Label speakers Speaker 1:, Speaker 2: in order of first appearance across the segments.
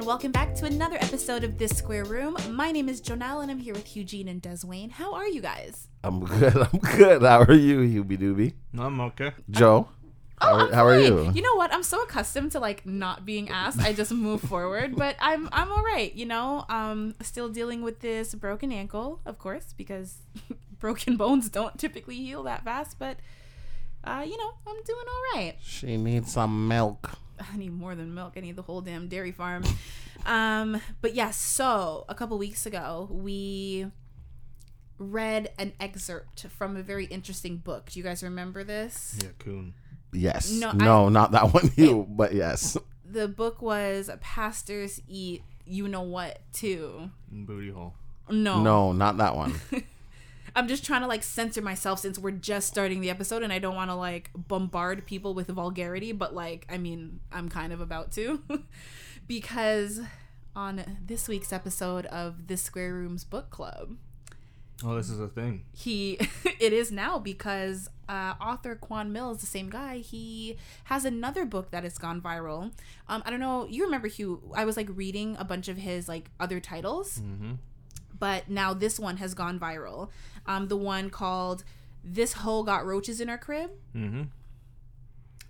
Speaker 1: welcome back to another episode of This Square Room. My name is Jonelle, and I'm here with Eugene and Deswayne. How are you guys?
Speaker 2: I'm good. I'm good. How are you, Hubie Doobie?
Speaker 3: No, I'm okay.
Speaker 2: Joe, how,
Speaker 1: Oh, I'm
Speaker 2: are- how are
Speaker 1: fine.
Speaker 2: you?
Speaker 1: You know what? I'm so accustomed to like not being asked. I just move forward, but I'm I'm all right. You know, um, still dealing with this broken ankle, of course, because broken bones don't typically heal that fast. But uh, you know, I'm doing all right.
Speaker 2: She needs some milk.
Speaker 1: I need more than milk. I need the whole damn dairy farm. Um, but yes, so a couple weeks ago we read an excerpt from a very interesting book. Do you guys remember this?
Speaker 3: Yeah, coon.
Speaker 2: Yes.
Speaker 1: No,
Speaker 2: No,
Speaker 1: I-
Speaker 2: not that one. You, but yes.
Speaker 1: The book was Pastors Eat You Know What Too.
Speaker 3: Booty hole.
Speaker 1: No.
Speaker 2: No, not that one.
Speaker 1: I'm just trying to like censor myself since we're just starting the episode and I don't want to like bombard people with vulgarity, but like, I mean, I'm kind of about to. because on this week's episode of The Square Room's Book Club,
Speaker 3: Oh, this is a thing.
Speaker 1: he it is now because uh, author Quan Mills, the same guy, he has another book that has gone viral. Um, I don't know, you remember Hugh? I was like reading a bunch of his like other titles
Speaker 3: Mm-hmm.
Speaker 1: but now this one has gone viral. Um, the one called "This Hole Got Roaches in Our Crib."
Speaker 3: Mm-hmm.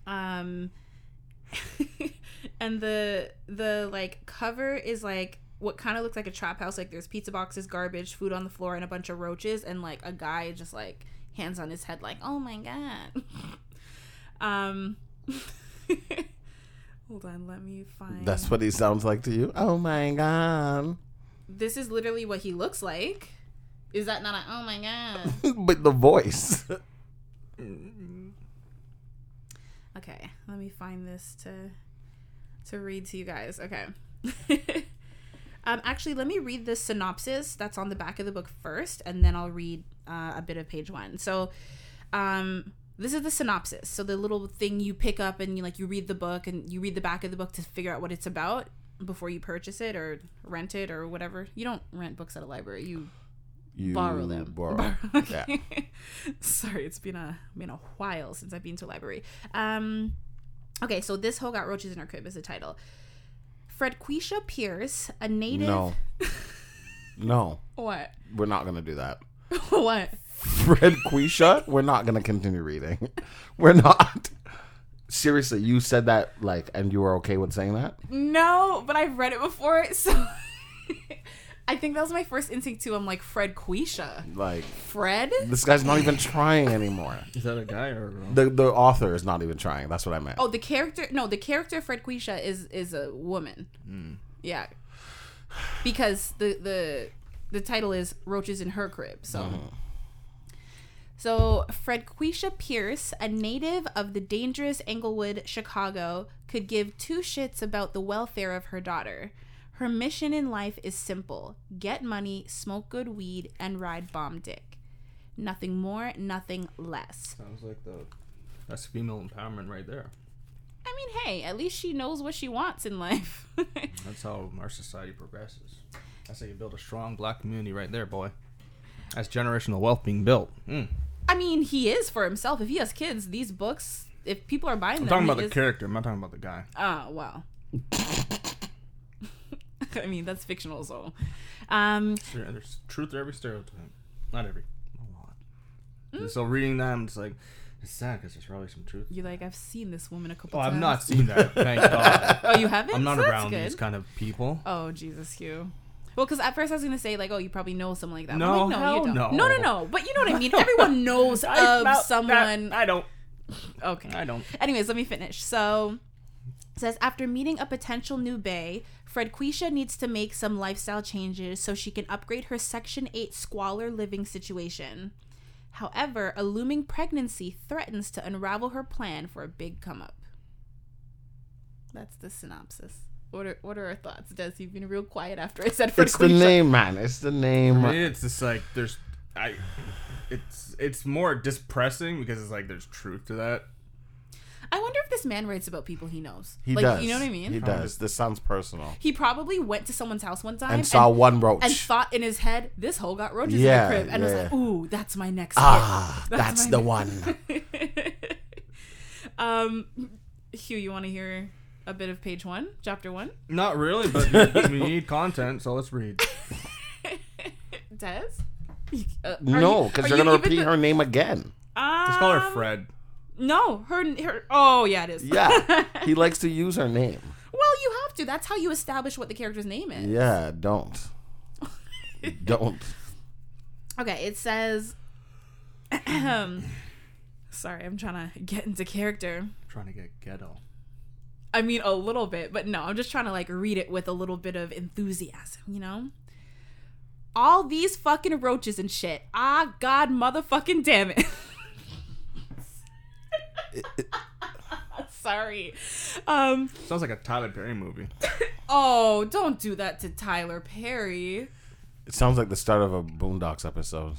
Speaker 1: Um, and the the like cover is like what kind of looks like a trap house. Like there's pizza boxes, garbage, food on the floor, and a bunch of roaches, and like a guy just like hands on his head, like "Oh my god." um, hold on, let me find.
Speaker 2: That's what he sounds like to you. Oh my god.
Speaker 1: this is literally what he looks like. Is that not a oh my god?
Speaker 2: but the voice.
Speaker 1: Okay, let me find this to to read to you guys. Okay. um, actually, let me read the synopsis that's on the back of the book first, and then I'll read uh, a bit of page one. So, um, this is the synopsis. So the little thing you pick up and you like you read the book and you read the back of the book to figure out what it's about before you purchase it or rent it or whatever. You don't rent books at a library. You
Speaker 2: You
Speaker 1: borrow them.
Speaker 2: borrow.
Speaker 1: Borrow.
Speaker 2: Yeah.
Speaker 1: Sorry, it's been a been a while since I've been to a library. Um, okay, so this hoe got roaches in her crib is the title. Fredquisha Pierce, a native.
Speaker 2: No. no,
Speaker 1: What?
Speaker 2: we're not gonna do that.
Speaker 1: what?
Speaker 2: Fred Quisha, we're not gonna continue reading. We're not. Seriously, you said that like, and you were okay with saying that.
Speaker 1: No, but I've read it before, so I think that was my first instinct too. I'm like Fred Quisha.
Speaker 2: Like,
Speaker 1: Fred?
Speaker 2: this guy's not even trying anymore.
Speaker 3: Is that a guy or a girl?
Speaker 2: The the author is not even trying. That's what I meant.
Speaker 1: Oh, the character no, the character Fred Quisha is is a woman. Yeah. Because the the the title is Roaches in Her Crib, so So Fred Quisha Pierce, a native of the dangerous Englewood, Chicago, could give two shits about the welfare of her daughter. Her mission in life is simple get money, smoke good weed, and ride bomb dick. Nothing more, nothing less.
Speaker 3: Sounds like the. That's female empowerment right there.
Speaker 1: I mean, hey, at least she knows what she wants in life.
Speaker 3: That's how our society progresses. That's how you build a strong black community right there, boy. That's generational wealth being built. Mm.
Speaker 1: I mean, he is for himself. If he has kids, these books, if people are buying them,
Speaker 3: I'm talking
Speaker 1: he
Speaker 3: about the
Speaker 1: is-
Speaker 3: character. I'm not talking about the guy.
Speaker 1: Oh, well. I mean, that's fictional, so. Um,
Speaker 3: There- There's truth to every stereotype. Not every. A lot.
Speaker 1: Hmm?
Speaker 3: So reading that, I'm just like, it's sad because there's probably some truth.
Speaker 1: you're like, I've seen this woman a couple
Speaker 3: Oh,
Speaker 1: times.
Speaker 3: I've not seen that. Thank God.
Speaker 1: Oh, you haven't?
Speaker 3: I'm not
Speaker 1: So that's
Speaker 3: around
Speaker 1: good.
Speaker 3: these kind of people.
Speaker 1: Oh, Jesus, Hugh. Well, because at first I was going to say, like, oh, you probably know someone like that.
Speaker 3: No,
Speaker 1: but like, no, you
Speaker 3: hell
Speaker 1: don't.
Speaker 3: no.
Speaker 1: no, no, no. But you know what I mean? Everyone knows of someone.
Speaker 3: I don't.
Speaker 1: okay.
Speaker 3: I don't.
Speaker 1: Anyways, let me finish. So it says after meeting a potential new bay, Fredquisha needs to make some lifestyle changes so she can upgrade her Section 8 squalor living situation. However, a looming pregnancy threatens to unravel her plan for a big come up. That's the synopsis. What are, what are our thoughts, Des? You've been real quiet after I said
Speaker 2: it's the
Speaker 1: Fredquisha.
Speaker 2: name, man. It's the name.
Speaker 3: It's just like there's. I. It's it's more depressing because it's like there's truth to that.
Speaker 1: I wonder if this man writes about people he knows.
Speaker 2: He
Speaker 1: like,
Speaker 2: does.
Speaker 1: You know what I mean?
Speaker 2: He
Speaker 1: He,
Speaker 2: does. This sounds personal.
Speaker 1: probably went to someone's house one time
Speaker 2: And saw one roach.
Speaker 1: and thought in his head, this hole got roaches
Speaker 2: Yeah,
Speaker 1: in the crib. And was
Speaker 2: yeah.
Speaker 1: like, ooh, that's my next
Speaker 2: ah,
Speaker 1: hit.
Speaker 2: that's,
Speaker 1: my
Speaker 2: the
Speaker 1: ne-
Speaker 2: one.
Speaker 1: um, Hugh, you want to hear a bit of page one, chapter one.
Speaker 3: Not really, but we need content, so let's read.
Speaker 1: Des? You- uh, are
Speaker 2: No,
Speaker 1: you-
Speaker 2: because
Speaker 1: are
Speaker 2: they're
Speaker 1: you
Speaker 2: gonna
Speaker 1: even
Speaker 2: repeat
Speaker 1: the-
Speaker 2: her name again.
Speaker 3: Let's call her
Speaker 1: Um,
Speaker 3: Fred.
Speaker 1: No, her, her. Oh, yeah, it is.
Speaker 2: Yeah, he likes to use her name.
Speaker 1: well, you have to. That's how you establish what the character's name is.
Speaker 2: Yeah, don't, don't.
Speaker 1: Okay, it says. sorry, I'm trying to get into character.
Speaker 3: trying to get ghetto.
Speaker 1: I mean, a little bit, but no, I'm just trying to like read it with a little bit of enthusiasm, you know? All these fucking roaches and shit. Ah, God, motherfucking damn it. Sorry. Um,
Speaker 3: Sounds like a Tyler Perry movie.
Speaker 1: oh, don't do that to Tyler Perry.
Speaker 2: It sounds like the start of a Boondocks episode.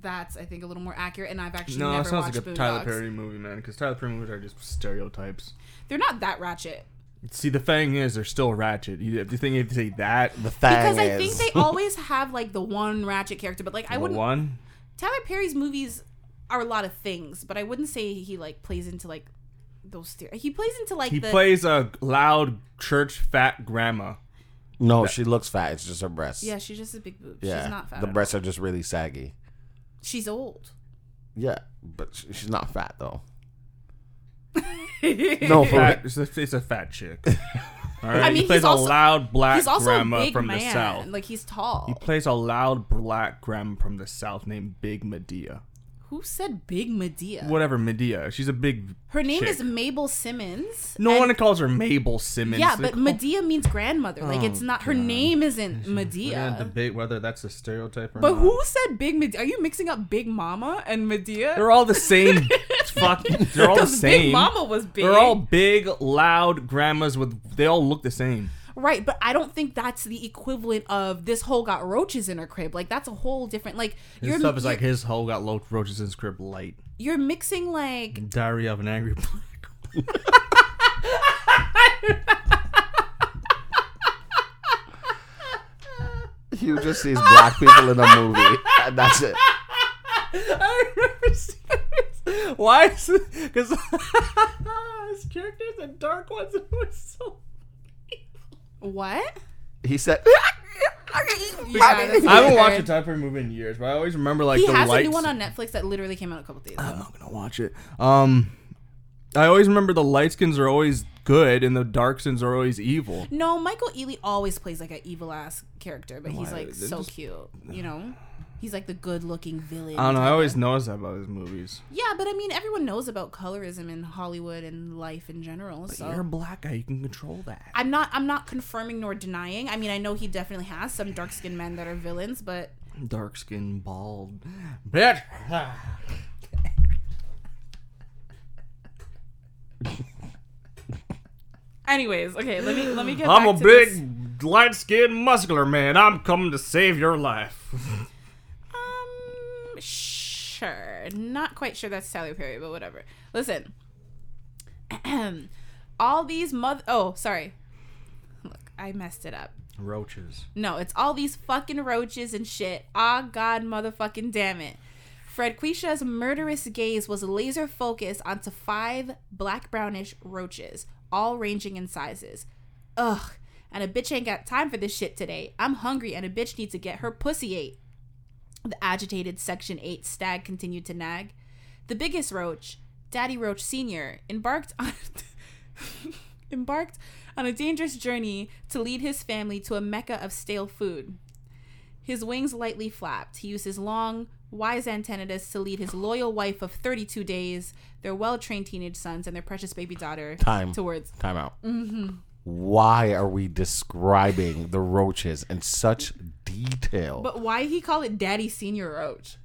Speaker 1: That's, I think, a little more accurate, and I've actually
Speaker 3: No, it
Speaker 1: never
Speaker 3: sounds
Speaker 1: watched
Speaker 3: like a
Speaker 1: Boondocks.
Speaker 3: Tyler Perry movie, man. Because Tyler Perry movies are just stereotypes.
Speaker 1: They're not that ratchet.
Speaker 3: See, the thing is, they're still ratchet. You, the thing you have to say that
Speaker 2: The thang
Speaker 1: Because I think
Speaker 2: is-
Speaker 1: they always have like the one ratchet character, but like I
Speaker 3: the
Speaker 1: wouldn't
Speaker 3: one.
Speaker 1: Tyler Perry's movies are a lot of things, but I wouldn't say he like plays into like those. Ster- he plays into like
Speaker 3: He
Speaker 1: the
Speaker 3: plays a loud church fat grandma.
Speaker 2: no, she looks fat. It's just her breasts.
Speaker 1: yeah. She's just a big boob.
Speaker 2: yeah.
Speaker 1: She's not fat.
Speaker 2: The
Speaker 1: at
Speaker 2: breasts are just really saggy.
Speaker 1: all. She's old.
Speaker 2: Yeah, but sh- she's not fat though.
Speaker 1: no,
Speaker 2: No, for
Speaker 3: Fat, it's, a, it's a fat chick. All right,
Speaker 1: mean,
Speaker 3: he plays
Speaker 1: he's also-
Speaker 3: a loud black
Speaker 1: he's also a
Speaker 3: grandma
Speaker 1: big
Speaker 3: from
Speaker 1: man.
Speaker 3: the south.
Speaker 1: Like he's tall.
Speaker 3: He plays a loud black grandma from the south named Big Medea.
Speaker 1: Who said Big Medea?
Speaker 3: Whatever Medea, she's a big.
Speaker 1: Her name
Speaker 3: chick.
Speaker 1: is Mabel Simmons.
Speaker 3: No
Speaker 1: and-
Speaker 3: one calls her Mabel Simmons.
Speaker 1: Yeah,
Speaker 3: They
Speaker 1: but
Speaker 3: call-
Speaker 1: Medea means grandmother.
Speaker 3: Oh,
Speaker 1: Like it's not her name isn't
Speaker 3: We're gonna
Speaker 1: Medea.
Speaker 3: debate whether that's a stereotype or
Speaker 1: But
Speaker 3: not.
Speaker 1: who said Big Medea? Are you mixing up Big Mama and Medea?
Speaker 3: They're all the same. fucking. They're all the
Speaker 1: 'Cause
Speaker 3: same.
Speaker 1: Big Mama was big.
Speaker 3: They're all big, loud grandmas with. They all look the same.
Speaker 1: Right, but I don't think that's the equivalent of this hole got roaches in her crib. Like that's a whole different like
Speaker 3: His
Speaker 1: you're
Speaker 3: stuff is like
Speaker 1: you're,
Speaker 3: his hoe got low roaches in his crib light.
Speaker 1: you're mixing like
Speaker 3: Diary of an Angry Black.
Speaker 2: You just sees black people in a movie, and that's it.
Speaker 3: I remember seeing Why is Because his characters and dark ones it was so.
Speaker 1: what?
Speaker 2: He said,
Speaker 1: Yeah, that's
Speaker 3: I haven't
Speaker 1: weird.
Speaker 3: watched a Type of movie in years, but I always remember like
Speaker 1: He
Speaker 3: the
Speaker 1: has
Speaker 3: lights. Uh, Oh,
Speaker 1: a new one on Netflix that literally came out a couple days ago.
Speaker 3: I'm not gonna watch it. Um, I always remember the light skins are always good and the dark skins are always evil.
Speaker 1: No, Michael Ealy always plays like an evil ass character, but he's
Speaker 3: Why?
Speaker 1: like
Speaker 3: They're
Speaker 1: so
Speaker 3: just-
Speaker 1: cute, you know? He's like the good looking villain.
Speaker 3: I don't know. I always notice that about his movies.
Speaker 1: Yeah, but I mean everyone knows about colorism in Hollywood and life in general. So
Speaker 3: You're a black guy. You can control that.
Speaker 1: I'm not I'm not confirming nor denying. I mean, I know he definitely has some dark skinned men that are villains, but
Speaker 3: Dark skin, bald, bitch.
Speaker 1: anyways, okay, let me let me get
Speaker 3: I'm
Speaker 1: back
Speaker 3: a
Speaker 1: to
Speaker 3: big,
Speaker 1: this.
Speaker 3: light skinned, muscular man. I'm coming to save your life.
Speaker 1: Um sure. Not quite sure that's Tyler Perry, but whatever. Listen. all these mother Oh, sorry. Look, I messed it up.
Speaker 3: Roaches.
Speaker 1: No, it's all these fucking roaches and shit. Ah, God, motherfucking damn it. Fredquisha's murderous gaze was laser focused onto five black brownish roaches, all ranging in sizes. Ugh, and a bitch ain't got time for this shit today. I'm hungry and a bitch needs to get her pussy ate. The agitated Section 8 stag continued to nag. The biggest roach, Daddy Roach Sr., embarked on embarked on a dangerous journey to lead his family to a mecca of stale food. His wings lightly flapped. He used his long, wise antennators to lead his loyal wife of 32 days, their well-trained teenage sons, and their precious baby daughter
Speaker 2: "Time,
Speaker 1: towards
Speaker 2: time out."
Speaker 1: Mm-hmm.
Speaker 2: Why are we describing the roaches in such detail?
Speaker 1: But why he call it Daddy Senior Roach?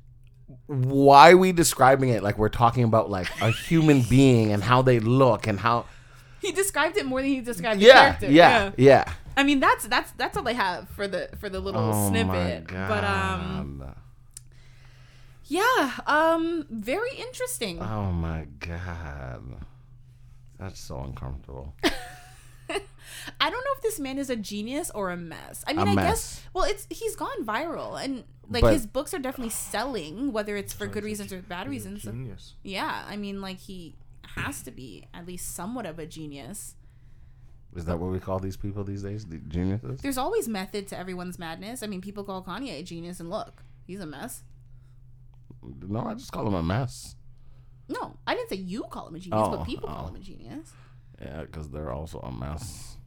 Speaker 2: Why are we describing it like we're talking about like a human being and how they look and how?
Speaker 1: He described it more than he described the
Speaker 2: Yeah,
Speaker 1: character.
Speaker 2: yeah, yeah.
Speaker 1: I mean, that's that's that's all they have for the for the little snippet. But um,
Speaker 2: Oh God.
Speaker 1: yeah, um, very interesting.
Speaker 2: Oh my god. That's so uncomfortable.
Speaker 1: I don't know if this man is a genius or a mess. I mean,
Speaker 2: A
Speaker 1: I
Speaker 2: mess.
Speaker 1: guess well, it's he's gone viral and like
Speaker 2: But-
Speaker 1: his books are definitely selling, whether it's for good reasons or bad reasons.
Speaker 3: Genius.
Speaker 1: Yeah, I mean, like he has to be at least somewhat of a genius.
Speaker 2: Is that what we call these people these days? The geniuses?
Speaker 1: There's always method to everyone's madness. I mean, people call Kanye a genius, and look, he's a mess.
Speaker 2: No, I just call them a mess.
Speaker 1: No, I didn't say you call him a genius,
Speaker 2: Oh,
Speaker 1: but people call
Speaker 2: oh.
Speaker 1: him a genius.
Speaker 2: Yeah, because they're also a mess.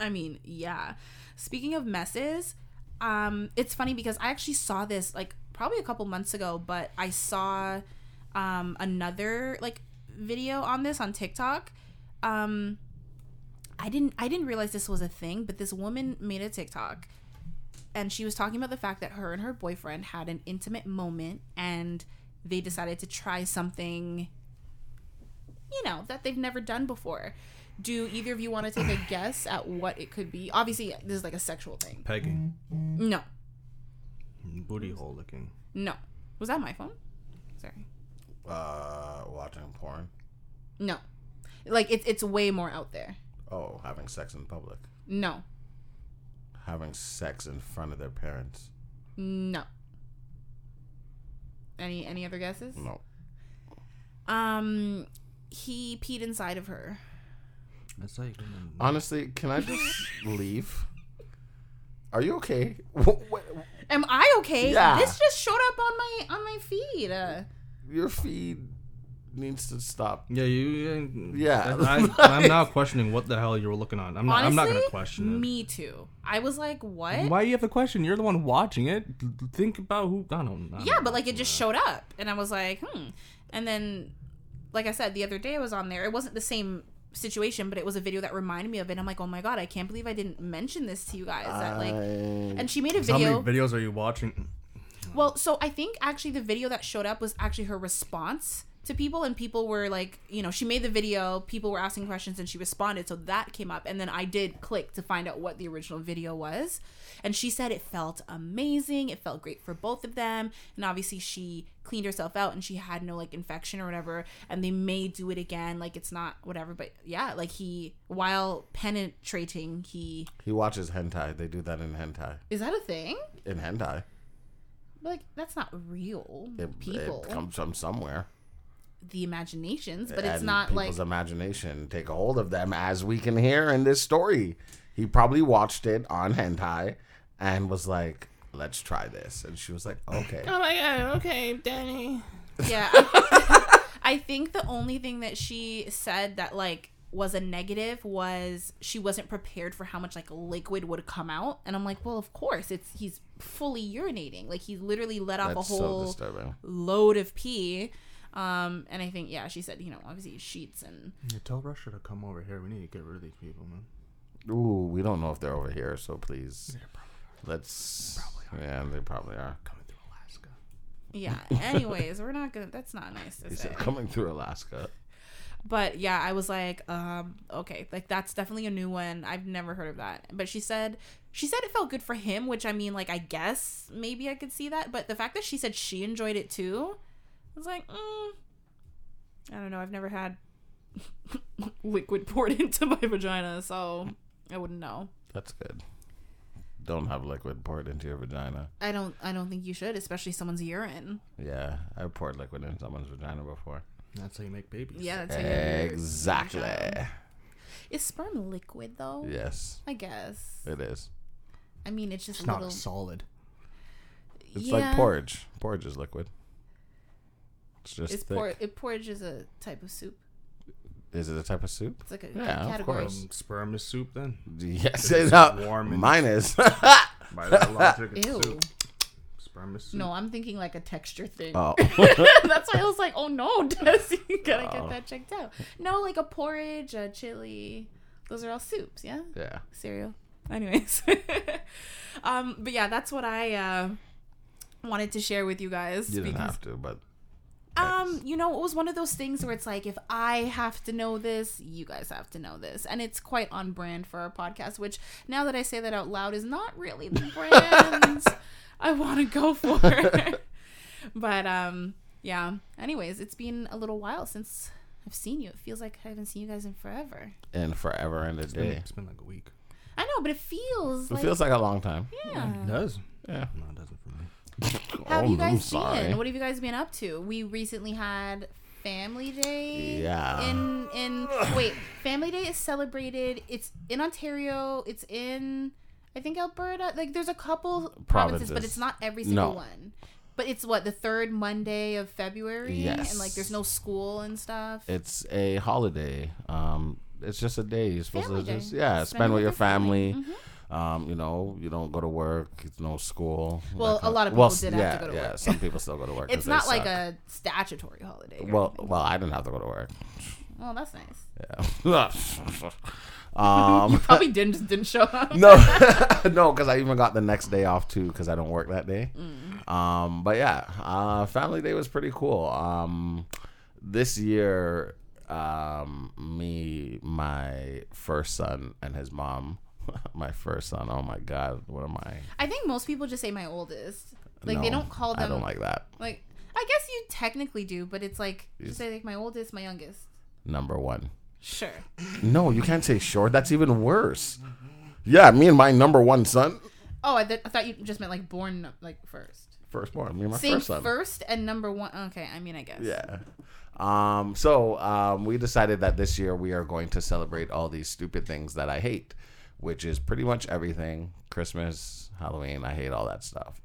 Speaker 1: I mean, yeah. Speaking of messes, um, it's funny because I actually saw this like probably a couple months ago, but I saw um, another like video on this on TikTok. Um, I didn't I didn't realize this was a thing, but this woman made a TikTok and she was talking about the fact that her and her boyfriend had an intimate moment and they decided to try something you know that they've never done before do either of you want to take a guess at what it could be obviously this is like a sexual thing
Speaker 3: Pegging.
Speaker 1: no
Speaker 3: Booty hole looking.
Speaker 1: no was that my phone sorry
Speaker 2: Uh, watching porn.
Speaker 1: no like it's it's way more out there
Speaker 2: Oh, having sex in public.
Speaker 1: no
Speaker 2: Having sex in front of their parents.
Speaker 1: no any any other guesses
Speaker 2: No.
Speaker 1: um he peed inside of her
Speaker 3: That's like.
Speaker 1: Uh,
Speaker 2: Honestly, can I just leave? Are you okay? What, what,
Speaker 1: Am I okay?
Speaker 2: Yeah.
Speaker 1: This just showed up on my on my feed. Uh,
Speaker 2: your feed needs to stop.
Speaker 3: Yeah, you.
Speaker 2: Yeah.
Speaker 3: I, I'm now questioning what the hell you were looking on. I'm not. I'm not gonna
Speaker 1: honestly,
Speaker 3: question it.
Speaker 1: Me too. I was like, what?
Speaker 3: Why do you have to question? You're the one watching it. Think about who. I don't know.
Speaker 1: Yeah, but like it just showed up, and I was like, hmm. And then, like I said the other day, I was on there. It wasn't the same situation, but it was a video that reminded me of it. And I'm like, oh my god, I can't believe I didn't mention this to you guys. That like,
Speaker 2: I-
Speaker 1: and she made a
Speaker 3: How many
Speaker 1: video.
Speaker 3: videos are you watching?
Speaker 1: Well, so I think actually the video that showed up was actually her response to people, and people were like, you know, she made the video, people were asking questions, and she responded. So that came up, and then I did click to find out what the original video was. And she said it felt amazing, it felt great for both of them. And obviously, she cleaned herself out and she had no like infection or whatever. And they may do it again, like it's not whatever, but yeah, like he, while penetrating, he
Speaker 2: he watches hentai. They do that in hentai.
Speaker 1: is that a thing?
Speaker 2: In hentai,
Speaker 1: Like, that's not real.
Speaker 2: it,
Speaker 1: people.
Speaker 2: it comes from somewhere.
Speaker 1: the imaginations, but it's
Speaker 2: and
Speaker 1: not like
Speaker 2: people's imagination take a hold of them, as we can hear in this story. He probably watched it on hentai and was like, "Let's try this," and she was like, "Okay."
Speaker 3: my god. Okay, Danny.
Speaker 1: yeah. I- I think the only thing that she said that like was a negative was she wasn't prepared for how much like liquid would come out, and I'm like, well, of course, it's he's fully urinating, like he literally let off
Speaker 2: That's
Speaker 1: a
Speaker 2: so
Speaker 1: whole
Speaker 2: disturbing.
Speaker 1: load of pee. Um, and I think yeah, she said you know obviously sheets and
Speaker 3: Yeah, tell Russia to come over here. We need to get rid of these people, man.
Speaker 2: Ooh, we don't know if they're over here, so please, let's. Yeah, they probably are.
Speaker 3: Coming through Alaska.
Speaker 1: yeah. Anyways, we're not gonna. That's not nice to
Speaker 2: He
Speaker 1: say.
Speaker 2: said, coming through Alaska.
Speaker 1: but yeah i was like um okay like that's definitely a new one i've never heard of that but she said she said it felt good for him which i mean like i guess maybe i could see that but the fact that she said she enjoyed it too i was like mm, i don't know i've never had liquid poured into my vagina so i wouldn't know
Speaker 2: That's good. Don't have liquid poured into your vagina.
Speaker 1: i don't i don't think you should especially someone's urine
Speaker 2: Yeah, I poured liquid in someone's vagina before.
Speaker 3: That's how you make babies.
Speaker 1: yeah that's how you have your-
Speaker 2: Exactly.
Speaker 1: is sperm liquid though
Speaker 2: Yes,
Speaker 1: i guess
Speaker 2: it is.
Speaker 1: i mean it's just
Speaker 3: It's
Speaker 1: a
Speaker 3: not
Speaker 1: little
Speaker 3: a solid.
Speaker 2: It's
Speaker 1: Yeah.
Speaker 2: like porridge. Porridge is liquid. It's just
Speaker 1: It's
Speaker 2: thick.
Speaker 1: por- it porridge is a type of soup.
Speaker 2: is it a type of soup?
Speaker 1: It's like a,
Speaker 2: Yeah, of
Speaker 1: category.
Speaker 2: course.
Speaker 3: Um, sperm is soup then.
Speaker 2: Yes,
Speaker 3: it's
Speaker 2: it's not.
Speaker 3: warm and-
Speaker 2: Mine is.
Speaker 3: By that logic, it's
Speaker 1: Ew.
Speaker 3: soup. Sperm is soup.
Speaker 1: No, I'm thinking like a texture thing.
Speaker 2: oh.
Speaker 1: That's why I was like, oh no, Des, you gotta
Speaker 2: Oh.
Speaker 1: get that checked out. No, like a porridge, a chili. Those are all soups, yeah?
Speaker 2: yeah.
Speaker 1: cereal. Anyways, um, but yeah, that's what I uh, wanted to share with you guys.
Speaker 2: You didn't
Speaker 1: because-
Speaker 2: have to, but
Speaker 1: um, you know, it was one of those things where it's like, if I have to know this, you guys have to know this, and it's quite on brand for our podcast. Which now that I say that out loud, is not really the brand I want to go for. but um, yeah. Anyways, it's been a little while since I've seen you. It feels like I haven't seen you guys in forever.
Speaker 2: in forever and a
Speaker 3: It's been-
Speaker 2: day.
Speaker 3: It's been like a week.
Speaker 1: I know, but it feels
Speaker 2: It
Speaker 1: like
Speaker 2: feels like a long time.
Speaker 1: yeah.
Speaker 3: does.
Speaker 2: Yeah.
Speaker 3: No, it doesn't for me.
Speaker 1: How have
Speaker 2: Oh,
Speaker 1: you
Speaker 2: I'm
Speaker 1: guys
Speaker 2: sorry.
Speaker 1: been? What have you guys been up to? We recently had Family Day.
Speaker 2: Yeah.
Speaker 1: In in wait, Family Day is celebrated. It's in Ontario. It's in I think Alberta. Like there's a couple provinces, but
Speaker 2: Provinces.
Speaker 1: it's not every single
Speaker 2: No.
Speaker 1: one. But it's what the third Monday of February, and like
Speaker 2: Yes.
Speaker 1: there's no school and stuff.
Speaker 2: It's a holiday. Um, it's just a day you're supposed
Speaker 1: Family
Speaker 2: to just
Speaker 1: day.
Speaker 2: yeah spend, with your family.
Speaker 1: family. Mm-hmm.
Speaker 2: Um, you know, you don't go to work. It's no school.
Speaker 1: Well,
Speaker 2: that kind
Speaker 1: a lot of people
Speaker 2: s-
Speaker 1: did have
Speaker 2: yeah,
Speaker 1: to go to
Speaker 2: yeah,
Speaker 1: work.
Speaker 2: some people still go to work. 'cause
Speaker 1: it's
Speaker 2: they
Speaker 1: not like
Speaker 2: suck.
Speaker 1: a statutory holiday. right?
Speaker 2: Well, well, I didn't have to go to work.
Speaker 1: well, that's nice.
Speaker 2: Yeah. um,
Speaker 1: Probably didn't just didn't show up.
Speaker 2: no, no, because I even got the next day off too because I don't work that day.
Speaker 1: Mm.
Speaker 2: Um, but yeah, uh, Family Day was pretty cool. Um, this year, um, me, my first son, and his mom. my first son. Oh my God, what am I?
Speaker 1: I think most people just say my oldest. Like they
Speaker 2: No,
Speaker 1: don't call them
Speaker 2: I don't like that.
Speaker 1: Like, I guess you technically do, but it's like just say like my oldest, my youngest.
Speaker 2: Number one.
Speaker 1: Sure.
Speaker 2: No, you can't say short. That's even worse. Yeah, me and my number one son,
Speaker 1: Oh, I, th- I thought you just meant like born nu- like first.
Speaker 2: firstborn. Me and my
Speaker 1: Saying
Speaker 2: first son.
Speaker 1: first and number one. Okay, I mean I guess.
Speaker 2: Yeah. Um, so um, we decided that this year we are going to celebrate all these stupid things that I hate, which is pretty much everything Christmas, Halloween. I hate all that stuff.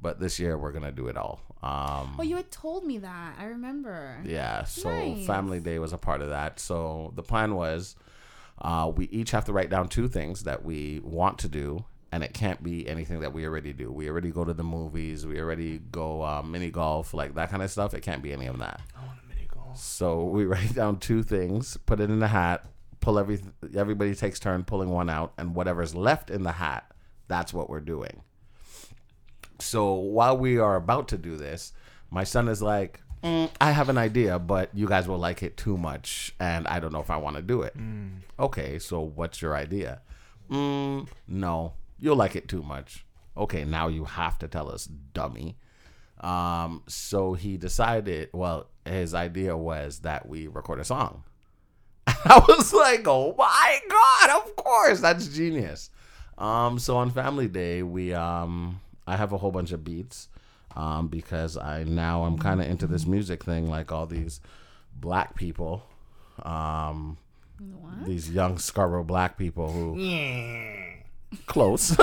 Speaker 2: But this year we're going to do it all. Um,
Speaker 1: Well, Oh, you had told me that. I remember.
Speaker 2: yeah. So
Speaker 1: Nice.
Speaker 2: Family Day was a part of that. So the plan was uh, we each have to write down two things that we want to do. And it can't be anything that we already do. We already go to the movies. We already go uh, mini golf, like that kind of stuff. It can't be any of that.
Speaker 3: I want a mini golf.
Speaker 2: So we write down two things, put it in a hat, pull every everybody takes turn pulling one out, and whatever's left in the hat, that's what we're doing. So while we are about to do this, my son is like, "Mm, I have an idea, but you guys will like it too much, and I don't know if I want to do it. Okay, so what's your idea? Mm, no, you'll like it too much. Okay, now you have to tell us, dummy. Um, so he decided, well, his idea was that we record a song. I was like, oh my God, of course, that's genius. Um, so on Family Day, we, um, I have a whole bunch of beats, um, because I now I'm kind of into this music thing, like all these black people, um,
Speaker 1: What?
Speaker 2: these young Scarborough black people who close,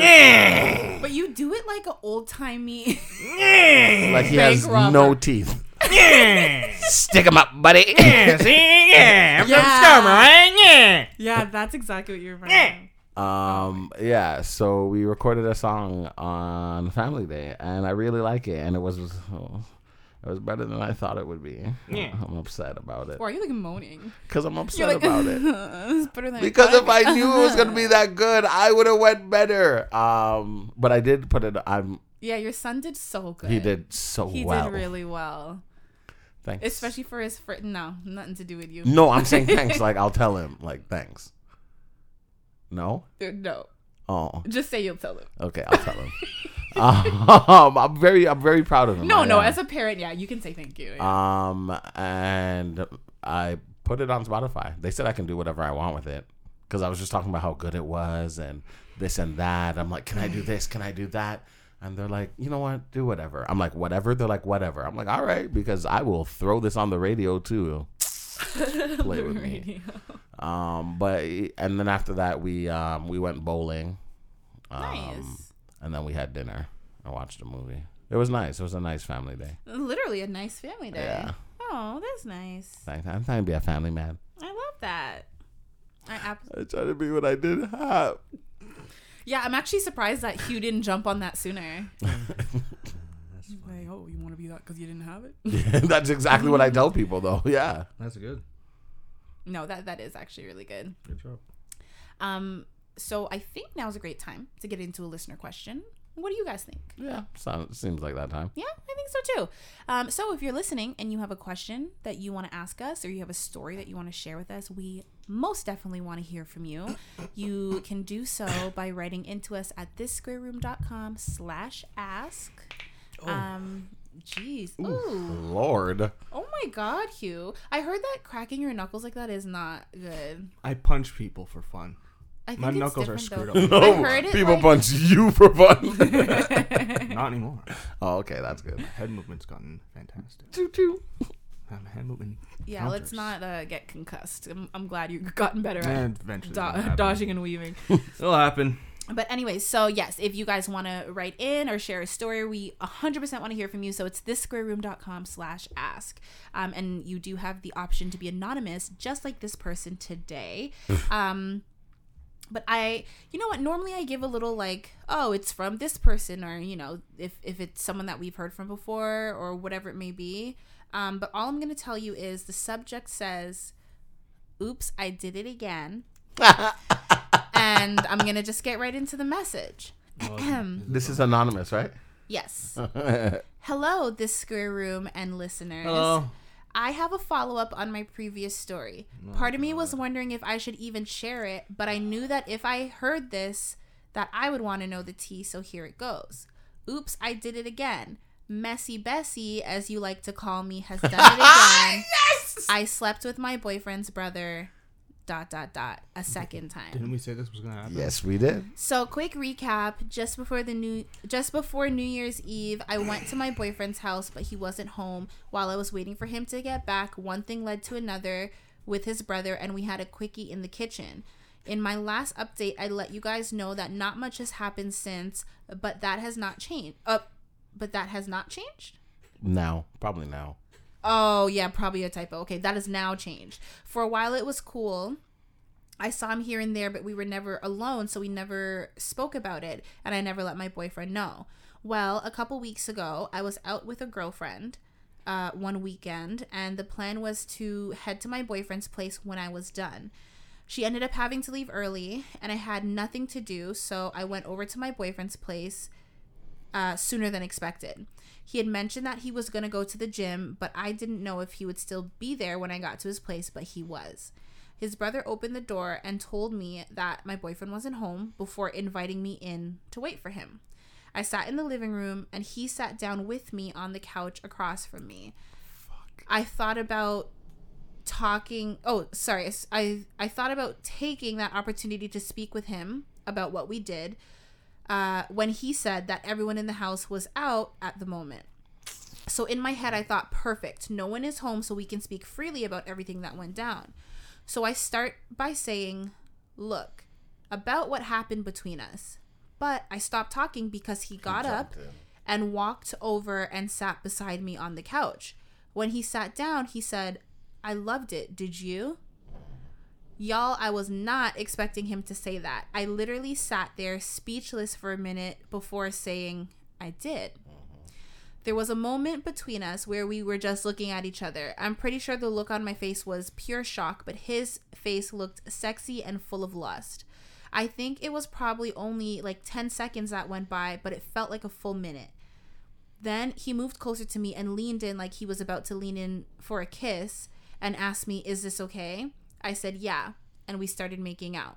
Speaker 1: But you do it like an old timey.
Speaker 2: like he has
Speaker 1: Bank robber.
Speaker 2: no teeth.
Speaker 3: Yeah.
Speaker 2: Stick him up, buddy.
Speaker 3: See? Yeah. I'm
Speaker 1: Yeah.
Speaker 3: Scarborough, right? Yeah.
Speaker 1: yeah, that's exactly what you're.
Speaker 3: remembering.
Speaker 1: Oh
Speaker 2: Um, yeah, so we recorded a song on Family Day, and I really like it, and it was it was better than I thought it would be.
Speaker 3: Yeah.
Speaker 2: I'm upset about it
Speaker 1: Or are you like moaning?
Speaker 2: because I'm upset
Speaker 1: You're like
Speaker 2: about it.
Speaker 1: it's better than
Speaker 2: Because if
Speaker 1: thought.
Speaker 2: I knew it was gonna be that good, I would have went better. Um, but I did put it. I'm.
Speaker 1: yeah, your son did so good.
Speaker 2: He did so
Speaker 1: He
Speaker 2: well.
Speaker 1: did really well,
Speaker 2: Thanks.
Speaker 1: especially for his friend. No, nothing to do with you.
Speaker 2: No, I'm saying thanks. Like I'll tell him. Like thanks. No.
Speaker 1: Dude, Uh, no.
Speaker 2: Oh.
Speaker 1: Just say you'll tell him.
Speaker 2: Okay. I'll tell him. um, I'm very. I'm very proud of him.
Speaker 1: No,
Speaker 2: I
Speaker 1: no.
Speaker 2: am.
Speaker 1: As a parent, yeah, you can say thank you. yeah.
Speaker 2: Um, and I put it on Spotify. They said I can do whatever I want with it because I was just talking about how good it was and this and that. I'm like, can I do
Speaker 1: Mm.
Speaker 2: this? Can I do that? And they're like, you know what? Do whatever. I'm like, whatever. They're like, whatever. I'm like, all right, because I will throw this on the radio too. Play with me.
Speaker 1: Radio.
Speaker 2: Um, but and then after that, we um we went bowling. Um,
Speaker 1: Nice.
Speaker 2: And then we had dinner and watched a movie. It was nice. It was a nice family day.
Speaker 1: Literally a nice family day.
Speaker 2: Um, Yeah.
Speaker 1: Oh, that's nice.
Speaker 2: Thank- I'm trying to be a family man.
Speaker 1: I love that. I ab-
Speaker 2: I try to be what I did have.
Speaker 1: yeah, I'm actually surprised that Hugh didn't jump on that sooner. Like, oh, you want to be that because you didn't have it?
Speaker 2: That's exactly what I tell people, though. Yeah.
Speaker 3: That's good.
Speaker 1: no, that that is actually really good.
Speaker 3: Good job.
Speaker 1: Um, so I think now's a great time to get into a listener question. What do you guys think?
Speaker 2: Yeah. Sounds, seems like that time.
Speaker 1: Yeah, I think so too. Um, so if you're listening and you have a question that you want to ask us or you have a story that you want to share with us, we most definitely want to hear from you. You can do so by writing into us at thissquareroom.com slash ask.
Speaker 3: Oh.
Speaker 1: Um, jeez. Ooh.
Speaker 2: Lord.
Speaker 1: Oh my God, Hugh. I heard that cracking your knuckles like that is not good.
Speaker 3: I punch people for fun.
Speaker 1: I think
Speaker 3: My
Speaker 1: it's
Speaker 3: knuckles are
Speaker 1: different,
Speaker 3: screwed
Speaker 1: though. I heard it
Speaker 2: Oh, people
Speaker 1: like-
Speaker 2: punch you for fun.
Speaker 3: Not anymore.
Speaker 2: oh, okay. That's good.
Speaker 3: Head movement's gotten fantastic.
Speaker 2: Toot toot.
Speaker 3: um, hand movement.
Speaker 1: Yeah, let's
Speaker 3: counters.
Speaker 1: not uh, get concussed. I'm, I'm glad you've gotten better at
Speaker 3: And eventually, it'll
Speaker 1: do-
Speaker 3: happen.
Speaker 1: dodging and weaving.
Speaker 3: It'll happen.
Speaker 1: But anyway, so yes, if you guys want to write in or share a story, we 100% want to hear from you. So it's thissquareroom.com slash ask. Um, and you do have the option to be anonymous, just like this person today. um, but I, you know what? Normally I give a little like, oh, it's from this person, or you know, if if it's someone that we've heard from before, or whatever it may be. Um, but all I'm gonna tell you is the subject says, "Oops, I did it again," and I'm gonna just get right into the message. Ahem.
Speaker 2: This is anonymous, right?
Speaker 1: yes. Hello, this square room and listeners.
Speaker 3: Hello.
Speaker 1: I have a follow up on my previous story. Part of me was wondering if I should even share it, but I knew that if I heard this, that I would want to know the tea, so here it goes. Oops, I did it again. Messy Bessie, as you like to call me, has done it again. yes! I slept with my boyfriend's brother, dot, dot, dot, a second time.
Speaker 3: Didn't we say this was gonna happen?
Speaker 2: Yes, we did.
Speaker 1: So quick recap, just before the new just before New Year's Eve, I went to my boyfriend's house, but he wasn't home. While I was waiting for him to get back, one thing led to another with his brother and we had a quickie in the kitchen. In my last update, I let you guys know that not much has happened since, but that has not changed. Uh, but that has not changed?
Speaker 2: Now, probably now.
Speaker 1: Oh, yeah, probably a typo. Okay, that has now changed. For a while, it was cool. I saw him here and there, but we were never alone, so we never spoke about it, and I never let my boyfriend know. Well, a couple weeks ago, I was out with a girlfriend uh, one weekend, and the plan was to head to my boyfriend's place when I was done. She ended up having to leave early, and I had nothing to do, so I went over to my boyfriend's place uh, sooner than expected. He had mentioned that he was going to go to the gym, but I didn't know if he would still be there when I got to his place, but he was. His brother opened the door and told me that my boyfriend wasn't home before inviting me in to wait for him. I sat in the living room and he sat down with me on the couch across from me. I thought about talking oh sorry I I thought about taking that opportunity to speak with him about what we did uh, when he said that everyone in the house was out at the moment. So in my head, I thought, perfect, no one is home, so we can speak freely about everything that went down. So I start by saying, look, about what happened between us. But I stopped talking because he got up and walked over and sat beside me on the couch. When he sat down, he said, I loved it. Did you? Y'all, I was not expecting him to say that. I literally sat there speechless for a minute before saying, I did. There was a moment between us where we were just looking at each other. I'm pretty sure the look on my face was pure shock, but his face looked sexy and full of lust. I think it was probably only like 10 seconds that went by, but it felt like a full minute. Then he moved closer to me and leaned in like he was about to lean in for a kiss and asked me, Is this okay? I said, Yeah. And we started making out.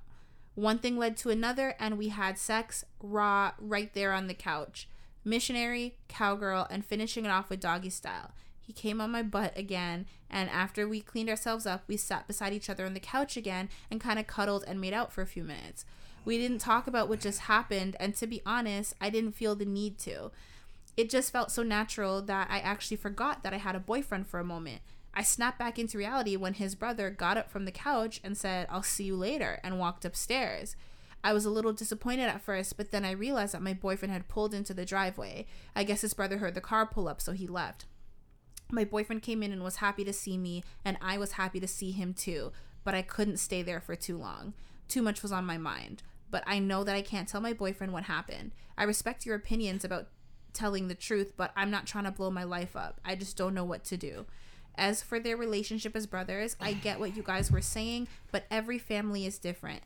Speaker 1: One thing led to another, and we had sex raw right there on the couch. Missionary, cowgirl, and finishing it off with doggy style. He came on my butt again, and after we cleaned ourselves up, we sat beside each other on the couch again and kind of cuddled and made out for a few minutes. We didn't talk about what just happened, and to be honest, I didn't feel the need to. It just felt so natural that I actually forgot that I had a boyfriend for a moment. I snapped back into reality when his brother got up from the couch and said, I'll see you later, and walked upstairs. I was a little disappointed at first, but then I realized that my boyfriend had pulled into the driveway. I guess his brother heard the car pull up, so he left. My boyfriend came in and was happy to see me, and I was happy to see him too, but I couldn't stay there for too long. Too much was on my mind, but I know that I can't tell my boyfriend what happened. I respect your opinions about telling the truth, but I'm not trying to blow my life up. I just don't know what to do. As for their relationship as brothers, I get what you guys were saying, but every family is different.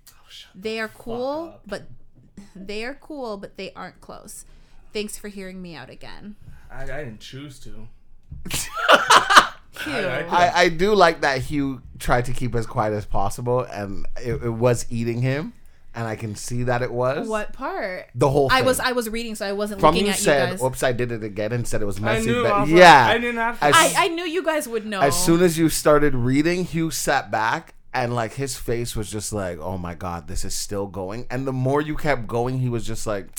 Speaker 1: they are cool, but they are cool, but they aren't close. Thanks for hearing me out again.
Speaker 3: I, I didn't choose to.
Speaker 1: Cute.
Speaker 2: I, I do like that Hugh tried to keep as quiet as possible, and it, it was eating him, and I can see that it was.
Speaker 1: What part?
Speaker 2: The whole thing.
Speaker 1: I was I was reading, so I wasn't
Speaker 2: From
Speaker 1: looking
Speaker 2: you
Speaker 1: at
Speaker 2: said,
Speaker 1: you guys.
Speaker 2: "Oops, I did it again," and said it was messy.
Speaker 3: knew,
Speaker 2: but-
Speaker 3: I was like,
Speaker 2: yeah,
Speaker 3: I didn't have to-
Speaker 2: As,
Speaker 1: I, I knew you guys would know.
Speaker 2: as soon as you started reading, Hugh sat back and like his face was just like, "Oh my god, this is still going." And the more you kept going, he was just like,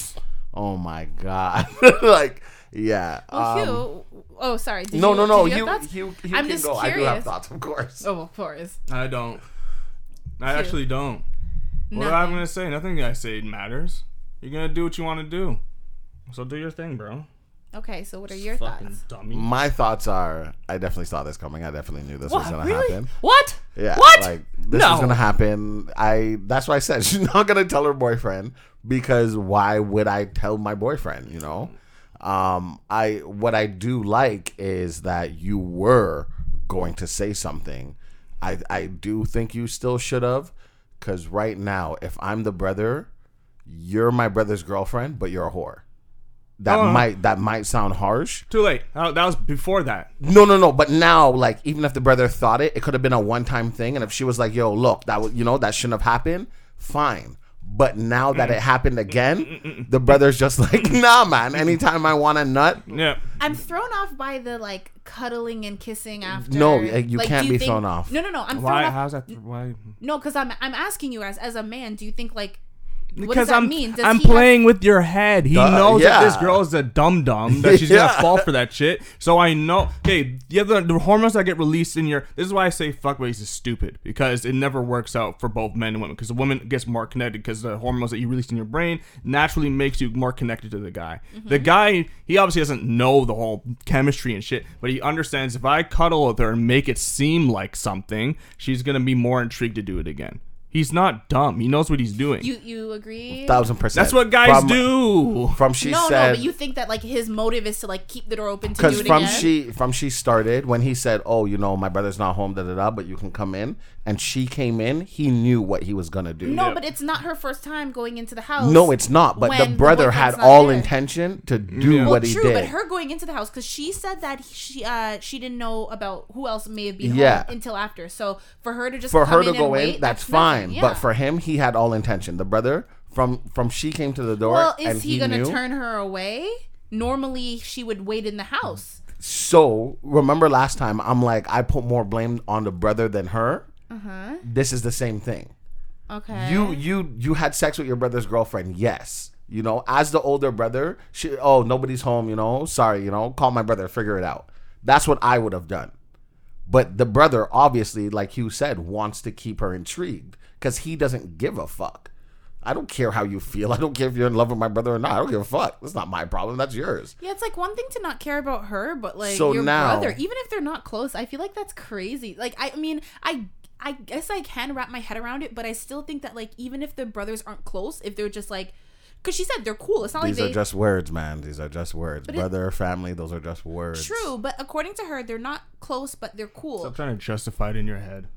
Speaker 2: Oh my god! like, yeah. um,
Speaker 1: Well, Hugh, oh, sorry. Did
Speaker 2: no,
Speaker 1: you,
Speaker 2: no, no,
Speaker 1: Did you
Speaker 2: You,
Speaker 1: have thoughts?
Speaker 2: you, you
Speaker 1: I'm
Speaker 2: can
Speaker 1: just
Speaker 2: go. I do have
Speaker 1: curious.
Speaker 2: thoughts, of course.
Speaker 1: Oh, of course.
Speaker 3: I don't. I
Speaker 1: Cute.
Speaker 3: actually don't. What am I
Speaker 1: Nothing.
Speaker 3: gonna say? Nothing I say matters. You're gonna do what you want to do. So do your thing, bro.
Speaker 1: Okay, so what are your
Speaker 3: Fucking
Speaker 1: thoughts?
Speaker 3: dummy.
Speaker 2: My thoughts are: I definitely saw this coming. I definitely knew this was gonna happen.
Speaker 3: What?
Speaker 2: Yeah.
Speaker 3: What?
Speaker 2: Like this
Speaker 3: No.
Speaker 2: is gonna happen. I that's why I said she's not gonna tell her boyfriend because why would I tell my boyfriend, you know? Um I what I do like is that you were going to say something. I I do think you still should have cuz right now if I'm the brother, you're my brother's girlfriend, but you're a whore. That
Speaker 3: Oh.
Speaker 2: might that might sound harsh.
Speaker 3: Too late. Oh, that was before that.
Speaker 2: No, no, no. But now, like, even if the brother thought it, it could have been a one-time thing. And if she was like, "Yo, look, that was, you know, that shouldn't have happened," fine. But now that it happened again, the brother's just like, "Nah, man. Anytime I want a nut,
Speaker 3: Yeah.
Speaker 1: I'm thrown off by the like cuddling and kissing after.
Speaker 2: No, uh, you
Speaker 1: Like,
Speaker 2: can't
Speaker 1: do you
Speaker 2: be
Speaker 1: think-
Speaker 2: thrown off.
Speaker 1: No, no, no. I'm
Speaker 3: Why?
Speaker 1: thrown off.
Speaker 3: How's that? Why?
Speaker 1: No, because I'm I'm asking you as as a man. Do you think like what does
Speaker 3: Because
Speaker 1: that
Speaker 3: I'm
Speaker 1: mean? Does
Speaker 3: I'm
Speaker 1: he have-
Speaker 3: playing with your head. He
Speaker 2: Duh,
Speaker 3: knows that this
Speaker 2: yeah.
Speaker 3: girl is a dum dum that she's
Speaker 2: Yeah.
Speaker 3: gonna fall for that shit. So I know. Okay, you have the, the hormones that get released in your. This is why I say fuckways is stupid because it never works out for both men and women because the woman gets more connected because the hormones that you release in your brain naturally makes you more connected to the guy.
Speaker 1: Mm-hmm.
Speaker 3: The guy he obviously doesn't know the whole chemistry and shit, but he understands if I cuddle with her and make it seem like something, she's gonna be more intrigued to do it again. He's not dumb. He knows what he's doing.
Speaker 1: You you agree?
Speaker 2: thousand percent."
Speaker 3: That's what guys
Speaker 2: From-
Speaker 3: do.
Speaker 2: From she
Speaker 1: no,
Speaker 2: said,
Speaker 1: no, but you think that like his motive is to like keep the door open to do
Speaker 2: Because
Speaker 1: it
Speaker 2: from
Speaker 1: again.
Speaker 2: she from she started when he said, "Oh, you know, my brother's not home, da da da, but you can come in," and she came in, he knew what he was gonna do.
Speaker 1: no,
Speaker 3: Yeah.
Speaker 1: but it's not her first time going into the house.
Speaker 2: No, it's not. But the
Speaker 1: when the
Speaker 2: brother
Speaker 1: boyfriend's
Speaker 2: had
Speaker 1: not
Speaker 2: all
Speaker 1: there.
Speaker 2: intention to do
Speaker 3: Well,
Speaker 1: Well,
Speaker 2: what he
Speaker 1: true,
Speaker 2: did.
Speaker 1: but her going into the house because she said that she uh she didn't know about who else may have been
Speaker 2: Yeah.
Speaker 1: home until after. So for her to just
Speaker 2: for
Speaker 1: come
Speaker 2: her to
Speaker 1: in
Speaker 2: go
Speaker 1: and
Speaker 2: in,
Speaker 1: wait,
Speaker 2: that's,
Speaker 1: nothing.
Speaker 2: fine.
Speaker 1: Yeah.
Speaker 2: But for him, he had all intention. The brother from from she came to the door.
Speaker 1: well, is
Speaker 2: and
Speaker 1: he,
Speaker 2: he,
Speaker 1: gonna
Speaker 2: knew.
Speaker 1: turn her away? Normally, she would wait in the house.
Speaker 2: So remember last time, I'm like, I put more blame on the brother than her.
Speaker 1: Uh-huh.
Speaker 2: This is the same thing.
Speaker 1: Okay.
Speaker 2: You you you had sex with your brother's girlfriend. Yes. You know, as the older brother, she oh nobody's home. You know, sorry. You know, call my brother, figure it out. That's what I would have done. But the brother, obviously, like you said, wants to keep her intrigued because he doesn't give a fuck. I don't care how you feel. I don't care if you're in love with my brother or not. I don't give a fuck. That's not my problem. That's yours.
Speaker 1: Yeah, it's like one thing to not care about her, but like
Speaker 2: So
Speaker 1: your
Speaker 2: now-
Speaker 1: brother, even if they're not close, I feel like that's crazy. Like I mean, I I guess I can wrap my head around it, but I still think that like even if the brothers aren't close, if they're just like cuz she said they're cool. It's not
Speaker 2: These
Speaker 1: like
Speaker 2: are
Speaker 1: they
Speaker 2: just words, man. These are just words.
Speaker 1: it-
Speaker 2: brother, family, those are just words.
Speaker 1: True, but according to her, they're not close, but they're cool.
Speaker 3: Stop trying to justify it in your head.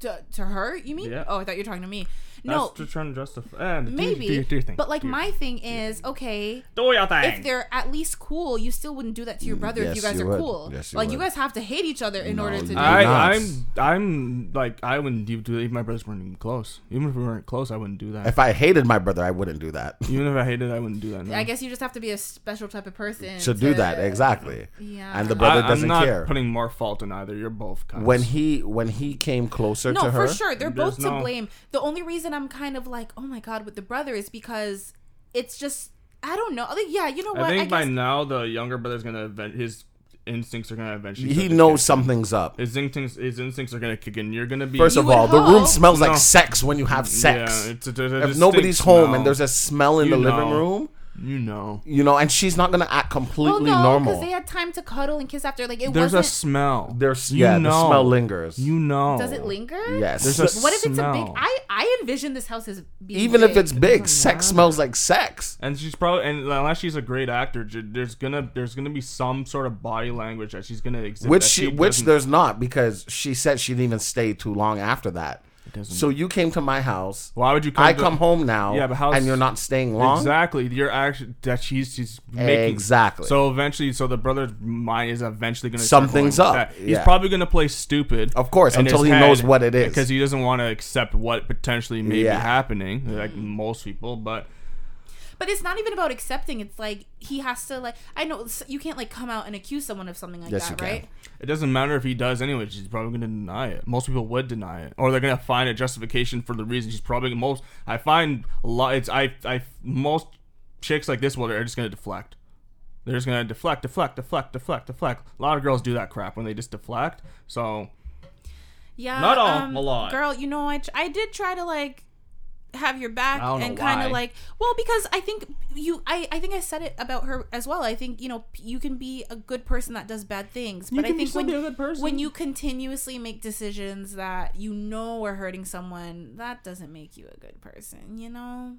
Speaker 1: To, to her, you mean?
Speaker 3: Yeah.
Speaker 1: Oh, I thought you were talking to me. No,
Speaker 3: That's just trying to justify. eh, do-
Speaker 1: maybe.
Speaker 3: Do, do your thing.
Speaker 1: but like
Speaker 3: Do your-
Speaker 1: my thing is, okay,
Speaker 3: Do your
Speaker 1: if
Speaker 3: thing.
Speaker 1: they're at least cool, you still wouldn't do that to your brother if
Speaker 2: Mm, yes,
Speaker 1: you guys
Speaker 2: you
Speaker 1: are
Speaker 2: would.
Speaker 1: cool.
Speaker 2: Yes, you
Speaker 1: like you
Speaker 2: would.
Speaker 1: guys have to hate each other in
Speaker 2: No,
Speaker 1: order to
Speaker 2: you
Speaker 1: do
Speaker 2: do
Speaker 1: that.
Speaker 3: I,
Speaker 2: not.
Speaker 3: I'm, I'm like, I wouldn't do do that if my brothers weren't even close. Even if we weren't close, I wouldn't do that.
Speaker 2: If I hated my brother, I wouldn't do that.
Speaker 3: even if I hated, it, I wouldn't do that. No.
Speaker 1: I guess you just have to be a special type of person
Speaker 2: Mm. to do that, exactly.
Speaker 1: Yeah.
Speaker 2: And the
Speaker 3: I,
Speaker 2: brother
Speaker 3: I'm
Speaker 2: doesn't
Speaker 3: not
Speaker 2: care.
Speaker 3: putting more fault in either. You're both cunts.
Speaker 2: when he when he came closer
Speaker 1: No,
Speaker 2: to her,
Speaker 1: for sure, they're
Speaker 3: There's
Speaker 1: both to
Speaker 3: no-
Speaker 1: blame. The only reason I'm kind of like, oh my god, with the brother is because it's just I don't know. Like, yeah, you know what?
Speaker 3: I think by
Speaker 1: guess-
Speaker 3: now the younger brother's gonna event his instincts are gonna eventually.
Speaker 2: he
Speaker 3: kick in.
Speaker 2: knows something's up.
Speaker 3: his instincts. His instincts are gonna kick in. You're gonna be
Speaker 2: First
Speaker 1: You
Speaker 2: of
Speaker 1: would
Speaker 2: all, the room
Speaker 1: hope.
Speaker 2: smells
Speaker 3: No.
Speaker 2: like sex when you have sex.
Speaker 3: Yeah, it's a, there's a
Speaker 2: if
Speaker 3: distinct
Speaker 2: nobody's home
Speaker 3: smell.
Speaker 2: and there's a smell in
Speaker 3: You
Speaker 2: the living
Speaker 3: know.
Speaker 2: room,
Speaker 3: you know
Speaker 2: you know, and she's not gonna act completely normal.
Speaker 1: because they had time to cuddle and kiss after. Like it
Speaker 3: there's a
Speaker 1: wasn't.
Speaker 3: smell.
Speaker 2: There's
Speaker 3: You
Speaker 2: yeah, the
Speaker 3: know.
Speaker 2: smell lingers.
Speaker 3: You know.
Speaker 1: does it linger?
Speaker 2: yes,
Speaker 3: There's a
Speaker 2: So-
Speaker 1: What if it's a big?
Speaker 3: Smell.
Speaker 1: I I envision this house as being
Speaker 2: even if it's
Speaker 1: big.
Speaker 2: big, sex smells like sex.
Speaker 3: And she's probably and unless she's a great actor, j- there's gonna there's gonna be some sort of body language that she's gonna exhibit.
Speaker 2: Which
Speaker 3: that
Speaker 2: she,
Speaker 3: she
Speaker 2: which
Speaker 3: doesn't-
Speaker 2: there's not because she said she didn't even stay too long after that.
Speaker 3: doesn't-
Speaker 2: So you came to my house.
Speaker 3: why would you come?
Speaker 2: I
Speaker 3: to-
Speaker 2: come home now.
Speaker 3: Yeah, but how's-
Speaker 2: and you're not staying long.
Speaker 3: Exactly, you're actually that she's she's making
Speaker 2: Exactly.
Speaker 3: So eventually, so the brother's mind is eventually gonna start
Speaker 2: Something's
Speaker 3: going with
Speaker 2: up,
Speaker 3: that. He's
Speaker 2: yeah.
Speaker 3: probably gonna play stupid,
Speaker 2: Of course,
Speaker 3: in
Speaker 2: until
Speaker 3: his
Speaker 2: he
Speaker 3: head
Speaker 2: knows what it is.
Speaker 3: because he doesn't want to accept what potentially may
Speaker 2: Yeah.
Speaker 3: be happening, like most people. But
Speaker 1: But it's not even about accepting. It's like he has to like. I know s- you can't like come out and accuse someone of something like
Speaker 2: Yes,
Speaker 1: that,
Speaker 2: you can.
Speaker 1: right?
Speaker 3: It doesn't matter if he does anyway. She's probably going to deny it. Most people would deny it, or they're going to find a justification for the reason. She's probably most. I find a lot. It's I I most chicks like this, well, they're just gonna deflect. They're just gonna deflect, deflect, deflect, deflect, deflect. A lot of girls do that crap when they just deflect. So
Speaker 1: Yeah.
Speaker 3: Not all,
Speaker 1: um,
Speaker 3: a lot.
Speaker 1: Girl, you know, I, tr- I did try to like have your back
Speaker 3: I don't know
Speaker 1: and kind
Speaker 3: why.
Speaker 1: of like well because i think you I, I think i said it about her as well i think you know p- you can be a good person that does bad things but i
Speaker 3: can
Speaker 1: think
Speaker 3: still
Speaker 1: when,
Speaker 3: be a good person.
Speaker 1: when you continuously make decisions that you know are hurting someone that doesn't make you a good person you know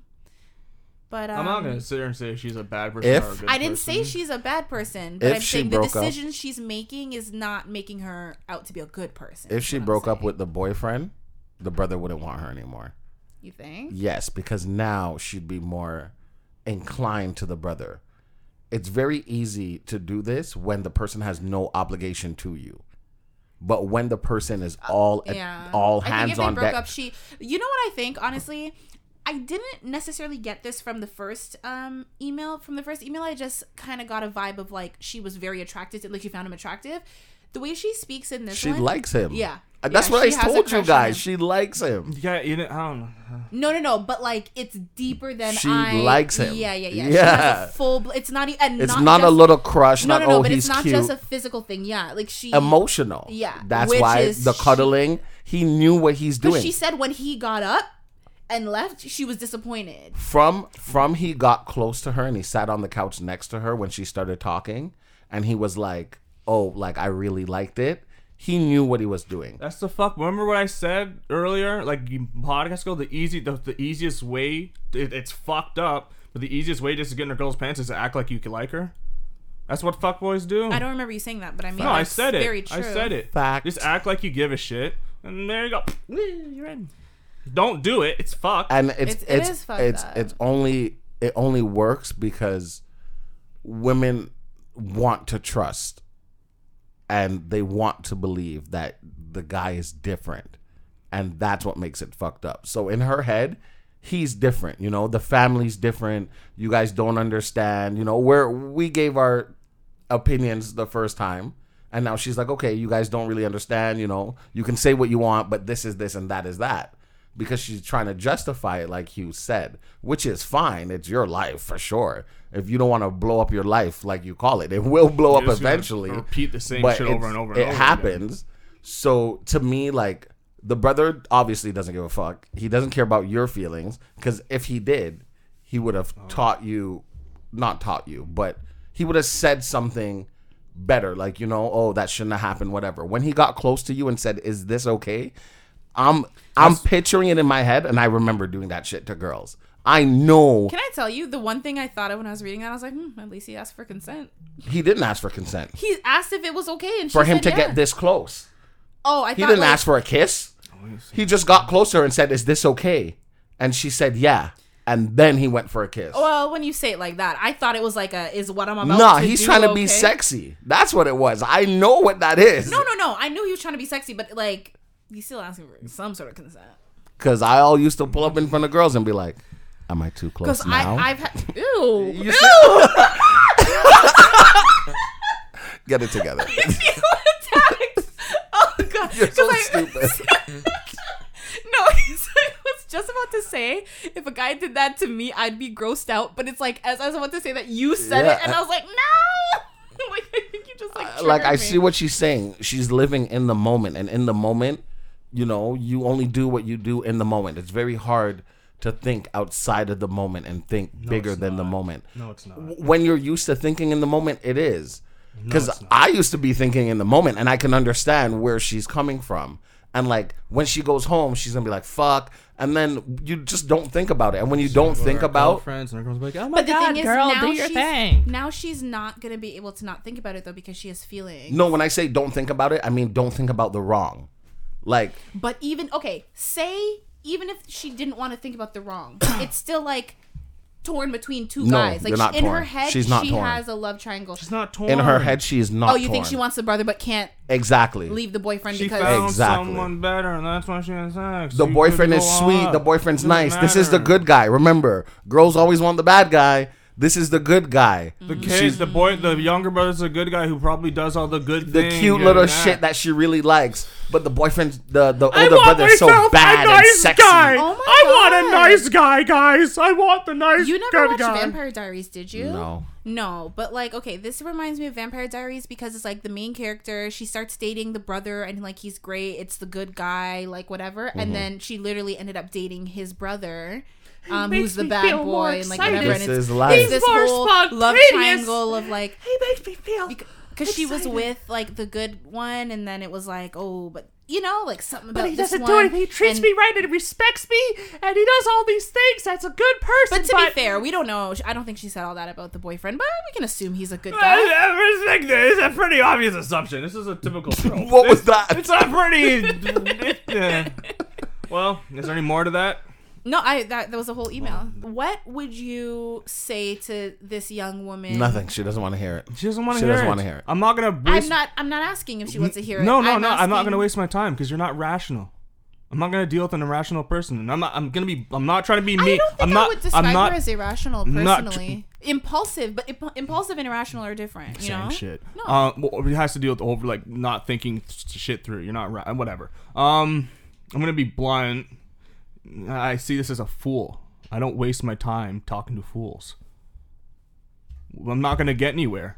Speaker 1: but um,
Speaker 3: I'm not gonna sit here and say she's a bad person
Speaker 2: If-
Speaker 3: or a good
Speaker 1: I didn't say
Speaker 3: person.
Speaker 1: she's a bad person, but
Speaker 2: If
Speaker 1: I'm
Speaker 2: she
Speaker 1: saying the
Speaker 2: broke up-
Speaker 1: decision she's making is not making her out to be a good person.
Speaker 2: If
Speaker 1: is
Speaker 2: she
Speaker 1: what I'm
Speaker 2: broke up
Speaker 1: saying.
Speaker 2: with the boyfriend, the brother wouldn't want her anymore.
Speaker 1: you think?
Speaker 2: Yes, because now she'd be more inclined to the brother. It's very easy to do this when the person has no obligation to you. But when the person is all
Speaker 1: Uh, yeah.
Speaker 2: all
Speaker 1: I think
Speaker 2: hands
Speaker 1: if they
Speaker 2: on
Speaker 1: broke
Speaker 2: deck,
Speaker 1: Up, she, you know what I think? Honestly, I didn't necessarily get this from the first um, email. From the first email, I just kind of got a vibe of like she was very attracted. To, like she found him attractive. The way she speaks in this,
Speaker 2: she
Speaker 1: one,
Speaker 2: likes him.
Speaker 1: Yeah.
Speaker 2: And that's
Speaker 1: Yeah,
Speaker 2: what I
Speaker 1: she has a
Speaker 2: told
Speaker 1: crush
Speaker 2: you
Speaker 1: on him.
Speaker 2: guys. She likes him.
Speaker 3: Yeah, you know, I don't know.
Speaker 1: No, no, no. But like, it's deeper than
Speaker 2: She
Speaker 1: I.
Speaker 2: likes him.
Speaker 1: Yeah, yeah, yeah. She
Speaker 2: Yeah.
Speaker 1: has a full. Bl- it's not. e- And
Speaker 2: It's
Speaker 1: not,
Speaker 2: not,
Speaker 1: just,
Speaker 2: a little crush,
Speaker 1: No,
Speaker 2: not
Speaker 1: no, no.
Speaker 2: oh
Speaker 1: but
Speaker 2: he's
Speaker 1: it's not
Speaker 2: cute.
Speaker 1: just a physical thing. Yeah, like she.
Speaker 2: Emotional.
Speaker 1: Yeah,
Speaker 2: That's
Speaker 1: which
Speaker 2: why
Speaker 1: is
Speaker 2: the
Speaker 1: she-
Speaker 2: cuddling, he knew what he's
Speaker 1: But
Speaker 2: doing.
Speaker 1: she said when he got up and left, she was disappointed.
Speaker 2: from from he got close to her and he sat on the couch next to her when she started talking and he was like oh like i really liked it he knew what he was doing
Speaker 3: That's the fuck. Remember what I said earlier? Like you- podcast go the easy, the, the easiest way. It, it's fucked up, but the easiest way just to get in a girl's pants is to act like you can like her. That's what fuckboys do.
Speaker 1: I don't remember you saying that, but I mean,
Speaker 3: No, I
Speaker 1: that's
Speaker 3: said it.
Speaker 1: Very true.
Speaker 3: I said it.
Speaker 2: Fact.
Speaker 3: Just act like you give a shit, and there you go. You're in. Don't do it. It's fucked.
Speaker 2: and
Speaker 1: It's-
Speaker 2: it's it's
Speaker 1: it is
Speaker 2: it's it's,
Speaker 1: fucked
Speaker 2: it's,
Speaker 1: up.
Speaker 2: only it only works because women want to trust and they want to believe that the guy is different and that's what makes it fucked up so in her head he's different you know the family's different you guys don't understand you know where we gave our opinions the first time and now she's like okay you guys don't really understand you know you can say what you want but this is this and that is that because she's trying to justify it like you said which is fine it's your life for sure if you don't want to blow up your life like you call it it will blow up
Speaker 3: You're just gonna
Speaker 2: eventually
Speaker 3: repeat the same shit
Speaker 2: it's-
Speaker 3: over and over and
Speaker 2: it
Speaker 3: over again.
Speaker 2: happens so to me like the brother obviously doesn't give a fuck he doesn't care about your feelings because if he did he would have
Speaker 3: Oh.
Speaker 2: taught you not taught you but he would have said something better like you know oh that shouldn't have happened whatever when he got close to you and said is this okay i'm i'm picturing it in my head and i remember doing that shit to girls i know
Speaker 1: Can I tell you the one thing I thought of when I was reading that? I was like, hmm, at least he asked for consent.
Speaker 2: he didn't ask for consent
Speaker 1: He asked if it was okay, and she
Speaker 2: for him
Speaker 1: said
Speaker 2: to
Speaker 1: yeah.
Speaker 2: get this close
Speaker 1: Oh, I
Speaker 2: He
Speaker 1: thought
Speaker 2: didn't
Speaker 1: like,
Speaker 2: ask for a kiss. He just got closer and said, "Is this okay?" And she said, "Yeah." And then he went for a kiss.
Speaker 1: Well, when you say it like that, I thought it was like a is what I'm about.
Speaker 2: nah,
Speaker 1: to
Speaker 2: he's
Speaker 1: do
Speaker 2: trying to
Speaker 1: okay?
Speaker 2: be sexy. That's what it was. I know what that is.
Speaker 1: No, no, no. I knew he was trying to be sexy, but like, he's still asking for some sort of consent.
Speaker 2: Because I all used to pull up in front of girls and be like, "Am I too
Speaker 1: Because
Speaker 2: close now?"
Speaker 1: I, I've had ew.
Speaker 2: You Get it together.
Speaker 1: feel attacked. Oh god,
Speaker 2: You're so
Speaker 1: 'Cause
Speaker 2: stupid.
Speaker 1: no, he's- I was just about to say if a guy did that to me, I'd be grossed out. But it's like as I was about to say that you said it,
Speaker 2: Yeah. Uh,
Speaker 1: and I was like, no. like I think you just like
Speaker 2: like I
Speaker 1: triggered
Speaker 2: see
Speaker 1: me.
Speaker 2: what she's saying. She's living in the moment, and in the moment, you know, you only do what you do in the moment. It's very hard to think outside of the moment and think bigger
Speaker 3: it's
Speaker 2: than the
Speaker 3: not.
Speaker 2: moment.
Speaker 3: no, it's not.
Speaker 2: When you're used to thinking in the moment, it is. Because
Speaker 3: it's not.
Speaker 2: I used to be thinking in the moment, and I can understand where she's coming from. And like when she goes home, she's gonna be like, "Fuck," and then you just don't think about it. And when you don't think about,
Speaker 3: friends, and everyone's like, "Oh my
Speaker 1: But the
Speaker 3: god,
Speaker 1: thing is,
Speaker 3: girl,
Speaker 1: now
Speaker 3: do your
Speaker 1: she's
Speaker 3: thing."
Speaker 1: now she's not gonna be able to not think about it though because she has feelings.
Speaker 2: no, when I say don't think about it, I mean don't think about the wrong. Like
Speaker 1: But even okay, say even if she didn't want to think about the wrong, it's still like torn between two
Speaker 2: No,
Speaker 1: guys. Like
Speaker 2: you're not
Speaker 1: in her
Speaker 2: torn.
Speaker 1: head,
Speaker 2: She's not
Speaker 1: she
Speaker 2: torn.
Speaker 1: has a love triangle.
Speaker 3: She's not torn
Speaker 2: in her head, she is not.
Speaker 1: oh, you think
Speaker 2: torn.
Speaker 1: she wants the brother but can't
Speaker 2: Exactly.
Speaker 1: leave the boyfriend
Speaker 3: She
Speaker 1: because
Speaker 3: found
Speaker 2: Exactly.
Speaker 3: someone better, and that's why she has sex.
Speaker 2: The
Speaker 3: You
Speaker 2: boyfriend
Speaker 3: could
Speaker 2: is
Speaker 3: go
Speaker 2: sweet.
Speaker 3: on.
Speaker 2: The boyfriend's
Speaker 3: Doesn't
Speaker 2: nice. This is the
Speaker 3: matter.
Speaker 2: good guy. Remember, girls always want the bad guy. This is the good guy.
Speaker 3: The kid, the boy, the younger brother's a good guy who probably does all the good
Speaker 2: The
Speaker 3: things.
Speaker 2: cute
Speaker 3: and
Speaker 2: little
Speaker 3: that.
Speaker 2: shit that she really likes, but the boyfriend, the the older
Speaker 3: want
Speaker 2: brother's so
Speaker 3: myself
Speaker 2: bad and sexy.
Speaker 3: guy.
Speaker 1: Oh my God.
Speaker 3: guy, guys. I want the nice
Speaker 1: You never watched Vampire Diaries, did you?
Speaker 2: No.
Speaker 1: No, but like, okay, this reminds me of Vampire Diaries because it's like the main character, she starts dating the brother and like he's great, it's the good guy, like whatever.
Speaker 2: Mm-hmm.
Speaker 1: And then she literally ended up dating his brother. Um,
Speaker 4: makes
Speaker 1: who's the
Speaker 4: me
Speaker 1: bad
Speaker 4: feel more
Speaker 1: boy and like whatever
Speaker 4: excited.
Speaker 1: and
Speaker 2: This
Speaker 1: it's,
Speaker 2: is life.
Speaker 1: it's this
Speaker 4: He's more
Speaker 1: whole love
Speaker 4: spontaneous.
Speaker 1: triangle of like
Speaker 4: He makes me feel.
Speaker 1: because she was
Speaker 4: Excited.
Speaker 1: with like the good one and then it was like oh but you know like something about
Speaker 4: but he
Speaker 1: this
Speaker 4: doesn't
Speaker 1: one.
Speaker 4: do anything. He treats
Speaker 1: and-
Speaker 4: me right and he respects me, and he does all these things. That's a good person.
Speaker 1: but to be fair we don't know i don't think she said all that about the boyfriend but we can assume he's a good guy
Speaker 3: I respect this. It's a pretty obvious assumption. This is a typical trope.
Speaker 2: What was
Speaker 3: It's-
Speaker 2: that?
Speaker 3: It's a pretty. yeah. Well, is there any more to that?
Speaker 1: No, I that, that was a whole email. What would you say to this young woman?
Speaker 2: Nothing. She doesn't want to hear it.
Speaker 3: She doesn't want to
Speaker 2: She
Speaker 3: hear it.
Speaker 2: doesn't wanna hear it.
Speaker 3: I'm not gonna.
Speaker 1: I'm
Speaker 3: Waste,
Speaker 1: not. I'm not asking if she wants to hear it.
Speaker 3: No, no, no. I'm not
Speaker 1: asking-
Speaker 3: gonna waste my time because you're not rational. I'm not gonna deal with an irrational person, and I'm not. I'm gonna be. I'm not trying to be
Speaker 1: I
Speaker 3: mean.
Speaker 1: don't think
Speaker 3: I'm
Speaker 1: i
Speaker 3: not.
Speaker 1: would describe
Speaker 3: I'm not.
Speaker 1: her as irrational
Speaker 3: not-
Speaker 1: personally. impulsive, but imp- impulsive and irrational are different. You
Speaker 3: same
Speaker 1: know.
Speaker 3: shit.
Speaker 1: No.
Speaker 3: Uh, well, it has to deal with the whole like not thinking th- shit through. You're not right. Whatever. Um, I'm gonna be blunt. I see this as a fool. I don't waste my time talking to fools. I'm not gonna get anywhere.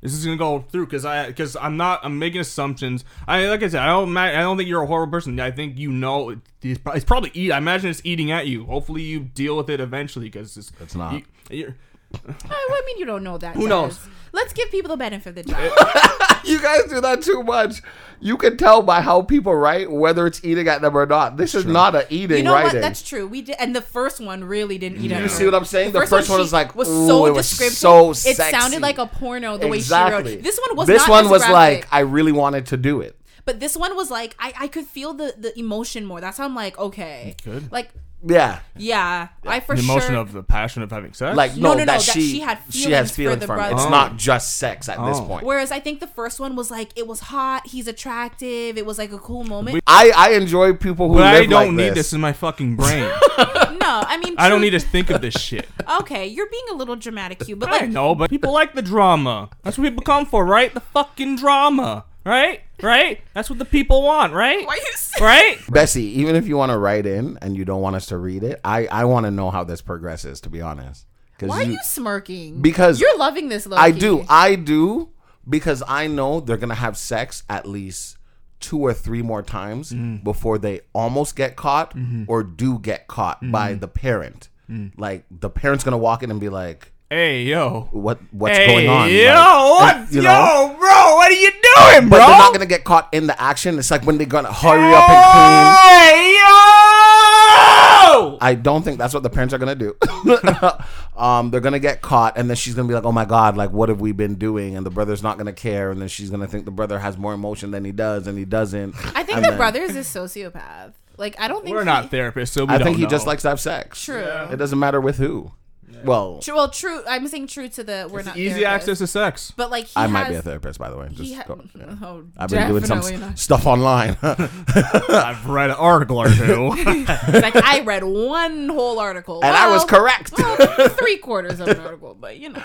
Speaker 3: This is gonna go through because I because I'm not I'm making assumptions. I like I said I don't ma- I don't think you're a horrible person. I think you know it- it's pro- it's probably eat. I imagine it's eating at you. Hopefully you deal with it eventually because it's
Speaker 2: It's not.
Speaker 3: you- you're,
Speaker 1: I, I mean, you don't know that.
Speaker 3: Who knows?
Speaker 1: Let's give people the benefit of the doubt.
Speaker 2: You guys do that too much. You can tell by how people write whether it's eating at them or not. This is not a eating
Speaker 1: You know
Speaker 2: writing.
Speaker 1: what? That's true. We did, and the first one really didn't eat.
Speaker 2: you see what I'm saying? The first, one,
Speaker 1: she
Speaker 2: was like,
Speaker 1: was
Speaker 2: "Ooh,
Speaker 1: so
Speaker 2: it was
Speaker 1: descriptive.
Speaker 2: so
Speaker 1: it
Speaker 2: sexy."
Speaker 1: sounded like a porno the way she
Speaker 2: exactly.
Speaker 1: wrote. This one was
Speaker 2: This
Speaker 1: not
Speaker 2: one
Speaker 1: as
Speaker 2: was
Speaker 1: graphic.
Speaker 2: like, I really wanted to do it.
Speaker 1: But this one was like I, I could feel the the emotion more. That's how I'm like okay,
Speaker 3: Good.
Speaker 1: like
Speaker 2: Yeah,
Speaker 1: yeah, I for
Speaker 3: the emotion
Speaker 1: sure.
Speaker 3: of the passion of having sex.
Speaker 2: like
Speaker 1: No,
Speaker 2: no,
Speaker 1: no, no,
Speaker 2: that,
Speaker 1: that
Speaker 2: she
Speaker 1: she had
Speaker 2: she has
Speaker 1: feelings
Speaker 2: feelings
Speaker 1: for the
Speaker 2: for him.
Speaker 1: brother.
Speaker 2: It's
Speaker 1: Oh.
Speaker 2: not just sex at this
Speaker 3: Oh.
Speaker 2: point.
Speaker 1: Whereas I think the first one was like it was hot, he's attractive, it was like a cool moment.
Speaker 2: I I enjoy people who
Speaker 3: But I
Speaker 2: live
Speaker 3: don't
Speaker 2: like
Speaker 3: need
Speaker 2: this.
Speaker 3: this. in my fucking brain.
Speaker 1: no, I mean
Speaker 3: I don't
Speaker 1: truth-
Speaker 3: need to think of this shit.
Speaker 1: Okay, you're being a little dramatic, Hugh, but
Speaker 3: I
Speaker 1: like
Speaker 3: know, but people like the drama. That's what people come for, right? The fucking drama, right? Right? That's what the people want, right?
Speaker 1: why are you saying?
Speaker 3: Right?
Speaker 2: Bessie, even if you want to write in and you don't want us to read it, I I want to know how this progresses. To be honest, because
Speaker 1: Why are you smirking?
Speaker 2: Because-
Speaker 1: you're loving this, Loki.
Speaker 2: I do. I do because I know they're gonna have sex at least two or three more times
Speaker 3: Mm.
Speaker 2: before they almost get caught
Speaker 3: Mm-hmm.
Speaker 2: or do get caught by the parent.
Speaker 3: Mm.
Speaker 2: Like the parent's gonna walk in and be like,
Speaker 3: Hey, yo.
Speaker 2: "What? What's
Speaker 3: hey,
Speaker 2: going on?"
Speaker 3: Yo,
Speaker 2: Like,
Speaker 3: what?
Speaker 2: you
Speaker 3: Yo,
Speaker 2: know?
Speaker 3: bro, what are you doing,
Speaker 2: But
Speaker 3: bro?
Speaker 2: they're not gonna get caught in the action. It's like when they're gonna hurry up and clean.
Speaker 3: Hey, yo!
Speaker 2: I don't think that's what the parents are gonna do. um, they're gonna get caught, and then she's gonna be like, "Oh my god, like what have we been doing?" And the brother's not gonna care, and then she's gonna think the brother has more emotion than he does, and he doesn't.
Speaker 1: I think
Speaker 2: And
Speaker 1: the
Speaker 2: then-
Speaker 1: brothers is sociopath. Like I don't think
Speaker 3: We're
Speaker 1: he-
Speaker 3: not therapists, so we
Speaker 2: I
Speaker 3: don't
Speaker 2: think he
Speaker 3: know.
Speaker 2: just likes to have sex.
Speaker 1: True.
Speaker 2: It doesn't matter with who. Well,
Speaker 1: True. Well, true. I'm saying true to the we're not
Speaker 3: easy
Speaker 1: therapists.
Speaker 3: access to sex.
Speaker 1: but like he
Speaker 2: I
Speaker 1: has,
Speaker 2: might be a therapist, by the way. Just
Speaker 1: He ha-
Speaker 2: go- yeah.
Speaker 1: oh,
Speaker 2: I've been doing some
Speaker 1: definitely
Speaker 2: s-
Speaker 1: not.
Speaker 2: stuff online.
Speaker 3: I've read an article or two.
Speaker 1: like I read one whole article,
Speaker 2: And I was correct.
Speaker 1: well, three quarters of an article, but you know,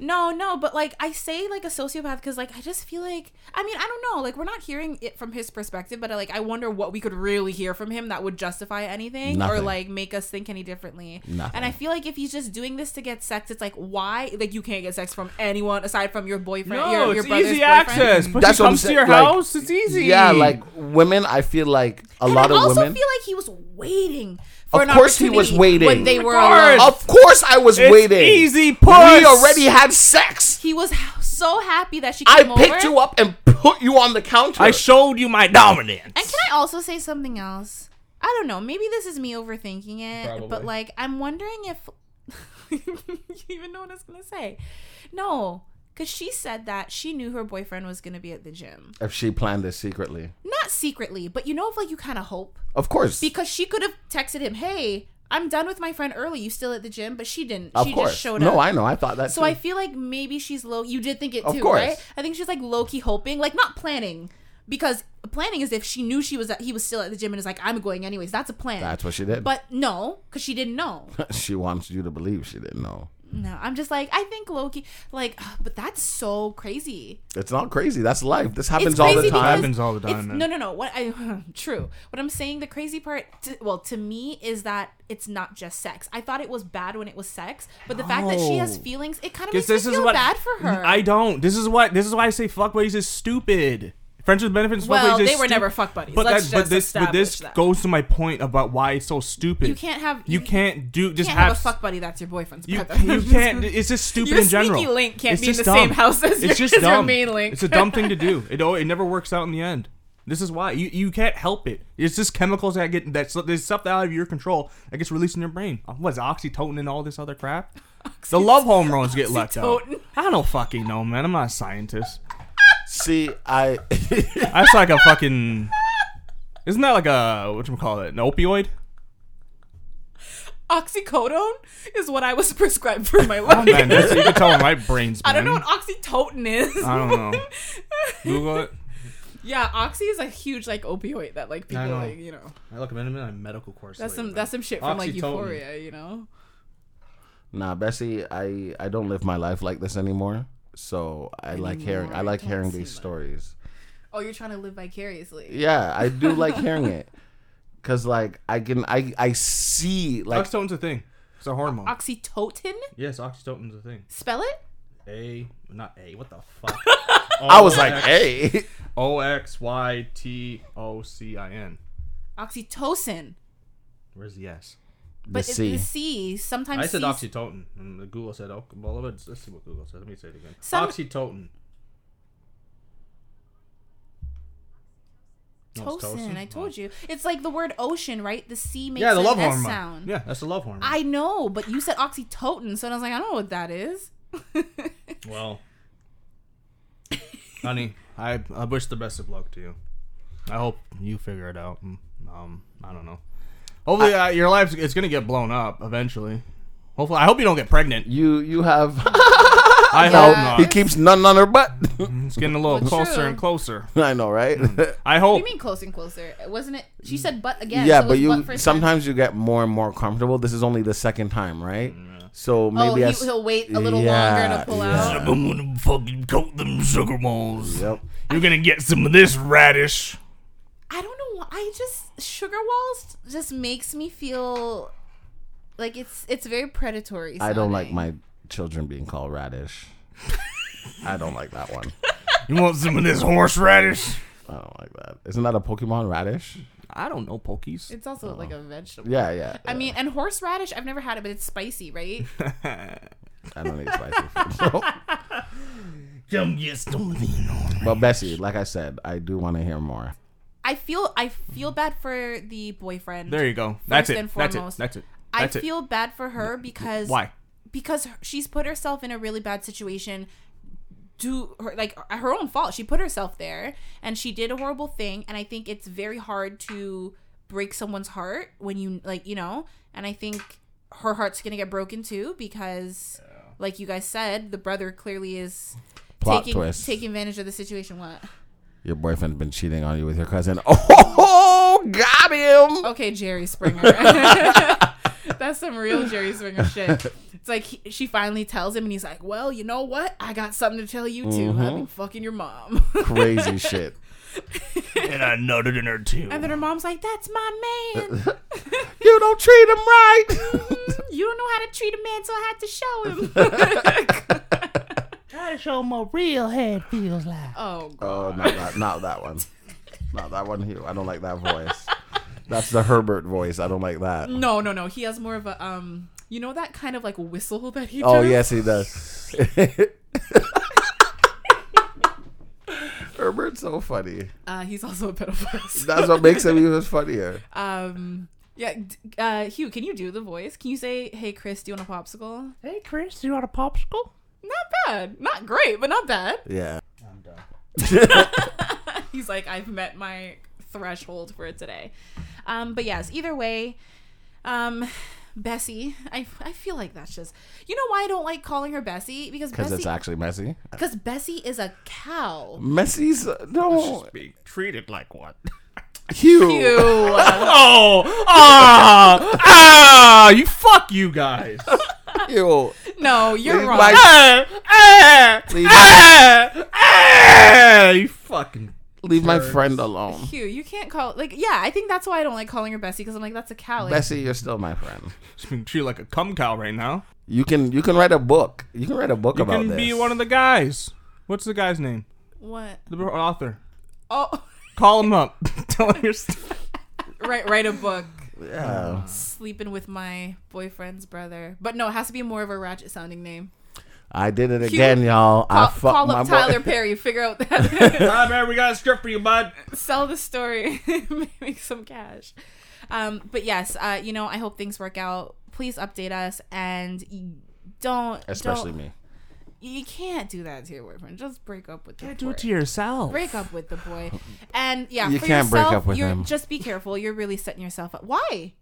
Speaker 1: no, no. But like I say, like a sociopath, because like I just feel like I mean I don't know. Like we're not hearing it from his perspective, but uh, like I wonder what we could really hear from him that would justify anything or
Speaker 2: Nothing.
Speaker 1: like make us think any differently.
Speaker 2: Nothing.
Speaker 1: And I feel like if he's just doing this to get sex, it's like why like you can't get sex from anyone aside from your boyfriend.
Speaker 3: No,
Speaker 1: your, your
Speaker 3: it's
Speaker 1: brother's
Speaker 3: easy
Speaker 1: boyfriend.
Speaker 3: access. But
Speaker 2: That's
Speaker 3: she
Speaker 2: what I'm
Speaker 3: comes to
Speaker 2: saying,
Speaker 3: your
Speaker 2: like-
Speaker 3: house. It's easy.
Speaker 2: yeah, like women, I feel like a
Speaker 1: And
Speaker 2: lot
Speaker 1: I
Speaker 2: of
Speaker 1: also
Speaker 2: women.
Speaker 1: feel like he was waiting for
Speaker 2: Of
Speaker 1: an
Speaker 2: course he was
Speaker 1: opportunity
Speaker 2: waiting.
Speaker 1: when they
Speaker 2: Of
Speaker 1: were
Speaker 3: course.
Speaker 1: alone.
Speaker 2: of course, I was
Speaker 3: It's
Speaker 2: waiting.
Speaker 3: easy
Speaker 2: We
Speaker 3: puss.
Speaker 2: already had sex.
Speaker 1: He was h- so happy that she
Speaker 2: I
Speaker 1: came over.
Speaker 2: picked you up and put you on the counter.
Speaker 3: I showed you my dominance.
Speaker 1: And can I also say something else? I don't know. Maybe this is me overthinking it, but
Speaker 3: Probably.
Speaker 1: like I'm wondering if you even know what I was gonna say. No, because she said that she knew her boyfriend was gonna be at the gym,
Speaker 2: if she planned this secretly,
Speaker 1: not secretly, but you know, if like you kind of hope
Speaker 2: of course.
Speaker 1: because she could have texted him, "Hey, I'm done with my friend early. You still at the gym?" But she didn't.
Speaker 2: of
Speaker 1: she
Speaker 2: course.
Speaker 1: just showed up.
Speaker 2: no, I know. I thought that.
Speaker 1: So
Speaker 2: too.
Speaker 1: I feel like maybe she's low. You did think it
Speaker 2: Of
Speaker 1: too,
Speaker 2: course.
Speaker 1: right? I think she's like low key hoping, like not planning, because planning is if she knew she was he was still at the gym and is like I'm going anyways. That's a plan.
Speaker 2: that's what she did.
Speaker 1: But no, because she didn't know.
Speaker 2: she wants you to believe she didn't know.
Speaker 1: No, I'm just like I think Loki. Like, but that's so crazy.
Speaker 2: It's not crazy. That's life. This
Speaker 1: It's
Speaker 2: happens all
Speaker 1: crazy
Speaker 2: the
Speaker 1: because
Speaker 2: time.
Speaker 3: Happens all the
Speaker 1: it's-
Speaker 3: time, man.
Speaker 1: No, no, no. What I true. What I'm saying, the crazy part, to, well, to me is that it's not just sex. I thought it was bad when it was sex, but the fact that she has
Speaker 3: No.
Speaker 1: feelings, it kind of makes
Speaker 3: Because
Speaker 1: me
Speaker 3: Oh. this is
Speaker 1: feel
Speaker 3: what
Speaker 1: bad for her.
Speaker 3: I don't. This is what. This is why I say fuckways is stupid. Friends with benefits.
Speaker 1: well,
Speaker 3: fuckways is
Speaker 1: they were
Speaker 3: stu-
Speaker 1: never fuck buddies.
Speaker 3: But,
Speaker 1: Let's
Speaker 3: that,
Speaker 1: just
Speaker 3: but this, but
Speaker 1: establish
Speaker 3: this
Speaker 1: that.
Speaker 3: goes to my point about why it's so stupid.
Speaker 1: You can't have
Speaker 3: You can't do.
Speaker 1: you
Speaker 3: Just
Speaker 1: can't have,
Speaker 3: s-
Speaker 1: a fuck buddy that's your boyfriend's
Speaker 3: You,
Speaker 1: brother.
Speaker 3: you can't. It's just stupid
Speaker 1: Your
Speaker 3: in general.
Speaker 1: sneaky link can't
Speaker 3: It's
Speaker 1: be in
Speaker 3: just
Speaker 1: the same house as your-
Speaker 3: it's just
Speaker 1: as your
Speaker 3: dumb.
Speaker 1: main link.
Speaker 3: It's a dumb thing to do. It al- it never works out in the end. This is why you, you can't help it. It's just chemicals that get that's there's stuff that out of your control that gets released in your brain. Uh, What's oxytocin and all this other crap? the love hormones get left out.
Speaker 1: Oxytocin.
Speaker 3: I don't fucking know, man. I'm not a scientist.
Speaker 2: See, I
Speaker 3: That's like a fucking. Isn't that like a what you call it? An opioid?
Speaker 1: Oxycodone is what I was prescribed for my life.
Speaker 3: Oh, man, that's, you can tell where my brain's.
Speaker 1: I don't know
Speaker 3: been.
Speaker 1: what oxytocin is.
Speaker 3: I don't know. Google it.
Speaker 1: yeah, oxy is a huge like opioid that like people
Speaker 3: know.
Speaker 1: like you know.
Speaker 3: I look, I'm in a medical course.
Speaker 1: That's some that's some shit from like
Speaker 3: Oxytocin.
Speaker 1: Euphoria, you know.
Speaker 2: nah, Bessie, I I don't live my life like this anymore. So I like hearing I
Speaker 1: I
Speaker 2: like
Speaker 1: don't
Speaker 2: hearing
Speaker 1: see
Speaker 2: these
Speaker 1: that.
Speaker 2: stories.
Speaker 1: Oh, you're trying to live vicariously.
Speaker 2: Yeah, I do like hearing it. Cause like I can I I see like
Speaker 3: Oxytocin's a thing. It's a hormone.
Speaker 1: Oxytocin?
Speaker 3: yes, oxytocin's a thing.
Speaker 1: Spell it?
Speaker 3: A, not A. What the fuck?
Speaker 2: I was like, hey,
Speaker 3: O X Y T O C I N.
Speaker 1: Oxytocin.
Speaker 3: Where's the S?
Speaker 1: But it's
Speaker 2: C.
Speaker 1: the C. Sometimes
Speaker 3: I said
Speaker 1: C's-
Speaker 3: oxytocin, and the Google said, oh, well, let's, let's see what Google said. Let me say it again.
Speaker 1: Some-
Speaker 3: Oxytocin. No, it's
Speaker 1: Tocin,
Speaker 3: tocin.
Speaker 1: I told you. It's like the word ocean, right? The C makes
Speaker 3: Yeah, the
Speaker 1: an
Speaker 3: love
Speaker 1: S
Speaker 3: hormone.
Speaker 1: sound.
Speaker 3: Yeah, that's the love hormone.
Speaker 1: I know, but you said oxytocin, so I was like, I don't know what that is.
Speaker 3: Well, honey, I I wish the best of luck to you. I hope you figure it out. Mm, Um, I don't know. Hopefully, uh, your life it's gonna get blown up eventually. Hopefully, I hope you don't get pregnant.
Speaker 2: you you have
Speaker 3: I
Speaker 1: Yeah.
Speaker 2: he
Speaker 3: hope not.
Speaker 2: keeps none on her butt.
Speaker 3: It's getting a little
Speaker 1: Well,
Speaker 3: closer
Speaker 1: true.
Speaker 3: and closer.
Speaker 2: I know, right?
Speaker 3: I
Speaker 1: What do
Speaker 3: hope.
Speaker 1: you mean close and closer? Wasn't it? She said butt
Speaker 2: Oh. Yeah,
Speaker 1: again. so it
Speaker 2: but
Speaker 1: was butt
Speaker 2: you
Speaker 1: first
Speaker 2: sometimes you get more and more comfortable. This is only the second time, right? So
Speaker 1: time.
Speaker 2: maybe
Speaker 1: oh,
Speaker 2: I
Speaker 1: he,
Speaker 2: s-
Speaker 1: he'll wait a little longer
Speaker 2: Yeah,
Speaker 1: to pull
Speaker 2: yeah.
Speaker 1: out.
Speaker 3: I'm gonna fucking coat them sugar balls.
Speaker 2: Yep.
Speaker 3: You're gonna get some of this radish.
Speaker 1: I don't know. why- I just sugar walls just makes me feel like it's it's very predatory.
Speaker 2: I don't like
Speaker 1: sounding.
Speaker 2: my children being called radish. I don't like that one.
Speaker 3: You want some of this horseradish?
Speaker 2: I don't like that. Isn't that a Pokemon radish?
Speaker 3: I don't know, pokies.
Speaker 1: It's also
Speaker 2: Oh.
Speaker 1: like a vegetable.
Speaker 2: Yeah, yeah.
Speaker 1: I mean, and horseradish. I've never had it, but it's spicy, right?
Speaker 2: I don't need spicy food. No.
Speaker 3: Come get some of the
Speaker 2: But Bessie, like I said, I do want to hear more.
Speaker 1: I feel I feel bad for the boyfriend.
Speaker 3: There you go. That's
Speaker 1: First
Speaker 3: it.
Speaker 1: and
Speaker 3: That's it.
Speaker 1: foremost,
Speaker 3: That's it.
Speaker 1: I
Speaker 3: That's it.
Speaker 1: feel bad for her because
Speaker 3: Why?
Speaker 1: because her- she's put herself in a really bad situation do her like her own fault she put herself there and she did a horrible thing and i think it's very hard to break someone's heart when you like you know and i think her heart's gonna get broken too because like you guys said the brother clearly is
Speaker 2: Plot
Speaker 1: taking
Speaker 2: twist.
Speaker 1: taking advantage of the situation what
Speaker 2: Your boyfriend's been cheating on you with your cousin. Oh, got him.
Speaker 1: okay jerry springer that's some real jerry springer shit it's like he, she finally tells him and he's like well you know what i got something to tell you too i've
Speaker 2: Mm-hmm.
Speaker 1: been fucking your mom
Speaker 2: Crazy shit.
Speaker 3: and I nutted in her too.
Speaker 1: and then her mom's like that's my man
Speaker 2: You don't treat him right.
Speaker 1: you don't know how to treat a man so i had to show him
Speaker 4: I show him what real head feels like.
Speaker 1: oh God.
Speaker 2: oh, not that, not that one. Not that one, Hugh. I don't like that voice. That's the Herbert voice. I don't like that.
Speaker 1: no no no he has more of a um you know that kind of like whistle that he
Speaker 2: Oh
Speaker 1: does?
Speaker 2: yes, he does. Herbert's so funny.
Speaker 1: uh he's also a pedophile so,
Speaker 2: That's what makes him even funnier.
Speaker 1: um yeah d- uh hugh can you do the voice can you say hey chris do you want a popsicle
Speaker 4: Hey, Chris, you want a popsicle?
Speaker 1: Not bad. Not great, but not bad.
Speaker 2: Yeah.
Speaker 1: He's like, I've met my threshold for today. Um, but yes, either way, um, Bessie, I, I feel like that's just, you know why I don't like calling her Bessie? Because
Speaker 2: Because
Speaker 1: Bessie,
Speaker 2: it's actually messy.
Speaker 1: cause Bessie is a cow.
Speaker 2: Messy's no
Speaker 3: Be treated like what?
Speaker 1: Ew.
Speaker 2: Hugh.
Speaker 1: I
Speaker 3: Oh! Ah! ah! You fuck you guys! Ah,
Speaker 2: you.
Speaker 1: No, you're
Speaker 2: Leave
Speaker 1: wrong.
Speaker 2: my- Leave, my,
Speaker 3: ah, you fucking.
Speaker 2: leave my friend alone.
Speaker 1: Hugh, you can't call like yeah. I think that's why I don't like calling her Bessie because I'm like that's a cow. Like,
Speaker 2: Bessie, you're still my friend.
Speaker 3: She's being treated like a cum cow right now.
Speaker 2: You can you can write a book. You can write a book
Speaker 3: You
Speaker 2: about
Speaker 3: can
Speaker 2: this.
Speaker 3: be one of the guys. What's the guy's name?
Speaker 1: What?
Speaker 3: The author.
Speaker 1: Oh,
Speaker 3: Call him up. Tell him your story.
Speaker 1: write write a book.
Speaker 2: yeah.
Speaker 1: Sleeping with my boyfriend's brother, but no, it has to be more of a ratchet sounding name.
Speaker 2: I did it again, y'all.
Speaker 1: Call,
Speaker 2: I fucked
Speaker 1: call
Speaker 2: my
Speaker 1: up
Speaker 2: boy.
Speaker 1: Tyler Perry. Figure out that.
Speaker 3: Ah, man, we got a script for you, bud.
Speaker 1: sell the story, make some cash. Um, but yes, uh, you know, I hope things work out. Please update us and. y- Don't
Speaker 2: Especially
Speaker 1: don't,
Speaker 2: me.
Speaker 1: You can't do that to your boyfriend. Just break up with. the
Speaker 3: Do
Speaker 1: boy.
Speaker 3: it to yourself.
Speaker 1: break up with the boy and yeah
Speaker 2: You
Speaker 1: for
Speaker 2: can't break
Speaker 1: yourself,
Speaker 2: up with
Speaker 1: you're,
Speaker 2: him.
Speaker 1: just be careful you're really setting yourself up why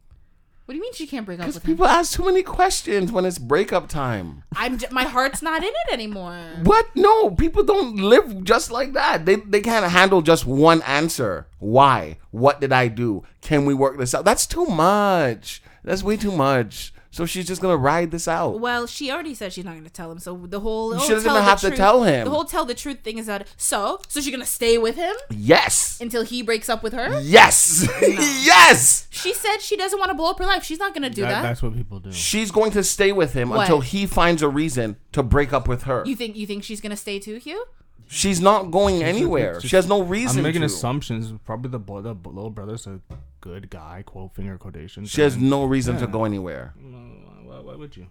Speaker 1: what do you mean she can't break up
Speaker 2: Because
Speaker 1: with him
Speaker 2: people ask too many questions when it's breakup time.
Speaker 1: i'm j- my heart's not in it anymore
Speaker 2: What? No, people don't live just like that. They they can't handle just one answer. Why? What did I do? Can we work this out? That's too much. That's way too much. So she's just gonna ride this out.
Speaker 1: well she already said she's not going to tell him so the whole you
Speaker 2: shouldn't even have to tell him.
Speaker 1: the whole tell the truth thing is that so so she's going to stay with him
Speaker 2: Yes.
Speaker 1: until he breaks up with her
Speaker 2: Yes. yes.
Speaker 1: she said she doesn't want to blow up her life she's not going to do that,
Speaker 3: what people do.
Speaker 2: She's going to stay with him
Speaker 1: What?
Speaker 2: until he finds a reason to break up with her.
Speaker 1: you think you think she's going to stay too hugh
Speaker 2: She's not going anywhere.
Speaker 3: just-
Speaker 2: she has no reason.
Speaker 3: I'm making
Speaker 2: to.
Speaker 3: assumptions. Probably the, boy, the little brother's a good guy. Quote finger quotations.
Speaker 2: She has
Speaker 3: and-
Speaker 2: no reason to go anywhere.
Speaker 3: Why, why would you?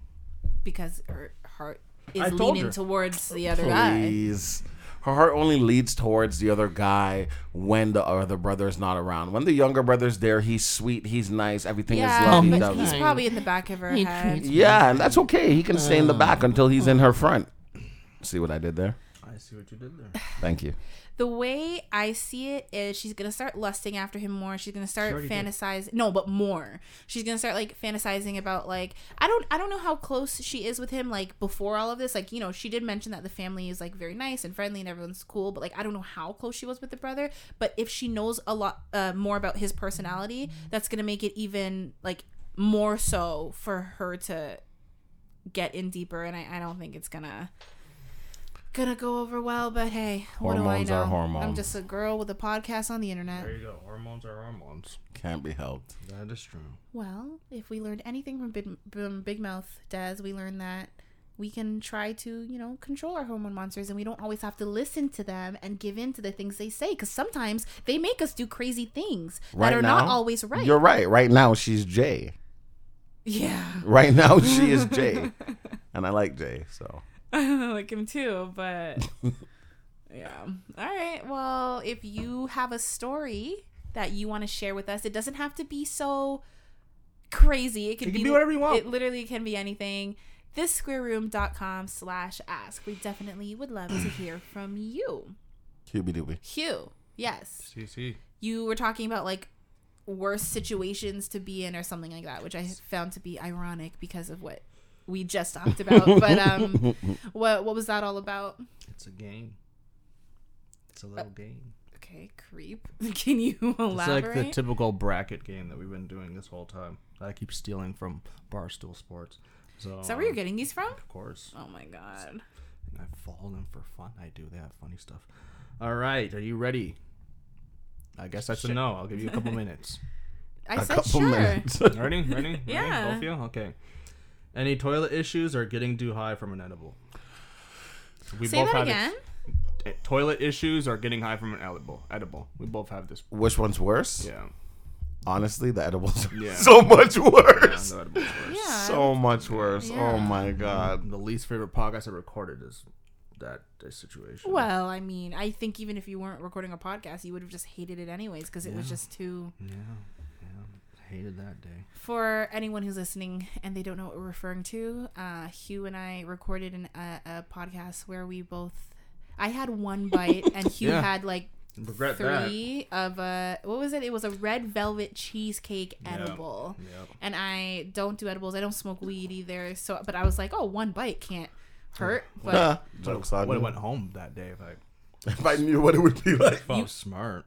Speaker 1: because her heart
Speaker 3: I
Speaker 1: is
Speaker 3: told
Speaker 1: leaning
Speaker 3: her.
Speaker 1: towards the other guy
Speaker 2: Please. Her heart only leads towards the other guy when the other brother's not around. When the younger brother's there, he's sweet, he's nice, everything is
Speaker 1: yeah,
Speaker 2: lovely.
Speaker 1: but
Speaker 2: dovey.
Speaker 1: he's probably in the back of her head.
Speaker 2: Yeah, and that's okay. He can stay in the
Speaker 1: Uh.
Speaker 2: back until he's in her front. See what I did there?
Speaker 3: I see what you did there.
Speaker 2: Thank you.
Speaker 1: The way I see it is she's gonna start lusting after him more. She's gonna start fantasizing no, but more. She's gonna start like fantasizing about like I don't I don't know how close she is with him like before all of this. Like, you know, she did mention that the family is like very nice and friendly and everyone's cool, but like I don't know how close she was with the brother. But if she knows a lot uh, more about his personality, that's gonna make it even like more so for her to get in deeper and I, I don't think it's gonna gonna go over well but hey what do I
Speaker 2: Hormones
Speaker 1: know?
Speaker 2: are
Speaker 1: I'm
Speaker 2: hormones.
Speaker 1: just a girl with a podcast on the internet
Speaker 3: There you go. Hormones are hormones.
Speaker 2: Can't be helped.
Speaker 3: That is true.
Speaker 1: well if we learned anything from Big, from Big Mouth Des we learned that we can try to you know control our hormone monsters and we don't always have to listen to them and give in to the things they say because sometimes they make us do crazy things that are not always right
Speaker 2: You're right. Right now, she's Jay.
Speaker 1: yeah
Speaker 2: Right now, she is Jay. And I like Jay, so.
Speaker 1: I like him too, but yeah. All right. Well, if you have a story that you want to share with us, it doesn't have to be so crazy. It can,
Speaker 3: It can be whatever you want.
Speaker 1: It literally can be anything. Thissquareroom.com slash ask. We definitely would love to hear from you.
Speaker 2: Hubie doobie.
Speaker 1: Hugh, yes.
Speaker 3: See, see.
Speaker 1: You were talking about like worse situations to be in or something like that, which I found to be ironic because of what we just talked about. but um what what was that all about?
Speaker 3: It's a game. It's a little game.
Speaker 1: Okay, creep. Can you
Speaker 3: Uh, It's
Speaker 1: elaborate?
Speaker 3: like the typical bracket game that we've been doing this whole time. That I keep stealing from Barstool Sports. So, uh,
Speaker 1: Is that where you're getting these from?
Speaker 3: Of course.
Speaker 1: Oh my god.
Speaker 3: And I follow them for fun. I do. They have funny stuff. All right. Are you ready? I guess that's a no. I'll give you a couple minutes.
Speaker 1: I
Speaker 2: A
Speaker 1: said
Speaker 2: couple
Speaker 1: sure.
Speaker 2: minutes.
Speaker 3: Ready? Ready? Ready?
Speaker 1: Yeah.
Speaker 3: Both of you? Okay. Any toilet issues or getting too high from an edible? We
Speaker 1: Say that
Speaker 3: have
Speaker 1: again.
Speaker 3: It. Toilet issues or getting high from an edible. Edible. We both have this.
Speaker 2: Which one's worse?
Speaker 3: Yeah.
Speaker 2: Honestly, the edibles are
Speaker 3: Yeah.
Speaker 2: so much
Speaker 3: yeah
Speaker 2: worse.
Speaker 3: the edible's worse.
Speaker 1: Yeah.
Speaker 2: so much worse.
Speaker 1: Yeah.
Speaker 2: Oh my god.
Speaker 3: The least favorite podcast I recorded is that uh, situation.
Speaker 1: well, I mean, I think even if you weren't recording a podcast, you would have just hated it anyways because it was just too.
Speaker 3: Yeah. Yeah. Hated that day.
Speaker 1: For anyone who's listening and they don't know what we're referring to, uh, Hugh and I recorded an, uh, a podcast where we both. I had one bite and Hugh
Speaker 3: Yeah.
Speaker 1: had like
Speaker 3: Regret
Speaker 1: three of a what was it? It was a red velvet cheesecake edible.
Speaker 3: that. Yep.
Speaker 1: and I don't do edibles. I don't smoke weed either. So, but I was like, oh, one bite can't hurt. But
Speaker 2: Jokes on
Speaker 3: Would have
Speaker 2: you.
Speaker 3: went home that day if I,
Speaker 2: If I knew what it would be like.
Speaker 3: if I was smart.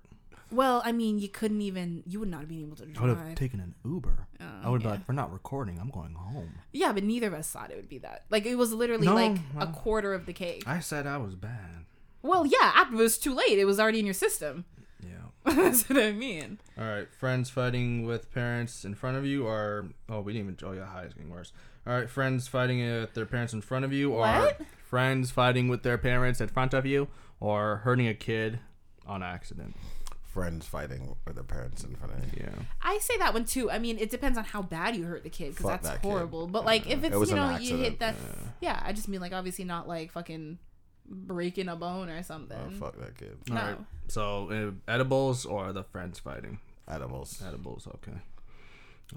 Speaker 1: Well, I mean, you couldn't even. You would not have been able to
Speaker 4: I would have
Speaker 1: drive.
Speaker 4: taken an Uber. I would be
Speaker 1: Oh, yeah.
Speaker 4: like, we're not recording. I'm going home.
Speaker 1: yeah, but neither of us thought it would be that. Like it was literally
Speaker 4: No,
Speaker 1: like a
Speaker 4: no.
Speaker 1: quarter of the cake.
Speaker 4: I said I was bad.
Speaker 1: well, yeah, after it was too late. It was already in your system.
Speaker 4: Yeah.
Speaker 1: That's what I mean.
Speaker 3: All right, friends fighting with parents in front of you are oh we didn't even oh yeah high is getting worse. All right, friends fighting with their parents in front of you or
Speaker 1: What?
Speaker 3: friends fighting with their parents in front of you or hurting a kid on accident.
Speaker 2: Friends fighting with their parents in front of you.
Speaker 3: Yeah,
Speaker 1: I say that one too. I mean, it depends on how bad you hurt the kid because
Speaker 2: Fuck
Speaker 1: that's
Speaker 2: that kid.
Speaker 1: horrible. But like, if it's
Speaker 2: was
Speaker 1: you
Speaker 2: an
Speaker 1: know you hit
Speaker 2: accident.
Speaker 1: that, yeah. I just mean like obviously not like fucking breaking a bone or something.
Speaker 2: Oh, fuck that kid.
Speaker 1: No.
Speaker 3: All right. so uh, edibles or the friends fighting.
Speaker 2: Animals.
Speaker 3: Edibles, okay.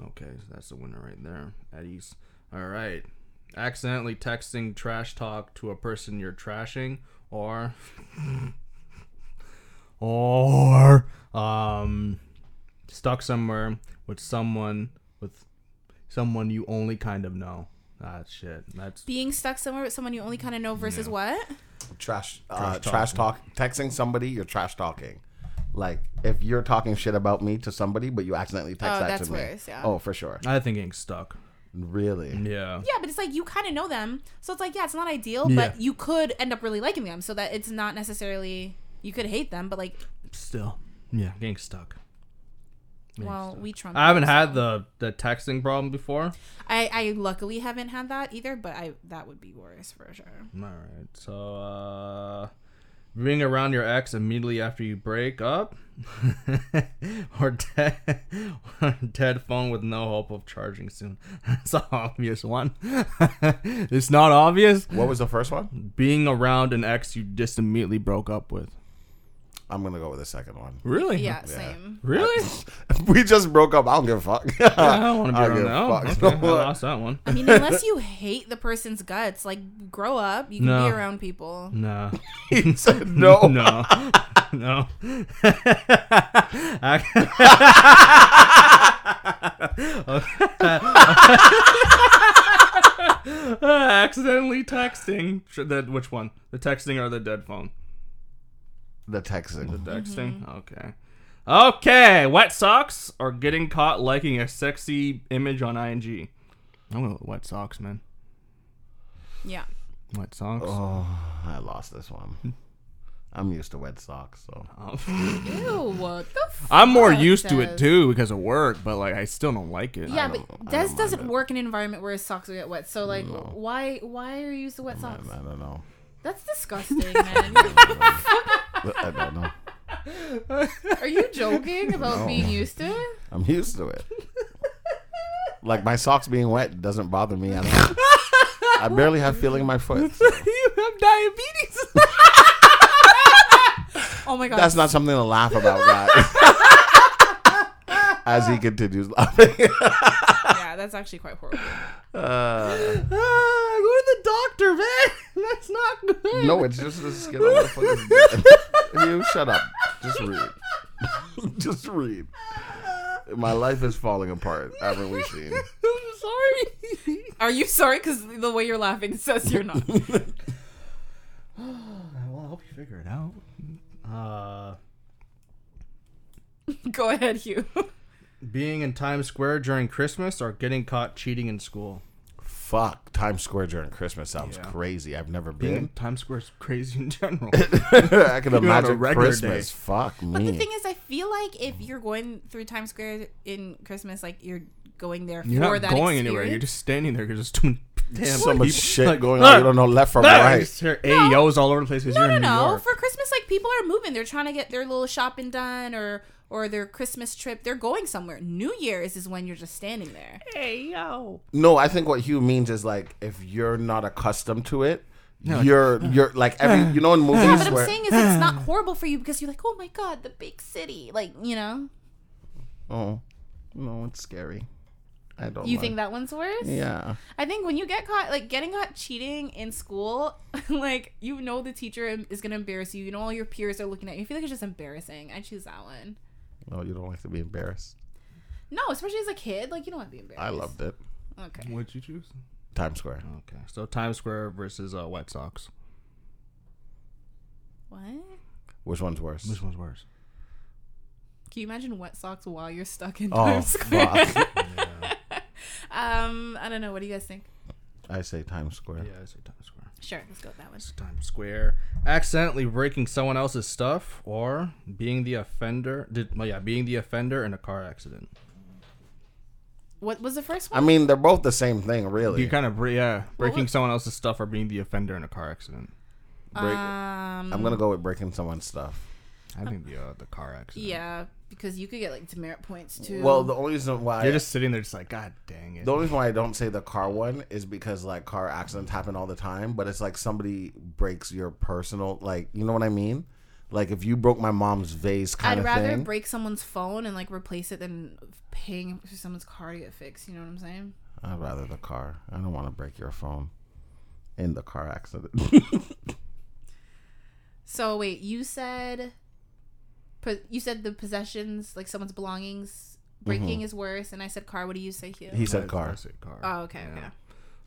Speaker 3: Okay, so that's the winner right there. Eddie's. All right. Accidentally texting trash talk to a person you're trashing, or. or. Um, stuck somewhere with someone, with someone you only kind of know. That shit. That's.
Speaker 1: Being stuck somewhere with someone you only kind of know versus
Speaker 3: Yeah.
Speaker 1: what?
Speaker 2: Trash. Uh,
Speaker 3: Trash
Speaker 2: trash talk. Texting somebody, you're trash talking. Like if you're talking shit about me to somebody, but you accidentally text
Speaker 1: Oh,
Speaker 2: that
Speaker 1: that's
Speaker 2: to me.
Speaker 1: worse, yeah.
Speaker 2: Oh, for sure.
Speaker 3: I think getting stuck.
Speaker 2: Really.
Speaker 3: Yeah.
Speaker 1: Yeah, but it's like you kind of know them, so it's like yeah, it's not ideal,
Speaker 3: Yeah.
Speaker 1: but you could end up really liking them, so that it's not necessarily you could hate them, but like,
Speaker 3: Still. Yeah, getting stuck.
Speaker 1: well, we trump.
Speaker 3: I haven't
Speaker 1: it,
Speaker 3: had
Speaker 1: so-
Speaker 3: the, the texting problem before.
Speaker 1: I, I luckily haven't had that either, but I that would be worse for sure.
Speaker 3: All right. So, uh, being around your ex immediately after you break up, or dead, or dead phone with no hope of charging soon. That's an obvious one. it's not obvious.
Speaker 2: What was the first one?
Speaker 3: Being around an ex you just immediately broke up with.
Speaker 2: I'm gonna go with the second one.
Speaker 3: Really?
Speaker 1: Yeah, same.
Speaker 3: Really?
Speaker 2: we just broke up. I don't give a fuck.
Speaker 3: I don't want to be
Speaker 2: I
Speaker 3: around
Speaker 2: give
Speaker 3: that.
Speaker 2: a
Speaker 3: Oh,
Speaker 2: fuck.
Speaker 3: okay, I lost that one.
Speaker 1: I mean, unless you hate the person's guts, like grow up, you can
Speaker 3: No.
Speaker 1: be around people.
Speaker 3: Nah.
Speaker 2: he said no.
Speaker 3: No. no. Ac- Accidentally texting. Tr- That which one? The texting or the dead phone?
Speaker 2: The texting.
Speaker 3: Texting. Okay. Okay. Wet socks or getting caught liking a sexy image on IG. I'm gonna go with wet socks, man.
Speaker 1: Yeah.
Speaker 3: Wet socks.
Speaker 2: Oh, I lost this one. I'm used to wet socks, so
Speaker 3: Oh.
Speaker 1: Ew, what the fuck?
Speaker 4: I'm more used to it
Speaker 1: Des?
Speaker 4: too because of work, but like I still don't like it.
Speaker 1: Yeah,
Speaker 2: don't- I
Speaker 1: but
Speaker 2: don't
Speaker 1: Des
Speaker 2: mind
Speaker 1: doesn't
Speaker 2: it.
Speaker 1: work in an environment where his socks will get wet. So like, why why are you used to wet
Speaker 2: I,
Speaker 1: socks?
Speaker 2: I don't know.
Speaker 1: That's disgusting, man. You-
Speaker 2: I don't know.
Speaker 1: are you joking about being used to it?
Speaker 2: I'm used to it. Like my socks being wet doesn't bother me at all. I barely have feeling in my foot. so
Speaker 4: you have diabetes.
Speaker 1: Oh my god.
Speaker 2: That's not something to laugh about, guys. As he continues laughing.
Speaker 1: yeah, that's actually quite horrible.
Speaker 2: Uh,
Speaker 3: Ah, go to the doctor, man. That's not good.
Speaker 2: no, it's just the skin on my foot. you shut up. Just read. just read. My life is falling apart. Haven't we seen?
Speaker 1: I'm sorry. Are you sorry? Because the way you're laughing says you're not.
Speaker 3: Well, I hope you figure it out. Uh,
Speaker 1: Go ahead, Hugh.
Speaker 3: being in Times Square during Christmas or getting caught cheating in school.
Speaker 2: Fuck, Times Square during Christmas sounds
Speaker 3: Yeah.
Speaker 2: crazy. I've never
Speaker 3: Being
Speaker 2: been.
Speaker 3: in Times Square is crazy in general.
Speaker 2: I can
Speaker 3: on a
Speaker 2: imagine
Speaker 3: regular
Speaker 2: Christmas. Fuck me.
Speaker 1: But the thing is, I feel like if you're going through Times Square in Christmas, like you're going there
Speaker 4: You're
Speaker 1: for
Speaker 4: not going
Speaker 1: that
Speaker 4: anywhere. You're
Speaker 1: experience.
Speaker 4: just standing there. You're just doing damn.
Speaker 2: so much
Speaker 4: people-
Speaker 2: shit
Speaker 4: like,
Speaker 2: going on. You don't know left from
Speaker 3: I
Speaker 2: right.
Speaker 3: just hear AEOs all over the place because
Speaker 1: No,
Speaker 3: you're
Speaker 1: no,
Speaker 3: in New
Speaker 1: no.
Speaker 3: York.
Speaker 1: For Christmas, like people are moving. They're trying to get their little shopping done or or their Christmas trip. They're going somewhere. New Year's is when you're just standing there.
Speaker 2: No, I think what Hugh means is like if you're not accustomed to it, you're you're like every you know in movies
Speaker 1: Yeah, but I'm
Speaker 2: where
Speaker 1: saying is it's not horrible for you because you're like, oh my god, the big city. Like you know,
Speaker 2: oh no, it's scary. I don't.
Speaker 1: you
Speaker 2: like-
Speaker 1: think that one's worse.
Speaker 2: Yeah,
Speaker 1: I think when you get caught, like getting caught cheating in school, like you know the teacher is gonna embarrass you. You know all your peers are looking at you. I feel like it's just embarrassing. I choose that one.
Speaker 2: no, you don't like to be embarrassed.
Speaker 1: No, especially as a kid, like you don't want to be embarrassed.
Speaker 2: I loved it.
Speaker 1: Okay.
Speaker 3: What'd you choose?
Speaker 2: Times Square.
Speaker 3: Okay, so Times Square versus uh, White Sox.
Speaker 1: What?
Speaker 2: Which one's worse?
Speaker 3: Which one's worse?
Speaker 1: Can you imagine wet socks while you're stuck in
Speaker 2: Oh
Speaker 1: Times Square?
Speaker 2: fuck!
Speaker 1: Um, I don't know. What do you guys think?
Speaker 2: I say Times Square.
Speaker 5: Yeah, I say Times Square.
Speaker 1: Sure, let's go with that one.
Speaker 5: It's Times Square. Accidentally breaking someone else's stuff or being the offender. Did well, yeah, being the offender in a car accident.
Speaker 1: What was the first
Speaker 2: I
Speaker 1: one?
Speaker 2: mean, they're both the same thing, really.
Speaker 3: You kind of bre- yeah
Speaker 1: Well,
Speaker 3: breaking
Speaker 1: what-
Speaker 3: someone else's stuff or being the offender in a car accident.
Speaker 2: Break-
Speaker 1: um,
Speaker 2: I'm gonna go with breaking someone's stuff.
Speaker 3: I think the uh, the car accident.
Speaker 1: yeah, because you could get like demerit points too.
Speaker 2: Well, the only reason why
Speaker 3: You're just sitting there, just like God dang it.
Speaker 2: the only reason why I don't say the car one is because like car accidents happen all the time, but it's like somebody breaks your personal, like you know what I mean. Like if you broke my mom's vase, kind
Speaker 1: I'd
Speaker 2: of
Speaker 1: rather
Speaker 2: thing.
Speaker 1: break someone's phone and like replace it than paying for someone's car to get fixed. You know what I'm saying?
Speaker 2: I'd rather the car. I don't want to break your phone in the car accident.
Speaker 1: So wait, you said, po- you said the possessions, like someone's belongings, breaking is worse, and I said car. What do you say, Hugh?
Speaker 2: Mm-hmm. he said
Speaker 3: That's-
Speaker 2: car.
Speaker 3: that's it, car.
Speaker 1: oh, okay, okay.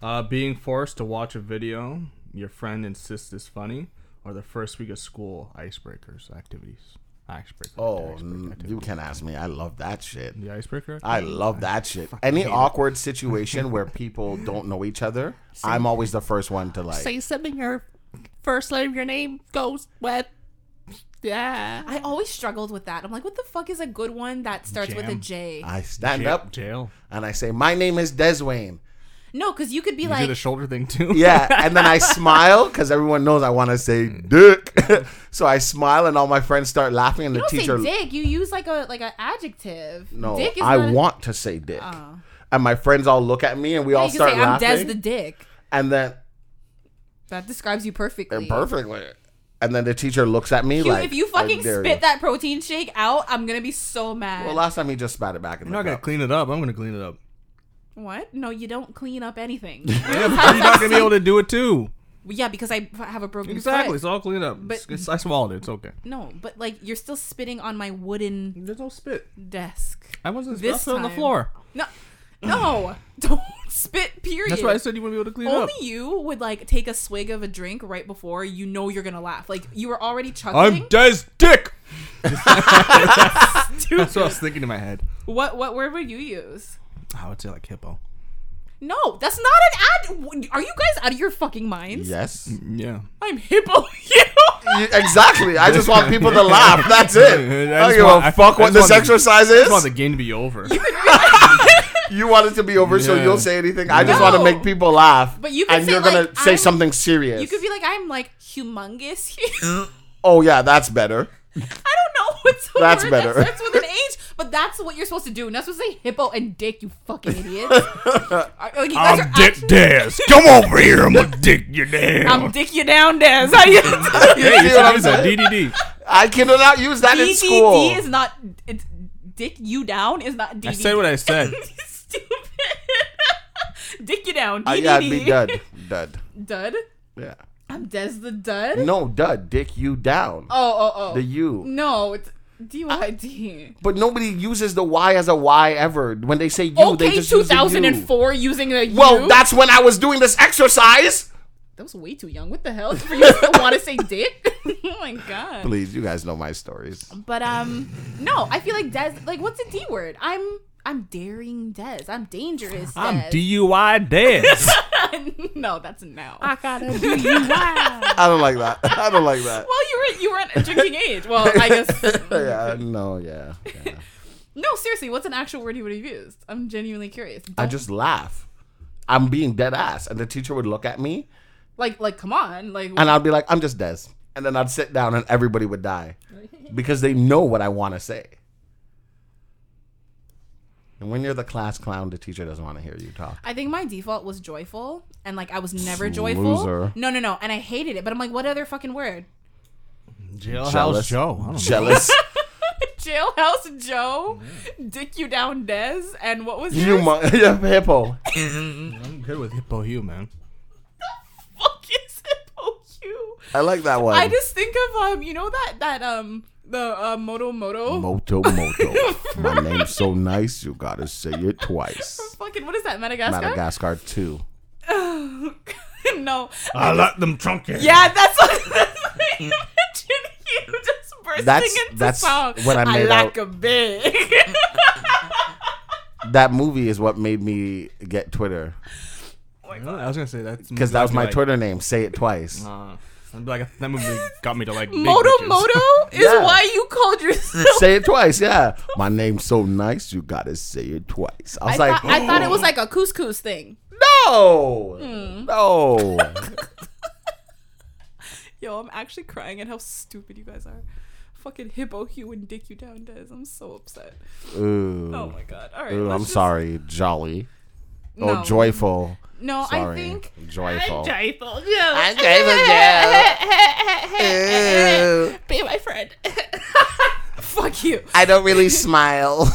Speaker 5: Uh, being forced to watch a video your friend insists is funny, or the first week of school icebreakers activities. Icebreaker.
Speaker 2: Oh,
Speaker 5: icebreaker
Speaker 2: n-
Speaker 5: activity.
Speaker 2: you can ask me. I love that shit.
Speaker 5: the icebreaker.
Speaker 2: I love that shit. Any awkward situation where people don't know each other, I'm always the first one to like.
Speaker 4: Say something your first letter of your name goes with. Yeah.
Speaker 1: I always struggled with that. I'm like, what the fuck is a good one that starts with a
Speaker 3: Jam.
Speaker 1: J?
Speaker 2: I stand
Speaker 3: Jail-
Speaker 2: up
Speaker 3: jail.
Speaker 2: and I say, "My name is Deswayne."
Speaker 1: no, because you could be
Speaker 3: You do
Speaker 1: like,
Speaker 3: the shoulder thing too.
Speaker 2: Yeah, and then I smile because everyone knows I want to say dick. so I smile, and all my friends start laughing, and
Speaker 1: you
Speaker 2: the
Speaker 1: don't
Speaker 2: teacher.
Speaker 1: say dick. You use like a like an adjective.
Speaker 2: No,
Speaker 1: dick is
Speaker 2: I
Speaker 1: not a-
Speaker 2: want to say dick.
Speaker 1: Oh.
Speaker 2: And my friends all look at me, and we all
Speaker 1: You can
Speaker 2: start
Speaker 1: say I'm
Speaker 2: laughing.
Speaker 1: Des the dick.
Speaker 2: and then
Speaker 1: That describes you perfectly.
Speaker 2: perfectly. And then the teacher looks at me
Speaker 1: Hugh,
Speaker 2: like,
Speaker 1: if you
Speaker 2: "I
Speaker 1: fucking
Speaker 2: dare
Speaker 1: spit
Speaker 2: you."
Speaker 1: that protein shake out, I'm gonna be so mad.
Speaker 2: Well, last time he just spat it back in
Speaker 5: I'm
Speaker 2: the
Speaker 5: not gonna
Speaker 2: cup.
Speaker 5: clean it up. I'm gonna clean it up.
Speaker 1: what? No, you don't clean up anything.
Speaker 5: Yeah, but you're not gonna be able to do it too.
Speaker 1: yeah, because I have a broken
Speaker 5: Exactly.
Speaker 1: foot.
Speaker 5: It's all cleaned up.
Speaker 1: But-
Speaker 5: It's- it's- I swallowed it. It's okay.
Speaker 1: No, but like you're still spitting on my wooden
Speaker 5: There's no spit.
Speaker 1: desk.
Speaker 5: I wasn't
Speaker 1: This
Speaker 5: I spit on the
Speaker 1: time.
Speaker 5: floor.
Speaker 1: No, no, don't spit. Period.
Speaker 5: That's why I said you wouldn't be able to clean it up.
Speaker 1: Only you would like take a swig of a drink right before you know you're gonna laugh. Like you were already chuckling.
Speaker 5: I'm Des Dick. That's what I was thinking in my head.
Speaker 1: what what word would you use?
Speaker 5: Oh, I would say like hippo.
Speaker 1: No, that's not an ad. Are you guys out of your fucking minds?
Speaker 2: Yes.
Speaker 5: Yeah.
Speaker 1: I'm hippo you.
Speaker 2: You- exactly. I just want people to laugh. That's it.
Speaker 5: I
Speaker 2: I don't
Speaker 5: just
Speaker 2: give
Speaker 5: want- I-
Speaker 2: a fuck
Speaker 5: I just
Speaker 2: what this
Speaker 5: want the-
Speaker 2: exercise
Speaker 5: I just want
Speaker 2: is.
Speaker 5: the game to be over.
Speaker 2: You want it to be over, so
Speaker 5: Yeah.
Speaker 2: you'll say anything. I just
Speaker 1: No.
Speaker 2: want to make people laugh.
Speaker 1: But you could
Speaker 2: and
Speaker 1: say,
Speaker 2: you're gonna
Speaker 1: like,
Speaker 2: say
Speaker 1: I'm-
Speaker 2: something serious.
Speaker 1: You could be like, I'm like humongous.
Speaker 2: oh yeah, that's better.
Speaker 1: I don't know what's the
Speaker 2: That's
Speaker 1: word
Speaker 2: better.
Speaker 1: that starts with an H, but that's what you're supposed to do. You're not supposed to say hippo and dick, you fucking idiots. Are- like, you guys are actually-
Speaker 3: Daz. Come over here. I'm gonna dick your dad.
Speaker 1: I'm dick you down, Des. How do you?
Speaker 2: You see what I'm saying?
Speaker 5: DDD.
Speaker 2: I cannot use that in school.
Speaker 1: DDD is not. It's, dick you down is not DDD.
Speaker 5: I said what I said.
Speaker 1: Stupid. dick you down. DDD.
Speaker 2: Uh, yeah, it'd be dud. Dud.
Speaker 1: Dud?
Speaker 2: Yeah.
Speaker 1: I'm Des the dud?
Speaker 2: No, dud. Dick you down.
Speaker 1: Oh, oh, oh.
Speaker 2: The you.
Speaker 1: no, it's DYD.
Speaker 2: But nobody uses the Y as a Y ever. When they say you, they
Speaker 1: okay,
Speaker 2: just use the you.
Speaker 1: 2004 using the U.
Speaker 2: Well, that's when I was doing this exercise.
Speaker 1: that was way too young. What the hell? For you to want to say dick? oh my god.
Speaker 2: Please, you guys know my stories.
Speaker 1: But um, no, I feel like Des. Like, what's a D word? I'm I'm daring Des. I'm dangerous. Des.
Speaker 5: I'm DUI Dez.
Speaker 1: no, that's no.
Speaker 2: Ah,
Speaker 4: gotta do you wow.
Speaker 2: I don't like that. I don't like that.
Speaker 1: well, you were you were at drinking age. Well, I guess
Speaker 2: yeah, no, yeah. yeah.
Speaker 1: no. Seriously, what's an actual word you would have used? I'm genuinely curious.
Speaker 2: I
Speaker 1: Don't-
Speaker 2: just laugh. I'm being dead ass, and the teacher would look at me,
Speaker 1: like like come on, like
Speaker 2: and I'd be like, "I'm just Des," and then I'd sit down, and everybody would die because they know what I want to say. And when you're the class clown, the teacher doesn't want to hear you talk.
Speaker 1: I think my default was joyful, and like I was never joyful.
Speaker 2: loser.
Speaker 1: No, no, no, and I hated it. But I'm like, what other fucking word?
Speaker 5: Jailhouse
Speaker 2: Jealous.
Speaker 5: Joe. I don't know.
Speaker 2: Jealous.
Speaker 1: Jailhouse Joe, Dick You Down Des, and what was
Speaker 2: Mm-hmm. you
Speaker 1: yours?
Speaker 2: mo- hippo.
Speaker 5: I'm good with hippo hue, man.
Speaker 1: fuck is hippo you?
Speaker 2: I like that one.
Speaker 1: I just think of um, you know that that um the uh, moto moto.
Speaker 2: Moto Moto. My name's so nice, you gotta say it twice.
Speaker 1: fucking what is that Madagascar?
Speaker 2: Madagascar 2.
Speaker 1: no.
Speaker 5: I like them trunky.
Speaker 1: Yeah, that's what. that's what I imagine you just for
Speaker 2: Hmm. That's-
Speaker 1: singing the
Speaker 2: that's
Speaker 1: song.
Speaker 2: what I made
Speaker 1: like
Speaker 2: out-
Speaker 1: a big.
Speaker 2: That movie is what made me get Twitter
Speaker 3: I was gonna say that
Speaker 2: because that was my
Speaker 3: like,
Speaker 2: Twitter name. Say it twice.
Speaker 3: Uh, I'd be like that movie got me to like big
Speaker 1: Moto
Speaker 3: bitches.
Speaker 1: Moto is
Speaker 2: Yeah.
Speaker 1: why you called yourself.
Speaker 2: say it twice. Yeah, my name's so nice. You gotta say it twice. I
Speaker 1: I,
Speaker 2: was
Speaker 1: thought,
Speaker 2: like, "Mm,
Speaker 1: I thought it was like a couscous thing.
Speaker 2: no,
Speaker 1: Hmm.
Speaker 2: no.
Speaker 1: Yo, I'm actually crying at how stupid you guys are. Fucking hippo hue and dick you down, does. I'm so upset.
Speaker 2: Ooh,
Speaker 1: Oh my god. All right.
Speaker 2: Ooh,
Speaker 1: let's
Speaker 2: I'm
Speaker 1: just-
Speaker 2: sorry. Jolly. Oh,
Speaker 1: No.
Speaker 2: joyful.
Speaker 1: No,
Speaker 2: Sorry.
Speaker 1: I think. Joyful.
Speaker 2: joyful. I'm joyful, Joe. Ew.
Speaker 4: Be my friend.
Speaker 1: Fuck you.
Speaker 2: I don't really smile.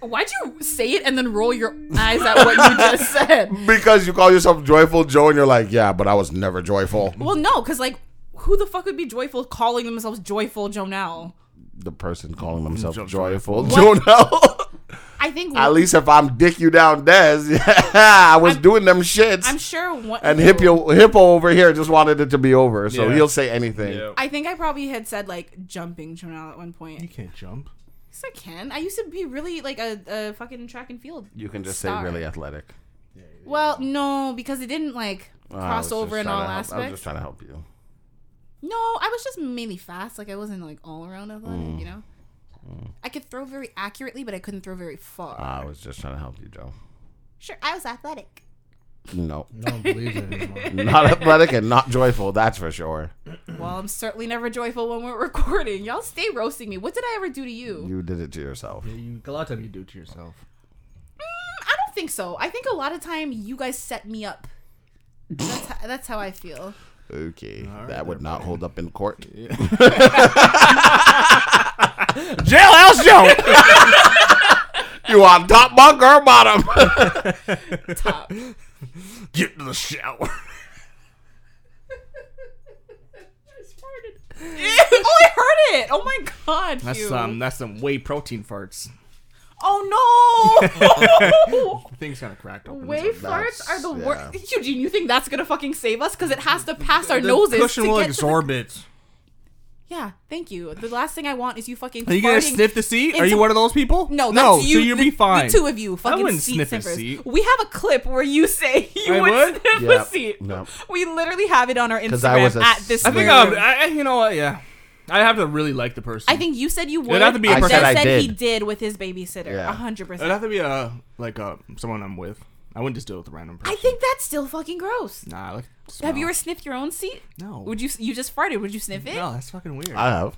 Speaker 1: Why'd you say it and then roll your eyes at what you just said?
Speaker 2: because you call yourself Joyful Joe and you're like, yeah, but I was never joyful.
Speaker 1: Well, no, because like, who the fuck would be joyful calling themselves joyful Jonel?
Speaker 2: The person calling themselves
Speaker 3: Jo-
Speaker 2: joyful. Joe know.
Speaker 1: I think.
Speaker 2: At least if I'm dick you down Des, I was doing them shits.
Speaker 1: I'm sure one.
Speaker 2: and hippo, hippo over here just wanted it to be over, so
Speaker 3: Yeah.
Speaker 2: he'll say anything.
Speaker 3: Yeah.
Speaker 1: I think I probably had said like jumping Jonel at one point.
Speaker 3: You can't jump.
Speaker 1: Yes, I can. I used to be really like a, a fucking track and field.
Speaker 2: You can just
Speaker 1: star.
Speaker 2: say really athletic.
Speaker 1: Well, no, because it didn't like
Speaker 2: Uh, I was
Speaker 1: cross
Speaker 2: just
Speaker 1: over in
Speaker 2: trying
Speaker 1: all
Speaker 2: to help- I was
Speaker 1: aspects.
Speaker 2: just trying to help you.
Speaker 1: No, I was just mainly fast. Like I wasn't like all around athletic,
Speaker 3: Mm.
Speaker 1: you know. I could throw very accurately, but I couldn't throw very far.
Speaker 3: Ah.
Speaker 2: I was just trying to help you, Joe.
Speaker 1: sure, I was athletic.
Speaker 2: No,
Speaker 5: I don't believe it anymore.
Speaker 2: not athletic and not joyful. That's for sure.
Speaker 3: Mm.
Speaker 1: Well, I'm certainly never joyful when we're recording. Y'all stay roasting me. What did I ever do to you?
Speaker 2: You did it to yourself.
Speaker 5: You, a lot of time you do to yourself.
Speaker 1: Mm, I don't think so. I think a lot of time you guys set me up. That's how, that's how I feel.
Speaker 2: Okay, that would not hold up in court.
Speaker 3: Jailhouse Joe.
Speaker 2: You on top bunk or bottom?
Speaker 1: Top.
Speaker 3: Get to the shower.
Speaker 1: oh, I heard it. Oh my god.
Speaker 3: That's um,
Speaker 1: Hugh.
Speaker 3: some. That's some whey protein farts.
Speaker 1: Oh no.
Speaker 3: The thing's kind of cracked open.
Speaker 1: Wave
Speaker 2: That's-
Speaker 1: farts are the
Speaker 2: yeah.
Speaker 1: worst. Eugene, you think that's gonna fucking save us? Because it has to pass our noses.
Speaker 3: cushion
Speaker 1: to
Speaker 3: will
Speaker 1: get to the-
Speaker 3: absorb it.
Speaker 1: Yeah, thank you. The last thing I want is you fucking.
Speaker 3: Are you gonna
Speaker 1: farting-
Speaker 3: sniff the seat? Are
Speaker 1: into-
Speaker 3: you one of those people?
Speaker 1: No, that's
Speaker 3: no.
Speaker 1: you.
Speaker 3: so you'll
Speaker 1: the-
Speaker 3: be fine.
Speaker 1: The two of you, fucking
Speaker 3: wouldn't
Speaker 1: seat
Speaker 3: sniff a
Speaker 1: sniffers.
Speaker 3: seat.
Speaker 1: We have a clip where you say you
Speaker 3: I
Speaker 1: would,
Speaker 3: would?
Speaker 1: sniff
Speaker 2: Yeah,
Speaker 1: a seat.
Speaker 2: yeah.
Speaker 1: We literally have it on our
Speaker 2: 'Cause I was
Speaker 1: Instagram
Speaker 2: a
Speaker 1: at this.
Speaker 3: I think
Speaker 1: moment.
Speaker 3: I'm. I, I- you know what? Yeah. I have to really like the person.
Speaker 1: I think you said you would.
Speaker 3: It'd have to be a
Speaker 1: and
Speaker 3: person
Speaker 1: Des
Speaker 2: I
Speaker 1: said
Speaker 2: did.
Speaker 1: he did with his babysitter.
Speaker 2: Yeah.
Speaker 1: A hundred
Speaker 3: it'd
Speaker 1: percent.
Speaker 3: have to be a like a someone I'm with. I wouldn't just do it with a random person.
Speaker 1: I think that's still fucking gross.
Speaker 3: Nah. I Like,
Speaker 1: Have you
Speaker 3: smell.
Speaker 1: ever sniffed your own seat?
Speaker 3: No.
Speaker 1: Would you? You just farted. Would you sniff it?
Speaker 3: No, that's fucking weird.
Speaker 2: I have.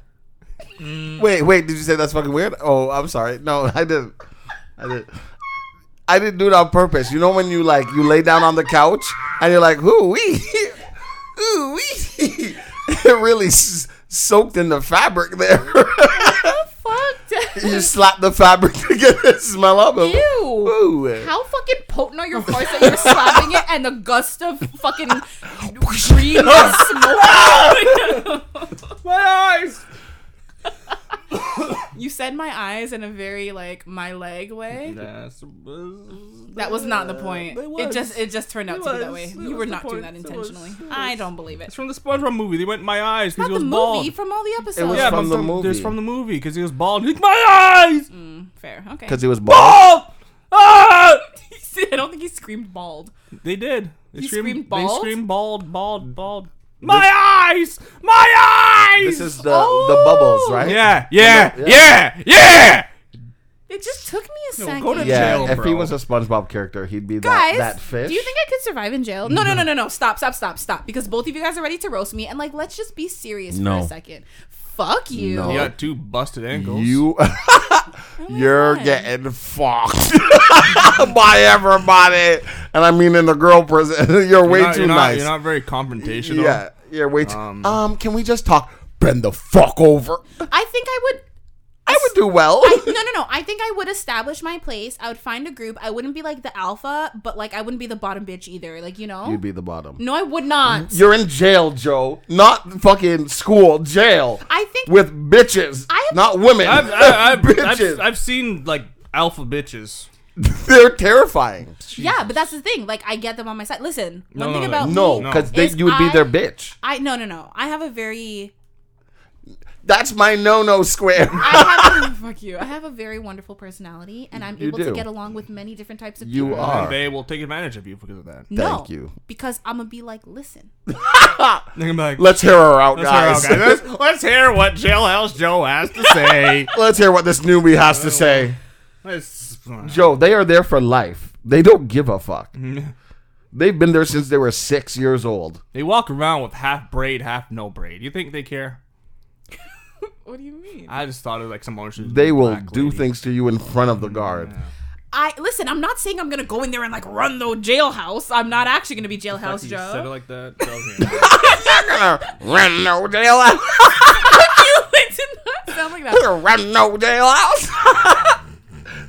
Speaker 1: Mm.
Speaker 2: Wait, wait. Did you say that's fucking weird? Oh, I'm sorry. No, I didn't. I didn't. I didn't do it on purpose. You know when you like you lay down on the couch and you're like, "Ooh wee, ooh wee," it really s- soaked in the fabric there.
Speaker 1: Fuck.
Speaker 2: you slap the fabric to get the smell up. of-
Speaker 1: Ew.
Speaker 2: Ooh.
Speaker 1: How fucking potent are your farts that you're slapping it and the gust of fucking green and smoke?
Speaker 3: My eyes.
Speaker 1: you said my eyes in a very like my leg way.
Speaker 5: That's
Speaker 1: That was not the point.
Speaker 3: It
Speaker 1: It,
Speaker 3: was.
Speaker 1: just it just turned out to be that way.
Speaker 3: was. It
Speaker 1: You
Speaker 3: was
Speaker 1: were
Speaker 3: the
Speaker 1: not doing
Speaker 3: point.
Speaker 1: that
Speaker 3: It was.
Speaker 1: intentionally.
Speaker 3: It
Speaker 1: I don't believe it.
Speaker 3: It's from the SpongeBob movie. They went my eyes because
Speaker 1: Not
Speaker 3: he
Speaker 1: the
Speaker 3: was
Speaker 1: movie
Speaker 3: bald.
Speaker 1: from all the episodes.
Speaker 2: was
Speaker 3: yeah,
Speaker 2: from
Speaker 3: but
Speaker 2: the
Speaker 3: from-
Speaker 2: movie.
Speaker 3: It's from the movie because he was bald. He's like, my eyes.
Speaker 1: Mm. Fair. Okay.
Speaker 2: Because it was bald.
Speaker 3: Bald. Ah!
Speaker 1: I don't think he screamed bald.
Speaker 3: They did. They
Speaker 1: You
Speaker 3: screamed,
Speaker 1: screamed
Speaker 3: They
Speaker 1: bald?
Speaker 3: screamed bald, bald, bald. My eyes! My eyes!
Speaker 2: This is the the bubbles,
Speaker 1: Oh.
Speaker 2: right?
Speaker 3: yeah, yeah,
Speaker 2: Yeah.
Speaker 3: yeah, yeah.
Speaker 1: It just took me a
Speaker 3: Yo,
Speaker 1: second.
Speaker 3: go to
Speaker 2: Yeah,
Speaker 3: Jail,
Speaker 2: if he
Speaker 3: bro.
Speaker 2: was a SpongeBob character, he'd be that,
Speaker 1: guys,
Speaker 2: that fish.
Speaker 1: do you think I could survive in jail? No, no, no, no, no. Stop, stop, stop, stop. Because both of you guys are ready to roast me, and like, let's just be serious
Speaker 2: No.
Speaker 1: for a second. Fuck you.
Speaker 2: No.
Speaker 3: You got two busted ankles.
Speaker 2: Oh. You, you're
Speaker 1: God.
Speaker 2: getting fucked by everybody, and I mean in the girl prison. You're, way
Speaker 3: You're not-
Speaker 2: too
Speaker 3: you're not,
Speaker 2: nice.
Speaker 3: You're not very confrontational.
Speaker 2: yeah, you're way too. Um,
Speaker 3: Um,
Speaker 2: can we just talk? Bend the fuck over.
Speaker 1: I think I would.
Speaker 2: I would do well.
Speaker 1: I, no, no, no. I think I would establish my place. I would find a group. I wouldn't be like the alpha, but like I wouldn't be the bottom bitch either. Like you know.
Speaker 2: You'd be the bottom.
Speaker 1: no, I would not.
Speaker 2: You're in jail, Joe. Not fucking school. Jail.
Speaker 1: I think-
Speaker 2: with bitches,
Speaker 1: I have-
Speaker 2: not women.
Speaker 3: I've, I've, I've,
Speaker 2: bitches.
Speaker 3: I've, I've seen like alpha bitches.
Speaker 2: They're terrifying.
Speaker 1: Yeah, but that's the thing. Like I get them on my side. Listen,
Speaker 3: No,
Speaker 1: one
Speaker 3: no,
Speaker 1: thing
Speaker 3: no,
Speaker 1: about
Speaker 2: No,
Speaker 1: me,
Speaker 2: because
Speaker 1: is
Speaker 2: you would be
Speaker 1: I-
Speaker 2: their bitch.
Speaker 1: I no, no, no. I have a very
Speaker 2: That's my no-no square.
Speaker 1: I have oh, fuck you. I have a very wonderful personality, and I'm
Speaker 2: You
Speaker 1: able
Speaker 2: do.
Speaker 1: to get along with many different types of
Speaker 2: You
Speaker 1: people.
Speaker 2: are.
Speaker 3: And they will take advantage of you because of that.
Speaker 1: No,
Speaker 2: Thank you.
Speaker 1: Because I'm gonna be like, listen,
Speaker 3: They're gonna be like,
Speaker 2: Let's hear her out,
Speaker 3: Let's hear,
Speaker 2: guys.
Speaker 3: out, guys. Let's, let's hear what Jill House Joe has to say.
Speaker 2: Let's hear what this newbie has to say.
Speaker 3: Let's-
Speaker 2: Joe, they are there for life. They don't give a fuck. They've been there since they were six years old.
Speaker 3: they walk around with half braid, half no braid. You think they care?
Speaker 1: what do you mean?
Speaker 3: I just thought it was like some ownership.
Speaker 2: They will do things to you in front of the guard.
Speaker 1: I listen. I'm not saying I'm gonna go in there and like run the jailhouse. I'm not actually gonna be jailhouse Joe.
Speaker 5: Said it like that. Okay.
Speaker 2: Run no jail out.
Speaker 1: it did not sound like that.
Speaker 2: Run no jail out.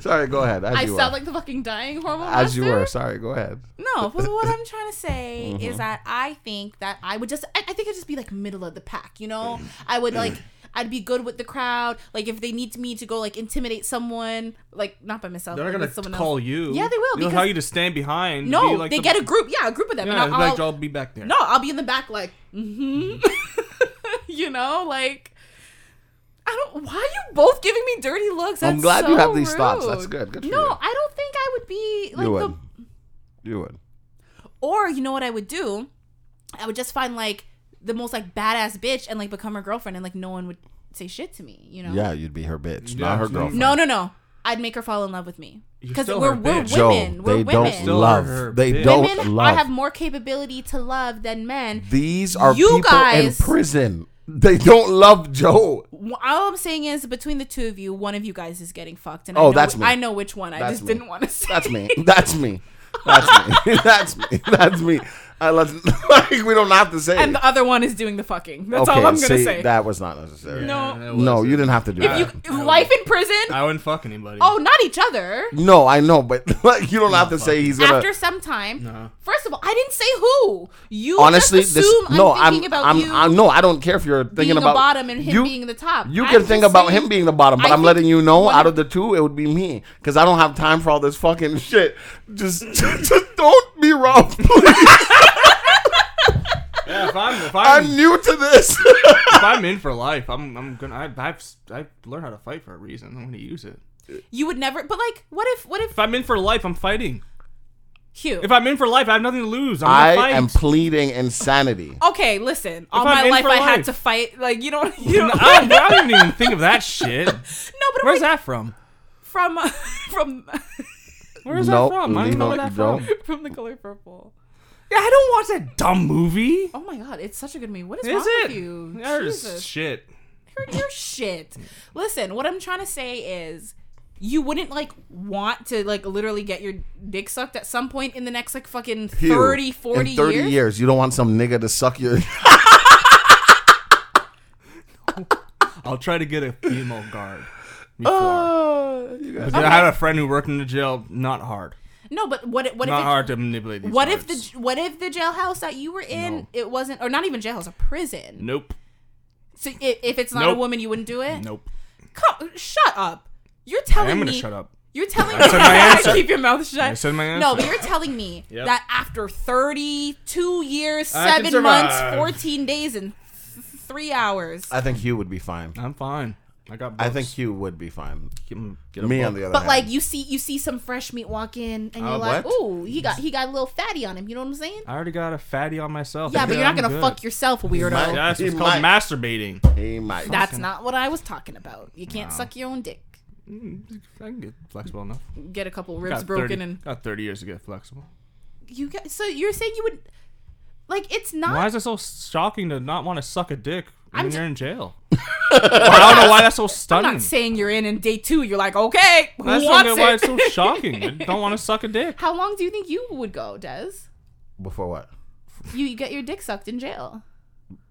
Speaker 2: sorry, go ahead. As
Speaker 1: I
Speaker 2: you were.
Speaker 1: sound like the fucking dying hormone.
Speaker 2: As you
Speaker 1: master.
Speaker 2: were. Sorry, go ahead.
Speaker 1: No, but what I'm trying to say
Speaker 3: Mm-hmm.
Speaker 1: is that I think that I would just, I, I think I'd just be like middle of the pack, you know? I would like, I'd be good with the crowd. Like, if they need me to go like intimidate someone, like not by myself,
Speaker 3: They're
Speaker 1: but
Speaker 3: not gonna
Speaker 1: with someone
Speaker 3: call
Speaker 1: else.
Speaker 3: you.
Speaker 1: Yeah, they will,
Speaker 3: Ththey'll
Speaker 1: because-
Speaker 3: tell you to stand behind.
Speaker 1: No,
Speaker 3: be like
Speaker 1: they
Speaker 3: the-
Speaker 1: get a group. Yeah, a group of them.
Speaker 3: Yeah,
Speaker 1: and
Speaker 3: it's
Speaker 1: I'll,
Speaker 3: like I'll be back there.
Speaker 1: no, I'll be in the back like, mm-hmm. you know, like. I don't. Why are you both giving me dirty looks?
Speaker 2: I'm
Speaker 1: That's
Speaker 2: glad
Speaker 1: so
Speaker 2: you have these thoughts. That's
Speaker 1: rude.
Speaker 2: good. Good for
Speaker 1: no,
Speaker 2: you.
Speaker 1: I don't think I would be like
Speaker 2: you
Speaker 1: the
Speaker 2: would. You would.
Speaker 1: Or you know what I would do? I would just find like the most like badass bitch and like become her girlfriend and like no one would say shit to me, you know?
Speaker 2: Yeah, you'd be her bitch,
Speaker 3: Yeah,
Speaker 2: not her
Speaker 3: she-
Speaker 2: girlfriend.
Speaker 1: No, no, no. I'd make her fall in love with me. Because
Speaker 3: still
Speaker 1: we're,
Speaker 3: her
Speaker 1: we're
Speaker 3: bitch.
Speaker 2: Joe,
Speaker 1: women. We're
Speaker 2: they
Speaker 1: women.
Speaker 2: don't
Speaker 3: Still her
Speaker 2: love. They
Speaker 3: bitch.
Speaker 2: don't
Speaker 1: women
Speaker 2: love.
Speaker 1: are, have more capability to love than men.
Speaker 2: These are
Speaker 1: You
Speaker 2: people
Speaker 1: guys-
Speaker 2: in prison. They don't love Joe.
Speaker 1: Wh- All I'm saying is between the two of you, one of you guys is getting fucked. And I
Speaker 2: Oh,
Speaker 1: know
Speaker 2: that's
Speaker 1: whi-
Speaker 2: me.
Speaker 1: I know which one. I
Speaker 2: That's
Speaker 1: just
Speaker 2: me.
Speaker 1: didn't want to say.
Speaker 2: That's me. That's me. That's me. That's me. That's me. I let's like we don't have to say.
Speaker 1: And the other one is doing the fucking. That's all I'm going to
Speaker 2: see,
Speaker 1: say.
Speaker 2: That was not necessary.
Speaker 1: No.
Speaker 5: Yeah, that
Speaker 2: No,
Speaker 5: was
Speaker 2: you
Speaker 5: it.
Speaker 2: didn't have to do that.
Speaker 1: if you life in prison?
Speaker 3: I wouldn't fuck anybody.
Speaker 1: Oh, not each other.
Speaker 2: no, I know, but like you don't have to say he's gonna.
Speaker 1: after some time. First of all, I didn't say who. You
Speaker 2: honestly,
Speaker 1: just assume
Speaker 2: this no,
Speaker 1: I'm
Speaker 2: I'm,
Speaker 1: thinking about
Speaker 2: I'm,
Speaker 1: you
Speaker 2: I'm, no, I don't care if you're thinking
Speaker 1: being
Speaker 2: about
Speaker 1: the bottom and him
Speaker 2: you,
Speaker 1: being the top.
Speaker 2: You
Speaker 1: I'm
Speaker 2: can think
Speaker 1: just
Speaker 2: about
Speaker 1: saying-
Speaker 2: him being the bottom, but
Speaker 1: I
Speaker 2: I am
Speaker 1: think
Speaker 2: letting you know
Speaker 1: one
Speaker 2: out
Speaker 1: of-
Speaker 2: of the two, it would be me because I don't have time for all this fucking shit. Just, just, don't be wrong, please.
Speaker 3: yeah, if I'm if
Speaker 2: I'm
Speaker 3: I'm,
Speaker 2: new to this.
Speaker 3: if I'm in for life, I'm I'm gonna I, I've I've learned how to fight for a reason. I'm gonna use it.
Speaker 1: You would never. But like, what if? What if
Speaker 3: If I'm in for life, I'm fighting.
Speaker 1: Hugh?
Speaker 3: If I'm in for life, I have nothing to lose. I'm gonna
Speaker 2: I
Speaker 3: fight.
Speaker 2: am pleading insanity.
Speaker 1: okay, listen. All
Speaker 3: I'm
Speaker 1: my
Speaker 3: in
Speaker 1: life,
Speaker 3: for
Speaker 1: I had
Speaker 3: life.
Speaker 1: to fight. Like you don't. You
Speaker 3: No,
Speaker 1: don't.
Speaker 3: I, don't, I didn't even think of that shit.
Speaker 1: no, but I'm
Speaker 3: Where's
Speaker 1: like,
Speaker 3: that from?
Speaker 1: from from
Speaker 3: Where's
Speaker 2: No,
Speaker 3: that from? I
Speaker 2: you
Speaker 3: don't know
Speaker 2: don't-
Speaker 3: where that
Speaker 2: you
Speaker 3: from.
Speaker 2: don't.
Speaker 1: from the color purple.
Speaker 3: Yeah, I don't watch that dumb movie.
Speaker 1: Oh my god, it's such a good movie. What is,
Speaker 3: Is
Speaker 1: wrong
Speaker 3: it?
Speaker 1: with you?
Speaker 3: There's
Speaker 1: Jesus.
Speaker 3: shit.
Speaker 1: heard your shit. Listen, what I'm trying to say is you wouldn't like want to like literally get your dick sucked at some point in the next like fucking
Speaker 2: Phew.
Speaker 1: 30, 40
Speaker 2: In 30
Speaker 1: years.
Speaker 2: years? you don't want some nigga to suck your.
Speaker 3: I'll try to get a female guard. Before.
Speaker 2: Oh, you guys,
Speaker 3: I had a friend who worked in the jail. Not hard.
Speaker 1: No, but what if- what if
Speaker 3: not
Speaker 1: it-
Speaker 3: hard to manipulate. These
Speaker 1: what if
Speaker 3: guards.
Speaker 1: the what if the jailhouse that you were in
Speaker 3: No.
Speaker 1: it wasn't or not even jailhouse a prison?
Speaker 3: Nope.
Speaker 1: So if, if it's not
Speaker 3: Nope.
Speaker 1: a woman you wouldn't do it?
Speaker 3: Nope.
Speaker 1: Come, shut up. You're
Speaker 3: I
Speaker 1: telling
Speaker 3: am gonna
Speaker 1: me
Speaker 3: shut up.
Speaker 1: You're telling me
Speaker 3: said my answer.
Speaker 1: keep your mouth shut.
Speaker 3: I said my
Speaker 1: No,
Speaker 3: answer.
Speaker 1: but you're telling me
Speaker 5: Yep.
Speaker 1: that after 32 years,
Speaker 5: I can
Speaker 1: seven months,
Speaker 5: survive.
Speaker 1: 14 days, and th- three hours.
Speaker 2: I think Hugh would be fine.
Speaker 3: I'm fine. I got. Books.
Speaker 2: I think Hugh would be fine.
Speaker 3: Get him- get a
Speaker 2: Me
Speaker 3: book.
Speaker 2: on the other
Speaker 1: but
Speaker 2: hand.
Speaker 1: like you see, you see some fresh meat walk in, and you're
Speaker 2: Uh,
Speaker 1: like,
Speaker 2: what?
Speaker 1: "Ooh, he got he got a little fatty on him." You know what I'm saying?
Speaker 3: I already got a fatty on myself.
Speaker 1: yeah, but you're not
Speaker 3: I'm
Speaker 1: gonna
Speaker 3: good.
Speaker 1: fuck yourself, weirdo.
Speaker 2: might-
Speaker 3: Yeah, That's
Speaker 2: He
Speaker 3: what's called
Speaker 2: might.
Speaker 3: masturbating.
Speaker 2: he might.
Speaker 1: That's not what I was talking about. You can't suck your own dick.
Speaker 3: Mm, I can get flexible enough.
Speaker 1: Get a couple
Speaker 3: Got
Speaker 1: ribs
Speaker 3: 30
Speaker 1: broken, and
Speaker 3: got 30 years to get flexible.
Speaker 1: you get. So you're saying you would, like, it's not.
Speaker 3: Why is it so shocking to not want to suck a dick when
Speaker 1: I'm
Speaker 3: you're
Speaker 1: ju-
Speaker 3: in jail? I don't know why that's so
Speaker 1: I'm
Speaker 3: stunning.
Speaker 1: not saying you're in, and day two you're like, okay, who
Speaker 3: I just don't
Speaker 1: wants
Speaker 3: get
Speaker 1: it?
Speaker 3: why it's so shocking. I don't want to suck a dick.
Speaker 1: How long do you think you would go, Des?
Speaker 2: Before what?
Speaker 1: You get your dick sucked in jail.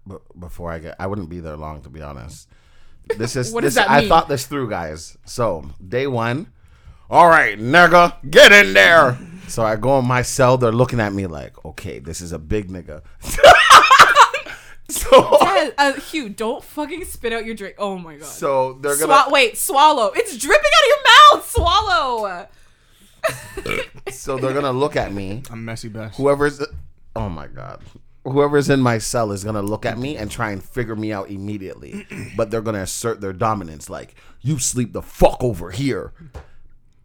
Speaker 2: b- before I get. I wouldn't be there long, to be honest. This is
Speaker 1: What
Speaker 2: this,
Speaker 1: does that
Speaker 2: I
Speaker 1: mean?
Speaker 2: thought this through, guys. So day one, all right, nigga, get in there. So I go in my cell. They're looking at me like, okay, this is a big nigga. so,
Speaker 1: Uh, uh, Hugh, don't fucking spit out your drink. Oh my god.
Speaker 2: so they're
Speaker 1: Swa-
Speaker 2: gonna.
Speaker 1: wait, swallow. It's dripping out of your mouth. Swallow.
Speaker 2: So they're gonna look at me.
Speaker 3: I'm messy best.
Speaker 2: Whoever's. Oh my god. whoever's in my cell is gonna look at me and try and figure me out immediately. but they're gonna assert their dominance, like you sleep the fuck over here.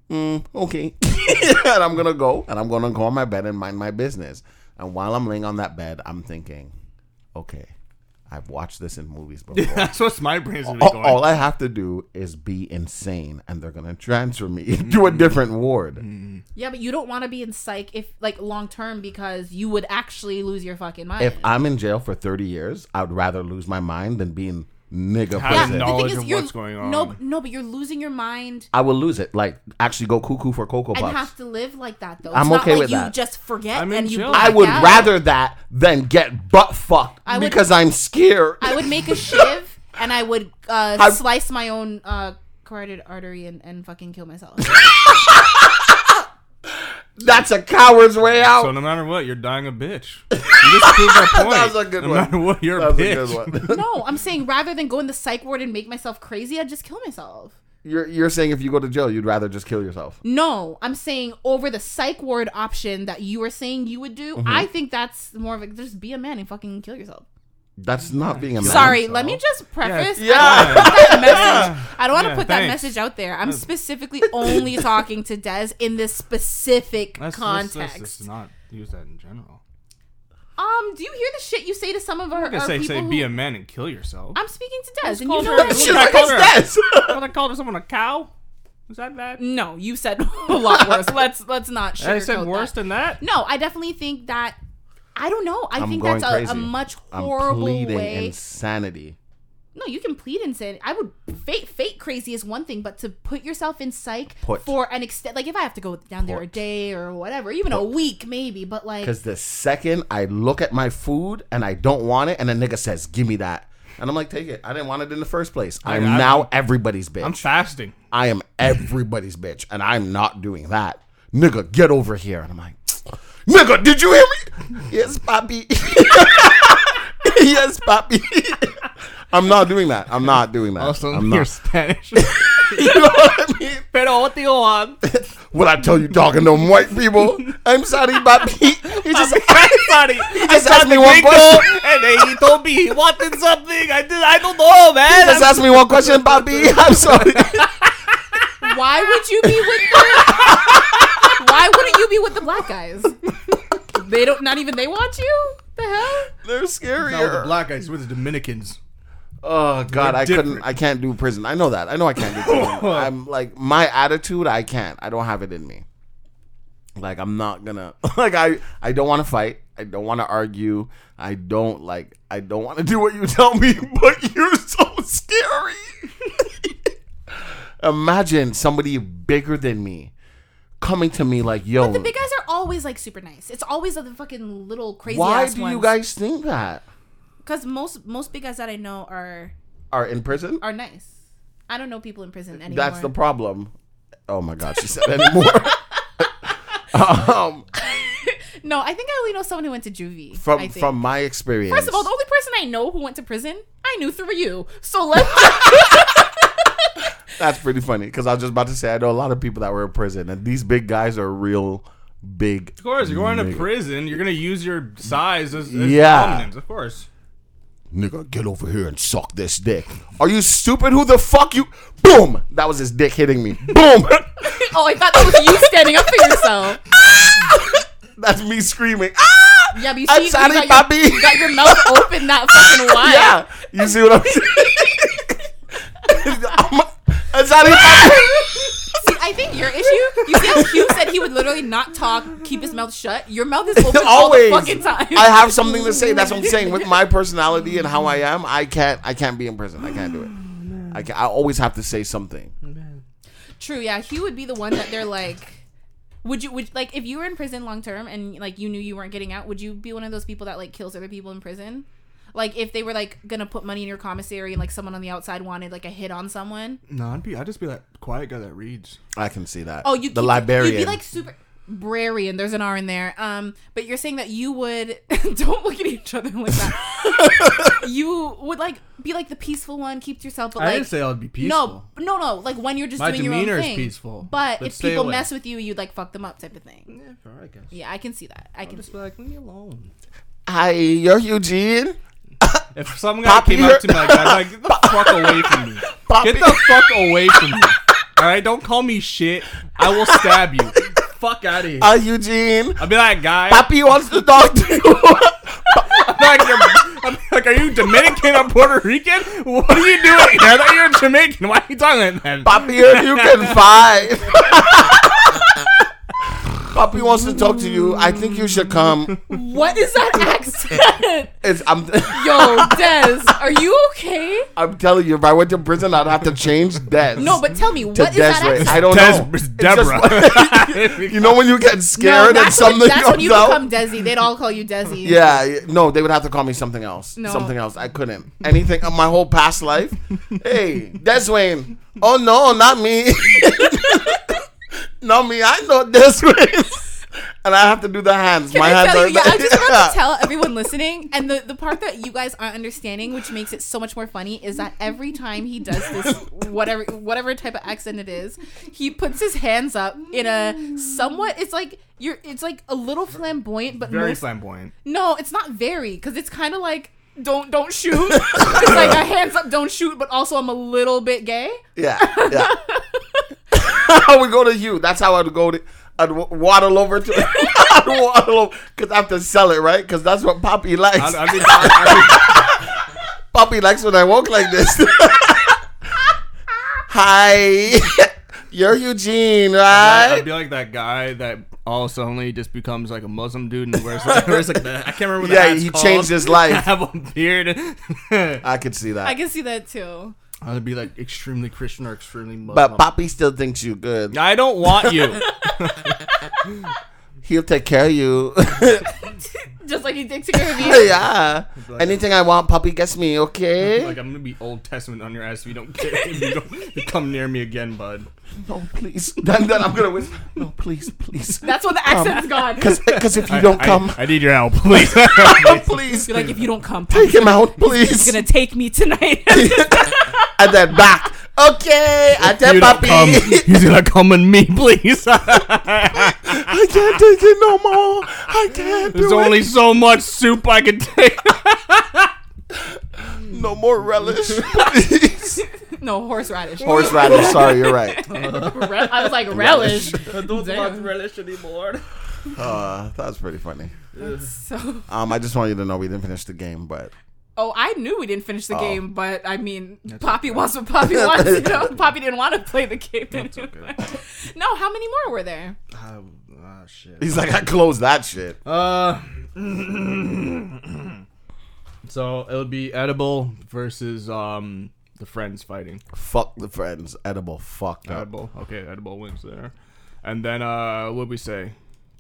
Speaker 2: Mm, okay, and I'm gonna go and I'm gonna go on my bed and mind my business. And while I'm laying on that bed, I'm thinking, okay, I've watched this in movies before.
Speaker 3: That's what's my brain's gonna be
Speaker 2: all,
Speaker 3: going.
Speaker 2: all I have to do is be insane, and they're gonna transfer me to a different ward.
Speaker 1: Yeah, but you don't want to be in psych if like long term because you would actually lose your fucking mind.
Speaker 2: If I'm in jail for 30 years, I would rather lose my mind than be in nigga
Speaker 3: Have
Speaker 2: prison.
Speaker 3: knowledge
Speaker 1: the thing
Speaker 3: of
Speaker 1: is, you're,
Speaker 3: what's going on.
Speaker 1: No, but- no, but you're losing your mind
Speaker 2: I will lose it. Like, actually go cuckoo for Cocoa
Speaker 1: and
Speaker 2: Puffs.
Speaker 1: have to live like that though. It's
Speaker 2: I'm
Speaker 1: not
Speaker 2: okay
Speaker 1: like
Speaker 2: with
Speaker 1: you
Speaker 2: that.
Speaker 1: just forget
Speaker 3: I'm in
Speaker 1: and you.
Speaker 3: jail.
Speaker 1: black
Speaker 2: I would
Speaker 1: out.
Speaker 2: rather that than get butt fucked
Speaker 1: I would-
Speaker 2: because I'm scared.
Speaker 1: I would make a shiv and I would uh,
Speaker 2: I-
Speaker 1: slice my own uh, carotid artery and, and fucking kill myself.
Speaker 2: That's a coward's way out.
Speaker 3: So no matter what, you're dying a bitch. You just proved our point.
Speaker 2: that was a good
Speaker 3: no
Speaker 2: one.
Speaker 3: matter what, you're
Speaker 2: that
Speaker 3: a
Speaker 2: was
Speaker 3: bitch.
Speaker 2: a good one.
Speaker 1: no, I'm saying rather than go in the psych ward and make myself crazy, I'd just kill myself.
Speaker 2: you're, you're saying if you go to jail, you'd rather just kill yourself.
Speaker 1: No, I'm saying over the psych ward option that you were saying you would do.
Speaker 3: Mm-hmm.
Speaker 1: I think that's more of a just be a man and fucking kill yourself.
Speaker 2: That's not being a man.
Speaker 1: Sorry, let me just preface.
Speaker 2: Yeah.
Speaker 1: I don't want to put that message. I don't want to
Speaker 3: Yeah,
Speaker 1: put that
Speaker 3: thanks.
Speaker 1: message out there. I'm specifically only talking to Des in this specific
Speaker 3: Let's- let's-
Speaker 1: context.
Speaker 3: let's just not use that in general.
Speaker 1: Um, do you hear the shit you say to some of our,
Speaker 3: I'm gonna
Speaker 1: our
Speaker 3: say,
Speaker 1: people?
Speaker 3: say
Speaker 1: who-
Speaker 3: be a man and kill yourself.
Speaker 1: I'm speaking to Des, and you
Speaker 3: called
Speaker 1: know
Speaker 3: her-
Speaker 1: what I
Speaker 2: She's
Speaker 1: mean.
Speaker 2: like, it's this.
Speaker 3: What I called someone a cow? Is that bad?
Speaker 1: No, you said a lot worse. Let's let's not.
Speaker 3: I
Speaker 1: sugarcoat
Speaker 3: said
Speaker 1: that.
Speaker 3: worse than that.
Speaker 1: No, I definitely think that. I don't know. I
Speaker 2: I'm
Speaker 1: think
Speaker 2: going
Speaker 1: that's a,
Speaker 2: crazy.
Speaker 1: a much
Speaker 2: I'm
Speaker 1: horrible
Speaker 2: pleading
Speaker 1: way.
Speaker 2: insanity.
Speaker 1: no, you can plead insanity. I would fake fake crazy is one thing, but to put yourself in psych
Speaker 2: Put.
Speaker 1: for an extent, like if I have to go down there a
Speaker 2: Put.
Speaker 1: day or whatever, even a week maybe, but like
Speaker 2: Because the second I look at my food and I don't want it, and a nigga says, "Give me that," and I'm like, "Take it. I didn't want it in the first place. I'm
Speaker 3: I-
Speaker 2: now everybody's bitch.
Speaker 3: I'm fasting.
Speaker 2: I am everybody's bitch, and I'm not doing that. Nigga, get over here." And I'm like, "Nigga, did you hear me? yes, papi. yes, papi. I'm not doing that. I'm not doing that.
Speaker 5: Also,
Speaker 2: I'm
Speaker 5: you're
Speaker 2: not.
Speaker 5: Spanish.
Speaker 2: you know what I mean?
Speaker 5: Pero what do you want?
Speaker 2: What I tell you, talking to them white people. I'm sorry, papi. He just, he just asked me one question.
Speaker 5: and then he told me he wanted something. I did. I don't know, man.
Speaker 2: Just ask me one question, Bobby. I'm sorry.
Speaker 1: why would you be with the Why wouldn't you be with the black guys? They don't not even they want you? The hell?
Speaker 2: They're
Speaker 3: No, the
Speaker 2: scarier.
Speaker 3: black guys with the Dominicans.
Speaker 2: Oh God, I
Speaker 3: different.
Speaker 2: couldn't. I can't do prison. I know that. I know I can't do prison. I'm like my attitude. I can't. I don't have it in me. Like I'm not gonna. Like I. I don't want to fight. I don't want to argue. I don't like. I don't want to do what you tell me. But you're so scary. Imagine somebody bigger than me coming to me like, "Yo,
Speaker 1: The big guys are always like super nice. It's always the fucking little crazy.
Speaker 2: why
Speaker 1: ass
Speaker 2: do
Speaker 1: ones.
Speaker 2: you guys think that?"
Speaker 1: Because most most big guys that I know are
Speaker 2: Are in prison?
Speaker 1: are nice. I don't know people in prison anymore.
Speaker 2: That's the problem. Oh my God, she said anymore. um,
Speaker 1: no. I think I only know someone who went to juvie. I
Speaker 2: from
Speaker 1: think.
Speaker 2: from my experience,
Speaker 1: first of all, the only person I know who went to prison, I knew through you. So let's
Speaker 2: that's pretty funny because I was just about to say I know a lot of people that were in prison, and these big guys are real big.
Speaker 3: Of course, you're going to prison. You're gonna use your size as, as
Speaker 2: Yeah.
Speaker 3: dominance, Of course.
Speaker 2: Nigga, get over here and suck this dick. Are you stupid? Who the fuck you? Boom! That was his dick hitting me. Boom!
Speaker 1: oh, I thought that was you standing up for yourself.
Speaker 2: that's me screaming. Ah!
Speaker 1: Yeah, but you
Speaker 2: I'm
Speaker 1: see, you
Speaker 2: sorry,
Speaker 1: got,
Speaker 2: papi.
Speaker 1: your, you got your mouth open that fucking wide.
Speaker 2: Yeah, you see what I'm saying? I'm- I'm sorry, papi.
Speaker 1: See, I think your issue. You see, how Hugh said he would literally not talk, keep his mouth shut. Your mouth is open
Speaker 2: always
Speaker 1: all the fucking time.
Speaker 2: I have something to say. That's what I'm saying. With my personality and how I am, I can't. I can't be in prison. I can't do it.
Speaker 1: Oh,
Speaker 2: I, can, I always have to say something.
Speaker 1: True, yeah. Hugh would be the one that they're like, would you would like if you were in prison long term and like you knew you weren't getting out, would you be one of those people that like kills other people in prison? Like if they were like gonna put money in your commissary and like someone on the outside wanted like a hit on someone.
Speaker 3: No, I'd be. I'd just be that quiet guy that reads.
Speaker 2: I can see that.
Speaker 1: Oh, you
Speaker 2: the
Speaker 1: you'd-
Speaker 2: librarian.
Speaker 1: You'd be like super librarian. There's an R in there. Um, but you're saying that you would don't look at each other like that. you would like be like the peaceful one, keep to yourself. But
Speaker 5: I
Speaker 1: like,
Speaker 5: didn't say I'd be peaceful.
Speaker 1: No, no, no. Like when you're just
Speaker 5: My
Speaker 1: doing your own
Speaker 5: demeanor is
Speaker 1: thing.
Speaker 5: peaceful,
Speaker 1: But,
Speaker 5: but
Speaker 1: if
Speaker 5: stay
Speaker 1: people
Speaker 5: away.
Speaker 1: mess with you, you like fuck them up type of thing.
Speaker 5: Yeah, all right, guys.
Speaker 1: Yeah, I can see that. I can.
Speaker 5: Just
Speaker 1: See
Speaker 5: be like, leave me alone.
Speaker 2: Hi, you're Eugene.
Speaker 3: If some guy
Speaker 2: Poppy,
Speaker 3: came up to me like that, I'm like, get the fuck away from me.
Speaker 2: Poppy.
Speaker 3: Get the fuck away from me. Alright, don't call me shit. I will stab you.
Speaker 5: Fuck out of here.
Speaker 2: Hi, uh, Eugene.
Speaker 3: I'll be like, guy.
Speaker 2: Papi wants to talk to you.
Speaker 3: I'm like, you're, I'm like, are you Dominican or Puerto Rican? What are you doing? I thought you were Jamaican. Why are you talking like that?
Speaker 2: Papi, if you can find. Papi wants to talk to you. I think you should come.
Speaker 1: What is that accent?
Speaker 2: It's, I'm,
Speaker 1: Yo, Des, are you okay?
Speaker 2: I'm telling you, if I went to prison, I'd have to change Des.
Speaker 1: No, but tell me, what
Speaker 2: to
Speaker 1: is that
Speaker 2: Desiree.
Speaker 1: accent?
Speaker 2: I don't
Speaker 3: Des-
Speaker 2: know.
Speaker 3: it's
Speaker 2: It's just
Speaker 3: Deborah.
Speaker 2: what- you know when you get scared and something
Speaker 1: when, that's when
Speaker 2: comes
Speaker 1: you
Speaker 2: out.
Speaker 1: become Desi. They'd all call you Desi.
Speaker 2: yeah, y- no, they would have to call me something else.
Speaker 1: No.
Speaker 2: Something else. I couldn't. Anything. uh, My whole past life. hey, Deswayne. Oh no, not me. not me. I know Deswayne. And I have to do the hands.
Speaker 1: Can
Speaker 2: My
Speaker 1: I
Speaker 2: hands
Speaker 1: tell
Speaker 2: are.
Speaker 1: you, yeah, I just want to
Speaker 2: Yeah.
Speaker 1: tell everyone listening, and the, the part that you guys aren't understanding, which makes it so much more funny, is that every time he does this, whatever whatever type of accent it is, he puts his hands up in a somewhat. It's like you're. It's like a little flamboyant, but
Speaker 3: Very
Speaker 1: most-
Speaker 3: flamboyant.
Speaker 1: no, it's not very because it's kind of like don't don't shoot. it's like a hands up, don't shoot, but also I'm a little bit gay.
Speaker 2: Yeah, yeah. I would go to you. That's how I'd go to. I'd wa- waddle over to. I'd waddle over because I have to sell it, right? Because that's what Poppy likes.
Speaker 3: I, I think, I,
Speaker 2: Poppy likes when I walk like this. Hi, you're Eugene,
Speaker 3: I,
Speaker 2: right?
Speaker 3: would be like that guy that all suddenly just becomes like a Muslim dude and wears like, wears like the, I can't remember what
Speaker 2: Yeah,
Speaker 3: the hat's
Speaker 2: he
Speaker 3: called.
Speaker 2: changed his life.
Speaker 3: have a beard.
Speaker 2: I could see that.
Speaker 1: I can see that too.
Speaker 3: I'd be like extremely Christian or extremely Muslim.
Speaker 2: but Poppy still thinks you good.
Speaker 3: I don't want you.
Speaker 2: He'll take care of you.
Speaker 1: Just like he takes care of you.
Speaker 2: yeah. Anything I want, Poppy gets me, okay?
Speaker 3: like I'm gonna be Old Testament on your ass if you don't get if you don't come near me again, bud.
Speaker 2: No, please. Then, then I'm going to whisper, no, please, please.
Speaker 1: That's when the
Speaker 2: Um,
Speaker 1: accent's gone.
Speaker 2: Because if you don't
Speaker 3: I,
Speaker 2: come,
Speaker 3: I need your help, please.
Speaker 2: please,
Speaker 1: Be like, if you don't come,
Speaker 2: take him out,
Speaker 1: he's
Speaker 2: please.
Speaker 1: gonna take me tonight.
Speaker 2: And then back. Okay, I tell
Speaker 3: You don't
Speaker 2: Poppy.
Speaker 3: come, he's gonna come on me, please.
Speaker 2: I can't take it no more. I can't
Speaker 3: There's
Speaker 2: do it.
Speaker 3: only so much soup I can take.
Speaker 2: No more relish, please.
Speaker 1: no horseradish.
Speaker 2: Horseradish. Sorry, you're right.
Speaker 1: Re- I was like relish.
Speaker 5: I don't
Speaker 1: Damn.
Speaker 5: want relish anymore.
Speaker 2: Uh, that was pretty funny.
Speaker 1: So,
Speaker 2: Um, I just want you to know we didn't finish the game, but
Speaker 1: oh, I knew we didn't finish the game, but I mean, Poppy wants what Poppy wants. You know, Poppy didn't want to play the game anymore. No, how many more were there?
Speaker 5: Ah, ah, shit.
Speaker 2: he's like, I closed that shit.
Speaker 5: Uh. so it would be edible versus um the friends fighting.
Speaker 2: Fuck the friends. Edible. Fuck that.
Speaker 3: edible, okay, edible wins there. And then uh, what we say?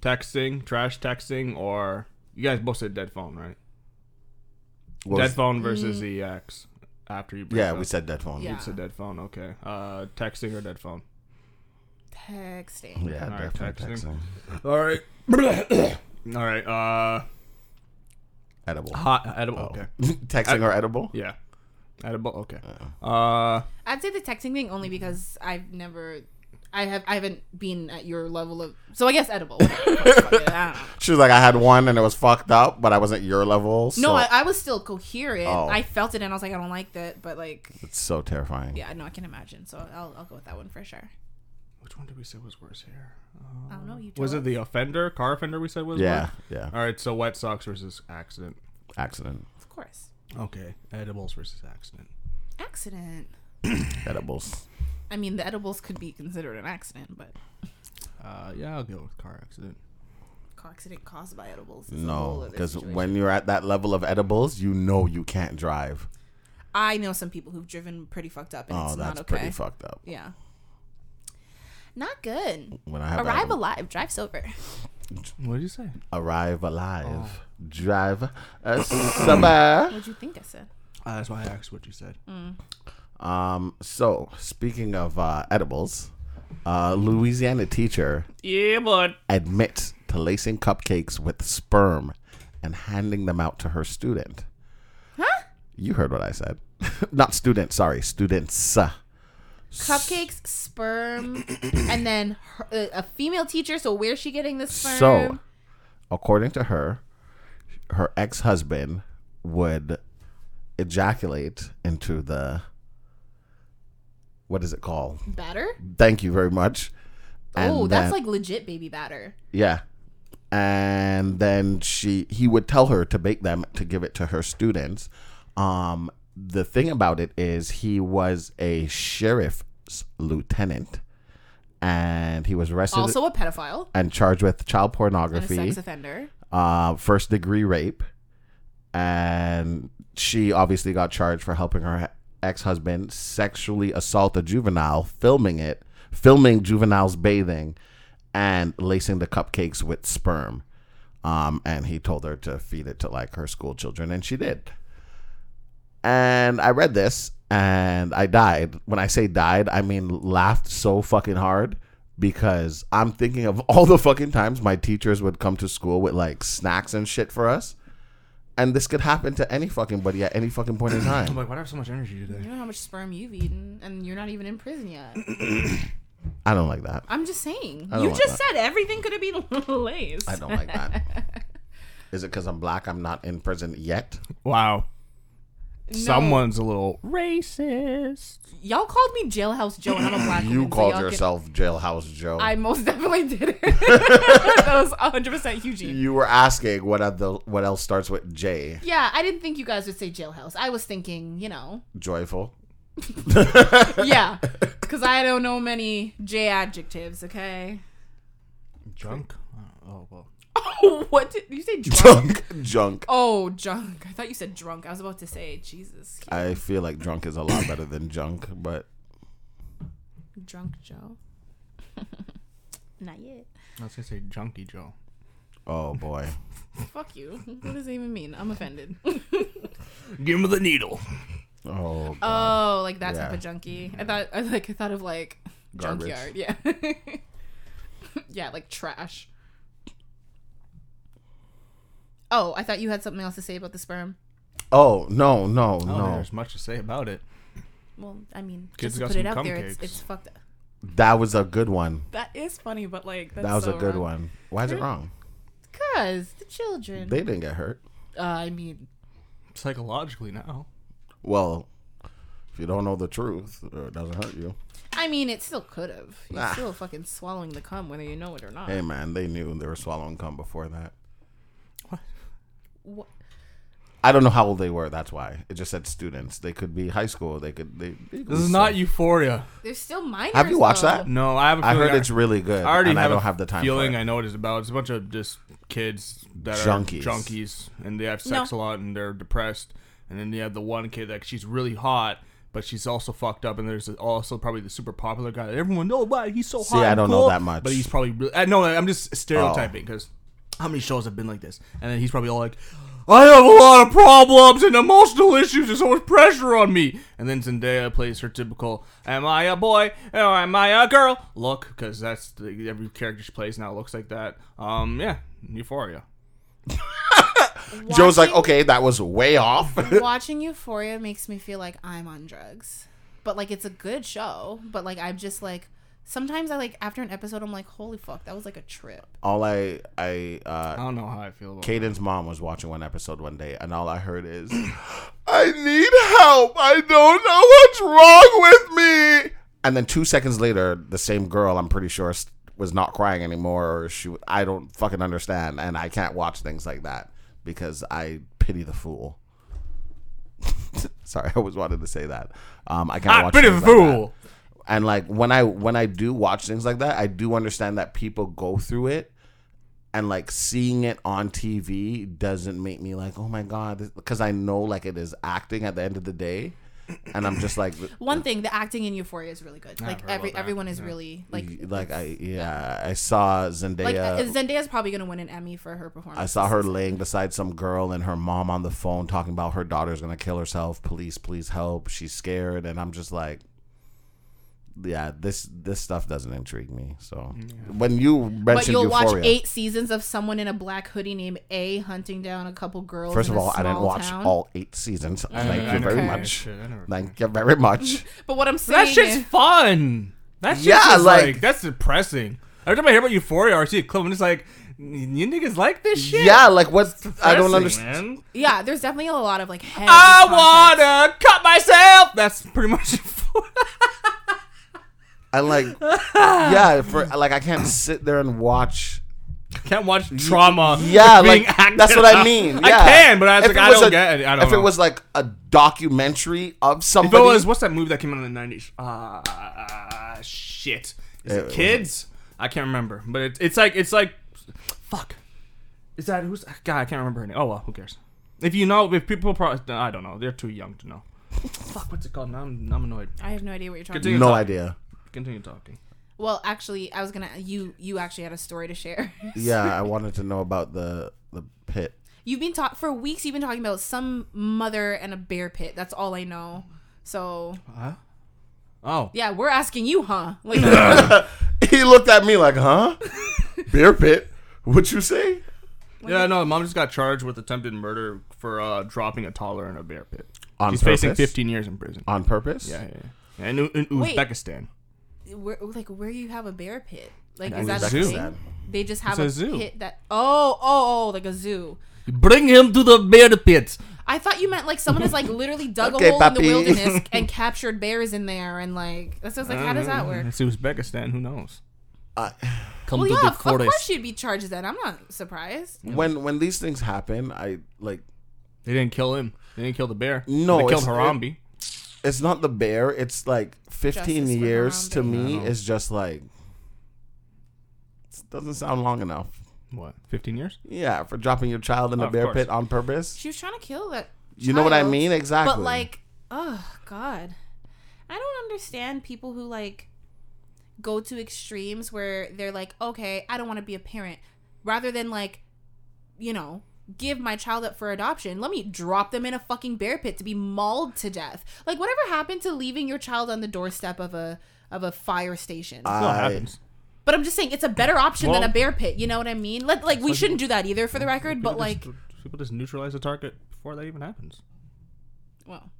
Speaker 3: Texting, trash texting, or you guys both said dead phone, right?
Speaker 2: What
Speaker 3: dead
Speaker 2: was-
Speaker 3: phone versus the ex. After you, break
Speaker 2: Yeah,
Speaker 3: up.
Speaker 2: we said dead phone.
Speaker 1: Yeah.
Speaker 3: It's a dead phone, okay. Uh, texting or dead phone?
Speaker 1: Texting.
Speaker 2: Yeah,
Speaker 3: Alright,
Speaker 2: definitely
Speaker 3: texting.
Speaker 2: texting.
Speaker 5: All right.
Speaker 3: All right. Uh,
Speaker 2: Edible.
Speaker 3: hot edible. Okay.
Speaker 2: texting or edible?
Speaker 3: Yeah. Edible. Okay. Uh,
Speaker 1: I'd say the texting thing only because I've never. I have I haven't been at your level of so I guess edible. I don't know.
Speaker 2: She was like, I had one and it was fucked up, but I wasn't your level. So
Speaker 1: No, I, I was still coherent.
Speaker 2: Oh.
Speaker 1: I felt it and I was like, I don't like that, but like,
Speaker 2: it's so terrifying.
Speaker 1: yeah, no, I can imagine. So I'll, I'll go with that one for sure.
Speaker 3: which one did we say was worse here?
Speaker 1: I don't know. You
Speaker 3: Was
Speaker 1: tell
Speaker 3: it the offender, car offender? We said was
Speaker 2: Yeah,
Speaker 3: worse?
Speaker 2: yeah.
Speaker 3: All right. So wet socks versus accident.
Speaker 2: Accident.
Speaker 1: Of course.
Speaker 3: Okay. Edibles versus accident.
Speaker 1: Accident.
Speaker 2: Edibles.
Speaker 1: I mean, the edibles could be considered an accident, but
Speaker 3: Uh, yeah, I'll go with car accident.
Speaker 1: car accident caused by edibles. Is a whole
Speaker 2: No,
Speaker 1: other
Speaker 2: because
Speaker 1: situation.
Speaker 2: when you're at that level of edibles, you know you can't drive.
Speaker 1: I know some people who've driven pretty fucked up, and
Speaker 2: Oh,
Speaker 1: it's
Speaker 2: that's
Speaker 1: not okay.
Speaker 2: pretty fucked up.
Speaker 1: yeah. Not good.
Speaker 2: When I have
Speaker 1: Arrive
Speaker 2: edibles-
Speaker 1: alive, drive sober.
Speaker 3: What did you say?
Speaker 2: arrive alive,
Speaker 1: Oh.
Speaker 2: drive a summer.
Speaker 1: What'd you think I said?
Speaker 3: Uh, that's why I asked what you said.
Speaker 2: Um, so speaking of uh, edibles, a Louisiana teacher
Speaker 3: Yeah, bud.
Speaker 2: admits to lacing cupcakes with sperm and handing them out to her student.
Speaker 1: Huh?
Speaker 2: You heard what I said, not student. Sorry, students.
Speaker 1: Cupcakes, sperm, and then her, uh, a female teacher. So where's she getting this sperm?
Speaker 2: So, according to her, her ex husband would ejaculate into the what is it called?
Speaker 1: Batter?
Speaker 2: Thank you very much. And
Speaker 1: oh, that's
Speaker 2: then-
Speaker 1: like legit baby batter.
Speaker 2: yeah. And then she he would tell her to bake them to give it to her students. Um the thing about it is he was a sheriff's lieutenant and he was arrested
Speaker 1: Also a pedophile
Speaker 2: and charged with child
Speaker 1: and a
Speaker 2: pornography
Speaker 1: sex offender.
Speaker 2: uh, first degree rape, and she obviously got charged for helping her ex husband sexually assault a juvenile, filming it, filming juveniles bathing, and lacing the cupcakes with sperm. Um, and he told her to feed it to like her school children, and she did. And I read this and I died. When I say died, I mean laughed so fucking hard because I'm thinking of all the fucking times my teachers would come to school with like snacks and shit for us. And this could happen to any fucking buddy at any fucking point in
Speaker 3: I'm
Speaker 2: time.
Speaker 3: like, why do I have so much energy today?
Speaker 1: You know how much sperm you've eaten, and you're not even in prison yet.
Speaker 2: I don't like that.
Speaker 1: I'm just saying.
Speaker 2: don't
Speaker 1: You
Speaker 2: like
Speaker 1: just said everything could have been laced.
Speaker 2: I don't like that. Is it because I'm black? I'm not in prison yet.
Speaker 3: Wow. Someone's a little.
Speaker 4: Racist.
Speaker 1: Y'all called me Jailhouse Joe, and I'm a black
Speaker 2: You
Speaker 1: woman, so
Speaker 2: called
Speaker 1: y'all can-
Speaker 2: yourself Jailhouse Joe.
Speaker 1: I most definitely did it. that was 100% Eugene.
Speaker 2: you were asking what are the what else starts with J.
Speaker 1: Yeah, I didn't think you guys would say jailhouse. I was thinking, you know,
Speaker 2: Joyful.
Speaker 1: yeah, because I don't know many J adjectives. Okay.
Speaker 3: Drunk? Oh, well.
Speaker 1: Oh, what did you say? Drunk.
Speaker 2: Junk. Junk.
Speaker 1: Oh, junk. I thought you said drunk. I was about to say Jesus.
Speaker 2: I feel like drunk is a lot better than junk, but
Speaker 1: Drunk Joe. Not yet.
Speaker 3: I was going to say Junkie Joe.
Speaker 2: oh boy.
Speaker 1: Fuck you. What does that even mean? I'm offended.
Speaker 3: Give him the needle.
Speaker 2: Oh, God.
Speaker 1: oh, like that type
Speaker 2: Yeah.
Speaker 1: of junkie. I thought I like I thought of like
Speaker 2: Garbage.
Speaker 1: junkyard. Yeah. yeah, like trash. Oh, I thought you had something else to say about the sperm.
Speaker 2: oh no, no,
Speaker 3: Oh,
Speaker 2: no.
Speaker 3: There's much to say about it.
Speaker 1: Well, I mean,
Speaker 3: Kids
Speaker 1: just to
Speaker 3: got
Speaker 1: put it
Speaker 3: some
Speaker 1: out there, it's,
Speaker 3: cupcakes.
Speaker 1: it's fucked up.
Speaker 2: That was a good one.
Speaker 1: That is funny, but like that's
Speaker 2: That was
Speaker 1: so
Speaker 2: a good
Speaker 1: wrong.
Speaker 2: one. Why is it wrong?
Speaker 1: Cause the children.
Speaker 2: They didn't get hurt.
Speaker 1: uh, I mean,
Speaker 3: Psychologically now.
Speaker 2: Well, if you don't know the truth, uh, it doesn't hurt you.
Speaker 1: I mean, it still could have. You're
Speaker 2: Ah. Eh.
Speaker 1: still fucking swallowing the cum, whether you know it or not.
Speaker 2: Hey man, they knew they were swallowing cum before that.
Speaker 1: Wha-
Speaker 2: I don't know how old they were. That's why it just said students. They could be high school. They could. They. they could
Speaker 3: This
Speaker 2: be
Speaker 3: is not
Speaker 2: some-
Speaker 3: Euphoria.
Speaker 1: They're still minors.
Speaker 2: Have you watched
Speaker 1: though.
Speaker 2: that?
Speaker 3: No, I have a
Speaker 2: I
Speaker 3: feeling
Speaker 2: heard it's really good.
Speaker 3: I already
Speaker 2: and
Speaker 3: have
Speaker 2: I don't
Speaker 3: a
Speaker 2: have the time.
Speaker 3: feeling
Speaker 2: for it.
Speaker 3: I know what it's about. It's a bunch of just kids that
Speaker 2: Junkies.
Speaker 3: are junkies and they have sex
Speaker 1: No.
Speaker 3: a lot and they're depressed. And then you have the one kid that she's really hot, but she's also fucked up. And there's also probably the super popular guy. that Everyone knows why he's so
Speaker 2: See,
Speaker 3: hot.
Speaker 2: I
Speaker 3: and
Speaker 2: don't know
Speaker 3: cool,"
Speaker 2: that much.
Speaker 3: but he's probably really. I know I'm just stereotyping
Speaker 2: Oh.
Speaker 3: because how many shows have been like this? And then he's probably all like. I have a lot of problems and emotional issues. There's so much pressure on me. And then Zendaya plays her typical, "Am I a boy or am I a girl?" Look, because that's the, every character she plays now looks like that. Um, yeah, Euphoria.
Speaker 2: Joe's like,
Speaker 1: Watching-
Speaker 2: okay, that was way off.
Speaker 1: watching Euphoria makes me feel like I'm on drugs. But like it's a good show, but like I'm just like sometimes I like after an episode I'm like holy fuck, that was like a trip.
Speaker 2: All I I uh,
Speaker 3: I don't know how I feel about.
Speaker 2: Caden's mom was watching one episode one day, and all I heard is, I need help. I don't know what's wrong with me. And then two seconds later, the same girl, I'm pretty sure, s- was not crying anymore, or she, w- I don't fucking understand. And I can't watch things like that because I pity the fool. Sorry, I always wanted to say that. Um, I can't
Speaker 3: I
Speaker 2: watch
Speaker 3: pity
Speaker 2: things
Speaker 3: the
Speaker 2: like that
Speaker 3: fool.
Speaker 2: and like when i when i do watch things like that i do understand that people go through it and like seeing it on tv doesn't make me like oh my god because i know like it is acting at the end of the day and i'm just like
Speaker 1: One thing, the acting in Euphoria is really good.
Speaker 3: I've
Speaker 1: Like
Speaker 3: heard
Speaker 1: every
Speaker 3: about that,
Speaker 1: everyone is
Speaker 3: yeah.
Speaker 1: really like
Speaker 2: like, like i yeah i saw zendaya
Speaker 1: like uh, Zendaya's probably gonna win an Emmy for her performance.
Speaker 2: I saw her laying beside some girl and her mom on the phone talking about her daughter's gonna kill herself. Police, please help. She's scared, and I'm just like, yeah, this this stuff doesn't intrigue me. So when you
Speaker 1: But
Speaker 2: mentioned
Speaker 1: you'll
Speaker 2: Euphoria,
Speaker 1: watch eight seasons of someone in a black hoodie named A hunting down a couple girls.
Speaker 2: first
Speaker 1: in
Speaker 2: of
Speaker 1: a
Speaker 2: all, I didn't
Speaker 1: small
Speaker 2: watch
Speaker 1: town.
Speaker 2: all eight seasons. Thank you very
Speaker 1: okay.
Speaker 2: much.
Speaker 3: Shit, I never-
Speaker 2: Thank you very much.
Speaker 1: But what I'm saying
Speaker 3: That shit's
Speaker 1: is,
Speaker 3: fun. That shit
Speaker 2: Yeah,
Speaker 3: yeah, like,
Speaker 2: like-
Speaker 3: that's depressing. Every time I hear about Euphoria, or I see a clip, I'm just like, You niggas like this shit?
Speaker 2: Yeah, like what? I don't
Speaker 3: Depressing,
Speaker 2: understand.
Speaker 3: man.
Speaker 1: Yeah, there's definitely a lot of like. heavy content.
Speaker 3: I wanna cut myself. That's pretty much. it for-
Speaker 2: And like, yeah, for like I can't sit there and watch.
Speaker 3: Can't watch trauma.
Speaker 2: Yeah,
Speaker 3: being
Speaker 2: like
Speaker 3: acted
Speaker 2: that's what I
Speaker 3: out.
Speaker 2: mean.
Speaker 3: I
Speaker 2: yeah.
Speaker 3: can, but I was
Speaker 2: If
Speaker 3: like,
Speaker 2: it
Speaker 3: I
Speaker 2: was
Speaker 3: don't
Speaker 2: a-
Speaker 3: get it. I don't
Speaker 2: If it
Speaker 3: know.
Speaker 2: was like a documentary of
Speaker 3: If it
Speaker 2: somebody,
Speaker 3: was what's that movie that came out in the nineties? Ah, shit. Is
Speaker 2: It
Speaker 3: it
Speaker 2: was-
Speaker 3: Kids? I can't remember. But it, it's like it's like, fuck. Is that who's? ah, God, I can't remember her name. Oh well, who cares? If you know, if people probably, I don't know. They're too young to know. fuck, what's it called? Now I'm, I'm annoyed.
Speaker 1: I have no idea what you're talking.
Speaker 3: Continue.
Speaker 1: about.
Speaker 2: no idea.
Speaker 3: Continue talking.
Speaker 1: Well, actually, I was gonna. You you actually had a story to share.
Speaker 2: Yeah, I wanted to know about the the pit.
Speaker 1: You've been taught for weeks. You've been talking about some mother and a bear pit. That's all I know. So
Speaker 3: Oh,
Speaker 1: yeah, we're asking you, huh? Like,
Speaker 2: he looked at me like, huh? Beer pit? What you say?
Speaker 3: yeah, no. Mom just got charged with attempted murder for uh, dropping a toddler in a bear pit.
Speaker 2: On
Speaker 3: She's facing 15 years in prison.
Speaker 2: On purpose?
Speaker 3: Yeah, yeah, yeah. And in, in
Speaker 1: Wait.
Speaker 3: Uzbekistan.
Speaker 1: where, like where you have a bear pit? Like
Speaker 3: Like
Speaker 1: is
Speaker 3: a
Speaker 1: that a
Speaker 3: zoo.
Speaker 1: thing? They just have
Speaker 3: a
Speaker 1: a,
Speaker 3: zoo.
Speaker 1: pit that. Oh oh oh, like a zoo.
Speaker 5: Bring him to the bear pit.
Speaker 1: I thought you meant like someone has like literally dug
Speaker 2: Okay,
Speaker 1: a hole in
Speaker 2: papi.
Speaker 1: the wilderness and captured bears in there and like that's just like how does that work?
Speaker 3: It's Uzbekistan. Who knows?
Speaker 2: Uh,
Speaker 5: Come
Speaker 1: Well,
Speaker 5: to
Speaker 1: yeah,
Speaker 5: the
Speaker 1: of of course
Speaker 5: forest.
Speaker 1: you'd be charged then. I'm not surprised.
Speaker 2: when when these things happen, I like
Speaker 3: They didn't kill him. They didn't kill the bear.
Speaker 2: No,
Speaker 3: they killed
Speaker 2: it's-
Speaker 3: Harambe.
Speaker 2: it's not the bear, it's like 15
Speaker 1: Justice for
Speaker 2: years to
Speaker 1: Harambe.
Speaker 2: me is just like it doesn't sound long enough.
Speaker 3: what? Fifteen years?
Speaker 2: Yeah, for dropping your child in a
Speaker 3: Of
Speaker 2: bear
Speaker 3: course.
Speaker 2: pit on purpose.
Speaker 1: She was trying to kill that.
Speaker 2: You know what I
Speaker 1: child,
Speaker 2: mean? Exactly.
Speaker 1: But like, oh god, I don't understand people who like go to extremes where they're like, okay, I don't want to be a parent, rather than like, you know. Give my child up for adoption. Let me drop them in a fucking bear pit to be mauled to death. Like whatever happened to leaving your child on the doorstep of a of a fire station?
Speaker 3: That's what
Speaker 2: I-
Speaker 3: happens.
Speaker 1: But I'm just saying it's a better option
Speaker 3: Well-
Speaker 1: than a bear pit. You know what I mean? Like, like we shouldn't do that either, for the record. But
Speaker 3: People
Speaker 1: like,
Speaker 3: just- people just neutralize the target before that even happens.
Speaker 1: well,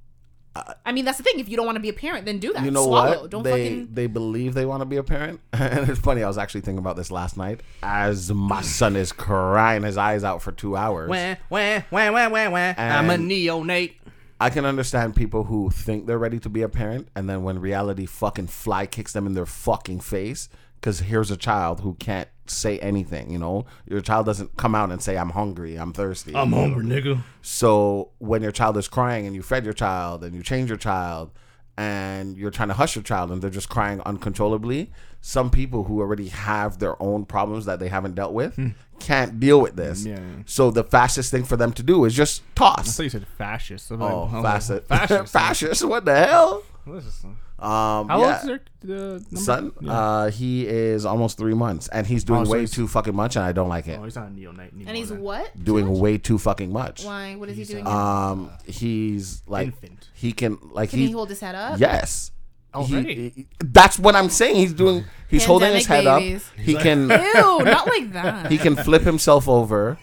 Speaker 1: I mean that's the thing. If you don't want to be a parent, then do that.
Speaker 2: you know
Speaker 1: Swallow.
Speaker 2: what?
Speaker 1: Don't
Speaker 2: they
Speaker 1: fucking.
Speaker 2: they believe they want to be a parent, and it's funny. I was actually thinking about this last night as my son is crying his eyes out for two hours.
Speaker 5: Wah, wah, wah, wah, wah, wah. I'm a
Speaker 2: And-
Speaker 5: neonate.
Speaker 2: I can understand people who think they're ready to be a parent, and then when reality fucking fly kicks them in their fucking face, because here's a child who can't say anything. You know, your child doesn't come out and say, "I'm hungry, I'm thirsty."
Speaker 5: hungry, nigga.
Speaker 2: So when your child is crying and you fed your child and you change your child and you're trying to hush your child and they're just crying uncontrollably, some people who already have their own problems that they haven't dealt with can't deal with this.
Speaker 3: Hmm. Yeah, yeah.
Speaker 2: So the fastest thing for them to do is just toss.
Speaker 3: So you said fascist. I'm like,
Speaker 2: Oh,
Speaker 3: I'm like,
Speaker 2: fascist.
Speaker 3: Fascist.
Speaker 2: fascist. What the hell?
Speaker 3: What is this?
Speaker 2: Um,
Speaker 3: How
Speaker 2: yeah.
Speaker 3: old is their the number?
Speaker 2: son?
Speaker 3: Yeah.
Speaker 2: Uh, he is almost three months and he's doing
Speaker 3: Oh, so
Speaker 2: way
Speaker 3: he's-
Speaker 2: too fucking much and I don't like it.
Speaker 3: oh, he's not a neonate anymore.
Speaker 1: And he's
Speaker 3: then.
Speaker 1: what?
Speaker 2: doing way too fucking much.
Speaker 1: Why? What is he doing? now?
Speaker 2: Um, he's like
Speaker 3: Infant.
Speaker 2: he can like
Speaker 1: Can he, hold his head up?
Speaker 2: Yes.
Speaker 3: Already?
Speaker 2: He- he- that's what I'm saying. He's doing. He's holding his head
Speaker 1: Pandemic babies.
Speaker 2: up. He can.
Speaker 1: Ew, not like that.
Speaker 2: he can flip himself over.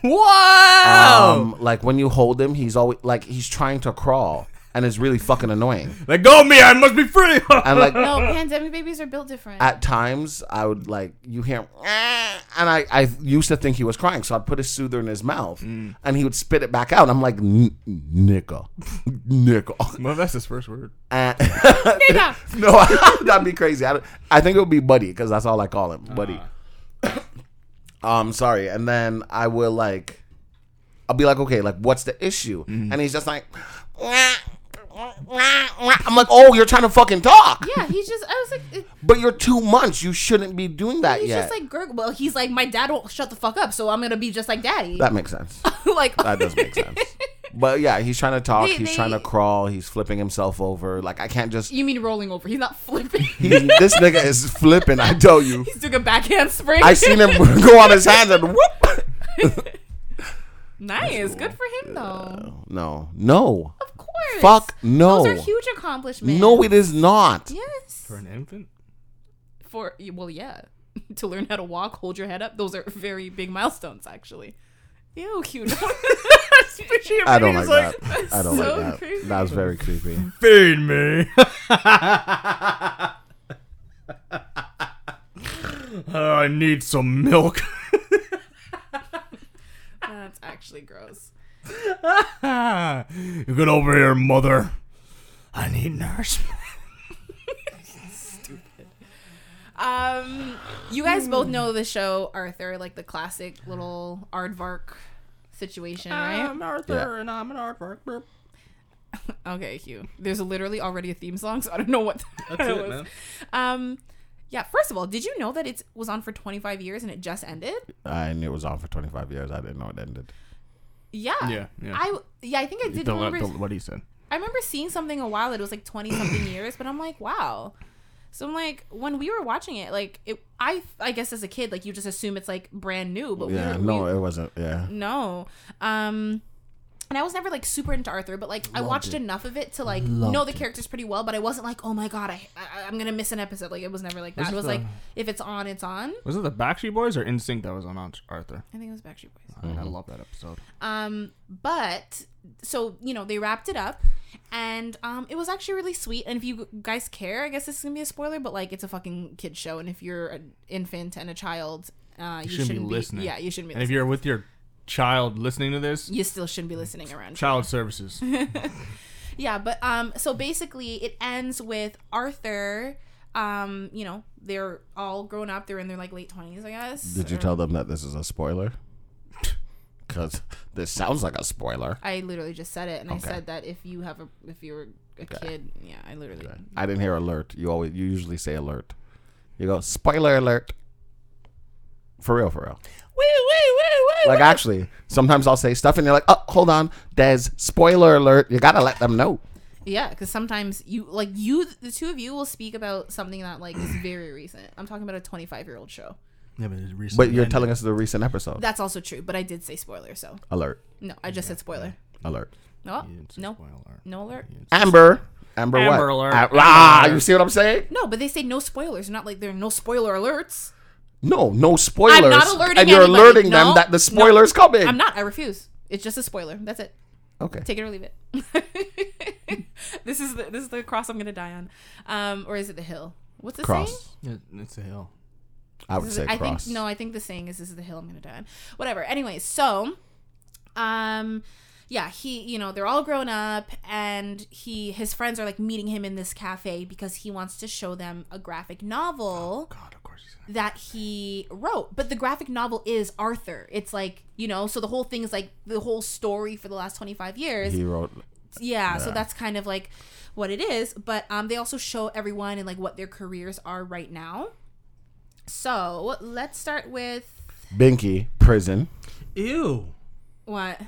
Speaker 5: Wow!
Speaker 2: Um, like when you hold him, he's always like he's trying to crawl, and it's really fucking annoying.
Speaker 3: Let go of me! I must be free.
Speaker 2: And like
Speaker 1: no, pandemic babies are built different.
Speaker 2: at times, I would like you hear, him, "Ah," and I I used to think he was crying, so I'd put a soother in his mouth, and he would spit it back out. I'm like, "N- nickel, nickel.
Speaker 3: well, that's his first word.
Speaker 2: And-
Speaker 1: Nigga.
Speaker 2: no, that'd be crazy. I, don't- I think it would be Buddy because that's all I call him, Buddy.
Speaker 1: Uh.
Speaker 2: um, sorry. And then I will like, I'll be like, okay, like, what's the issue? And he's just like, "Wah, wah, wah, wah." I'm like, oh, you're trying to fucking talk,
Speaker 1: yeah, he's just. I was like, it-
Speaker 2: but you're two months. You shouldn't be doing that
Speaker 1: he's
Speaker 2: yet.
Speaker 1: just like gurgle. Well, he's like, my dad won't shut the fuck up, so I'm gonna be just like daddy.
Speaker 2: that makes sense.
Speaker 1: like,
Speaker 2: That does make sense. But yeah, he's trying to talk.
Speaker 1: They-
Speaker 2: he's
Speaker 1: they-
Speaker 2: trying to crawl. He's flipping himself over. Like I can't just.
Speaker 1: you mean rolling over? He's not flipping.
Speaker 2: He's, this nigga is flipping. I tell you.
Speaker 1: he's doing a backhand spring.
Speaker 2: I seen him go on his hands and whoop.
Speaker 1: nice. Good for him though.
Speaker 2: No, no,
Speaker 1: Of course.
Speaker 2: fuck no,
Speaker 1: Those are huge accomplishments.
Speaker 2: no, it is not.
Speaker 1: Yes.
Speaker 3: For an infant?
Speaker 1: For well, yeah. to learn how to walk, hold your head up. Those are very big milestones, actually. Ew, cute.
Speaker 2: I don't like that. I don't
Speaker 1: so
Speaker 2: like that.
Speaker 1: creepy.
Speaker 2: That was very creepy.
Speaker 3: Feed me. Uh, I need some milk.
Speaker 1: actually gross.
Speaker 3: you get over here, mother. I need nurse.
Speaker 1: Um, you guys both know the show Arthur, like the classic little aardvark situation, right?
Speaker 4: I'm Arthur
Speaker 2: Yeah.
Speaker 4: and I'm an artwork. Burp.
Speaker 1: Okay, Hugh. There's literally already a theme song, so I don't know what that
Speaker 5: That's it,
Speaker 1: was.
Speaker 5: man.
Speaker 1: Um, yeah. First of all, did you know that it was on for 25 years and it just ended?
Speaker 2: I knew it was on for 25 years. I didn't know it ended.
Speaker 1: Yeah.
Speaker 3: Yeah, yeah.
Speaker 1: I yeah, I think I did
Speaker 3: Don't let-
Speaker 1: remember.
Speaker 3: don't- what he said.
Speaker 1: I remember seeing something a while. that was like 20 something years, but I'm like, wow. So I'm like, when we were watching it, like it, I I guess as a kid, like you just assume it's like brand new, but
Speaker 2: Yeah,
Speaker 1: we were,
Speaker 2: no,
Speaker 1: we-
Speaker 2: it wasn't. Yeah.
Speaker 1: no. Um and I was never like super into Arthur, but like I watched enough of it to like know the characters pretty well. But I wasn't like, oh my god, I, I I'm gonna miss an episode. Like it was never like that.
Speaker 3: Was
Speaker 1: It was
Speaker 3: the-
Speaker 1: like if it's on, it's on.
Speaker 3: Was it the Backstreet Boys or Instinct that was on Aunt Arthur?
Speaker 1: I think it was Backstreet Boys.
Speaker 3: I love that episode.
Speaker 1: Um, but so you know they wrapped it up, and um, it was actually really sweet. And if you guys care, I guess this is gonna be a spoiler, but like it's a fucking kid show, and if you're an infant and a child, uh, you,
Speaker 3: shouldn't be listening.
Speaker 1: Yeah, you shouldn't be.
Speaker 3: And if
Speaker 1: Listening.
Speaker 3: you're with your child listening to this,
Speaker 1: You still shouldn't be listening around.
Speaker 3: child services.
Speaker 1: Yeah, but um, so basically, it ends with Arthur. Um, you know, they're all grown up. They're in their like late twenties, I guess.
Speaker 2: Did you
Speaker 1: or-
Speaker 2: tell them that this is a spoiler? Because this sounds like a spoiler.
Speaker 1: I literally just said it, and
Speaker 2: Okay.
Speaker 1: I said that if you have a, if you're a kid, yeah, I literally.
Speaker 2: I didn't hear alert. You always, you usually say alert. You go spoiler alert. For real, for real.
Speaker 4: Wee, wee, wee, wee.
Speaker 2: Like actually, sometimes I'll say stuff and you're like, oh, hold on, Des, spoiler alert. You gotta let them know.
Speaker 1: Yeah, because sometimes you like you the two of you will speak about something that like is very recent. I'm talking about a 25 year old show.
Speaker 5: Yeah, but it's recent.
Speaker 2: But you're telling us the recent episode.
Speaker 1: That's also true, but I did say spoiler, so
Speaker 2: Alert,
Speaker 1: no, I just said spoiler.
Speaker 2: alert.
Speaker 1: No,
Speaker 5: It's a
Speaker 1: no,
Speaker 5: spoiler.
Speaker 1: no alert.
Speaker 2: Amber, Amber,
Speaker 3: Amber
Speaker 2: what?
Speaker 3: alert.
Speaker 2: Ah,
Speaker 3: Amber
Speaker 2: ah,
Speaker 3: alert.
Speaker 2: you see what I'm saying?
Speaker 1: No, but they say no spoilers. Not like there are no spoiler alerts.
Speaker 2: No, no spoilers.
Speaker 1: I'm not alerting
Speaker 2: and you're
Speaker 1: anybody.
Speaker 2: alerting
Speaker 1: No,
Speaker 2: them that
Speaker 1: no,
Speaker 2: the spoiler's coming.
Speaker 1: I'm not. I refuse. It's just a spoiler. That's it.
Speaker 2: okay.
Speaker 1: Take it or leave it. this is the this is the cross I'm gonna die on, um, or is it the hill? What's the saying?
Speaker 2: Cross.
Speaker 5: Yeah, it's a hill.
Speaker 2: I would
Speaker 1: This is-
Speaker 2: say
Speaker 1: I
Speaker 2: cross.
Speaker 1: think no, I think the saying is this is the hill I'm gonna die on. Whatever. Anyway, so um yeah, he you know, they're all grown up and he his friends are like meeting him in this cafe because he wants to show them a graphic
Speaker 2: Oh,
Speaker 1: novel
Speaker 5: God, of course. He's gonna-
Speaker 1: that he wrote. But the graphic novel is Arthur. It's like, you know, so the whole thing is like the whole story for the last 25 years
Speaker 2: He wrote.
Speaker 1: yeah, so that's kind of like what it is but um they also show everyone and like what their careers are right now so let's start with
Speaker 2: Binky, prison.
Speaker 5: Ew.
Speaker 1: what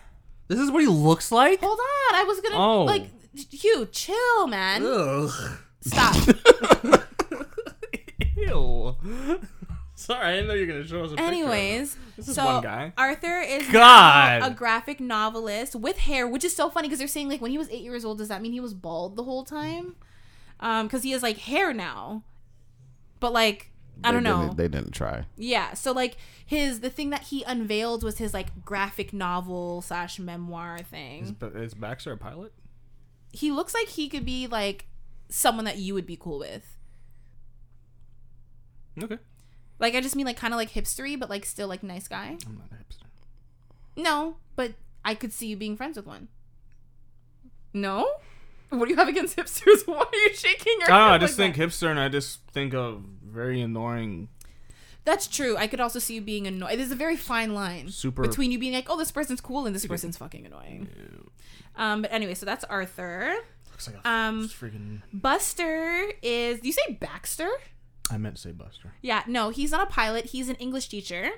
Speaker 5: This is what he looks like.
Speaker 1: hold on i was gonna
Speaker 5: Oh.
Speaker 1: like Hugh, chill, man.
Speaker 5: Ugh.
Speaker 1: Stop.
Speaker 5: Ew. Sorry, I didn't know you were gonna show us. A
Speaker 1: Anyways,
Speaker 3: is
Speaker 1: so
Speaker 3: one guy.
Speaker 1: Arthur is
Speaker 5: God.
Speaker 1: now a graphic novelist with hair, which is so funny because they're saying like when he was eight years old, does that mean he was bald the whole time? Um, because he has like hair now, but like I
Speaker 2: They
Speaker 1: don't know.
Speaker 2: didn't- They didn't try.
Speaker 1: Yeah. So like his the thing that he unveiled was his like graphic novel slash memoir thing.
Speaker 3: But is Baxter a pilot?
Speaker 1: He looks like he could be like someone that you would be cool with.
Speaker 3: Okay.
Speaker 1: Like I just mean like kind of like hipstery, but like still like nice guy.
Speaker 5: I'm not a hipster.
Speaker 1: No, but I could see you being friends with one. No. What do you have against hipsters? Why are you shaking your
Speaker 3: I don't know,
Speaker 1: head?
Speaker 3: Ah, I just
Speaker 1: like
Speaker 3: think
Speaker 1: that?
Speaker 3: hipster, and I just think of very annoying.
Speaker 1: that's true. I could also see you being annoyed. There's a very fine line
Speaker 3: Super-
Speaker 1: between you being like, "Oh, this person's cool" and this person's fucking annoying. Um, but anyway, so that's Arthur.
Speaker 5: Looks like a
Speaker 1: Um,
Speaker 5: freaking.
Speaker 1: Buster is. Do you say Baxter?
Speaker 5: I meant to say Buster.
Speaker 1: Yeah, no, he's not a pilot. He's an English teacher,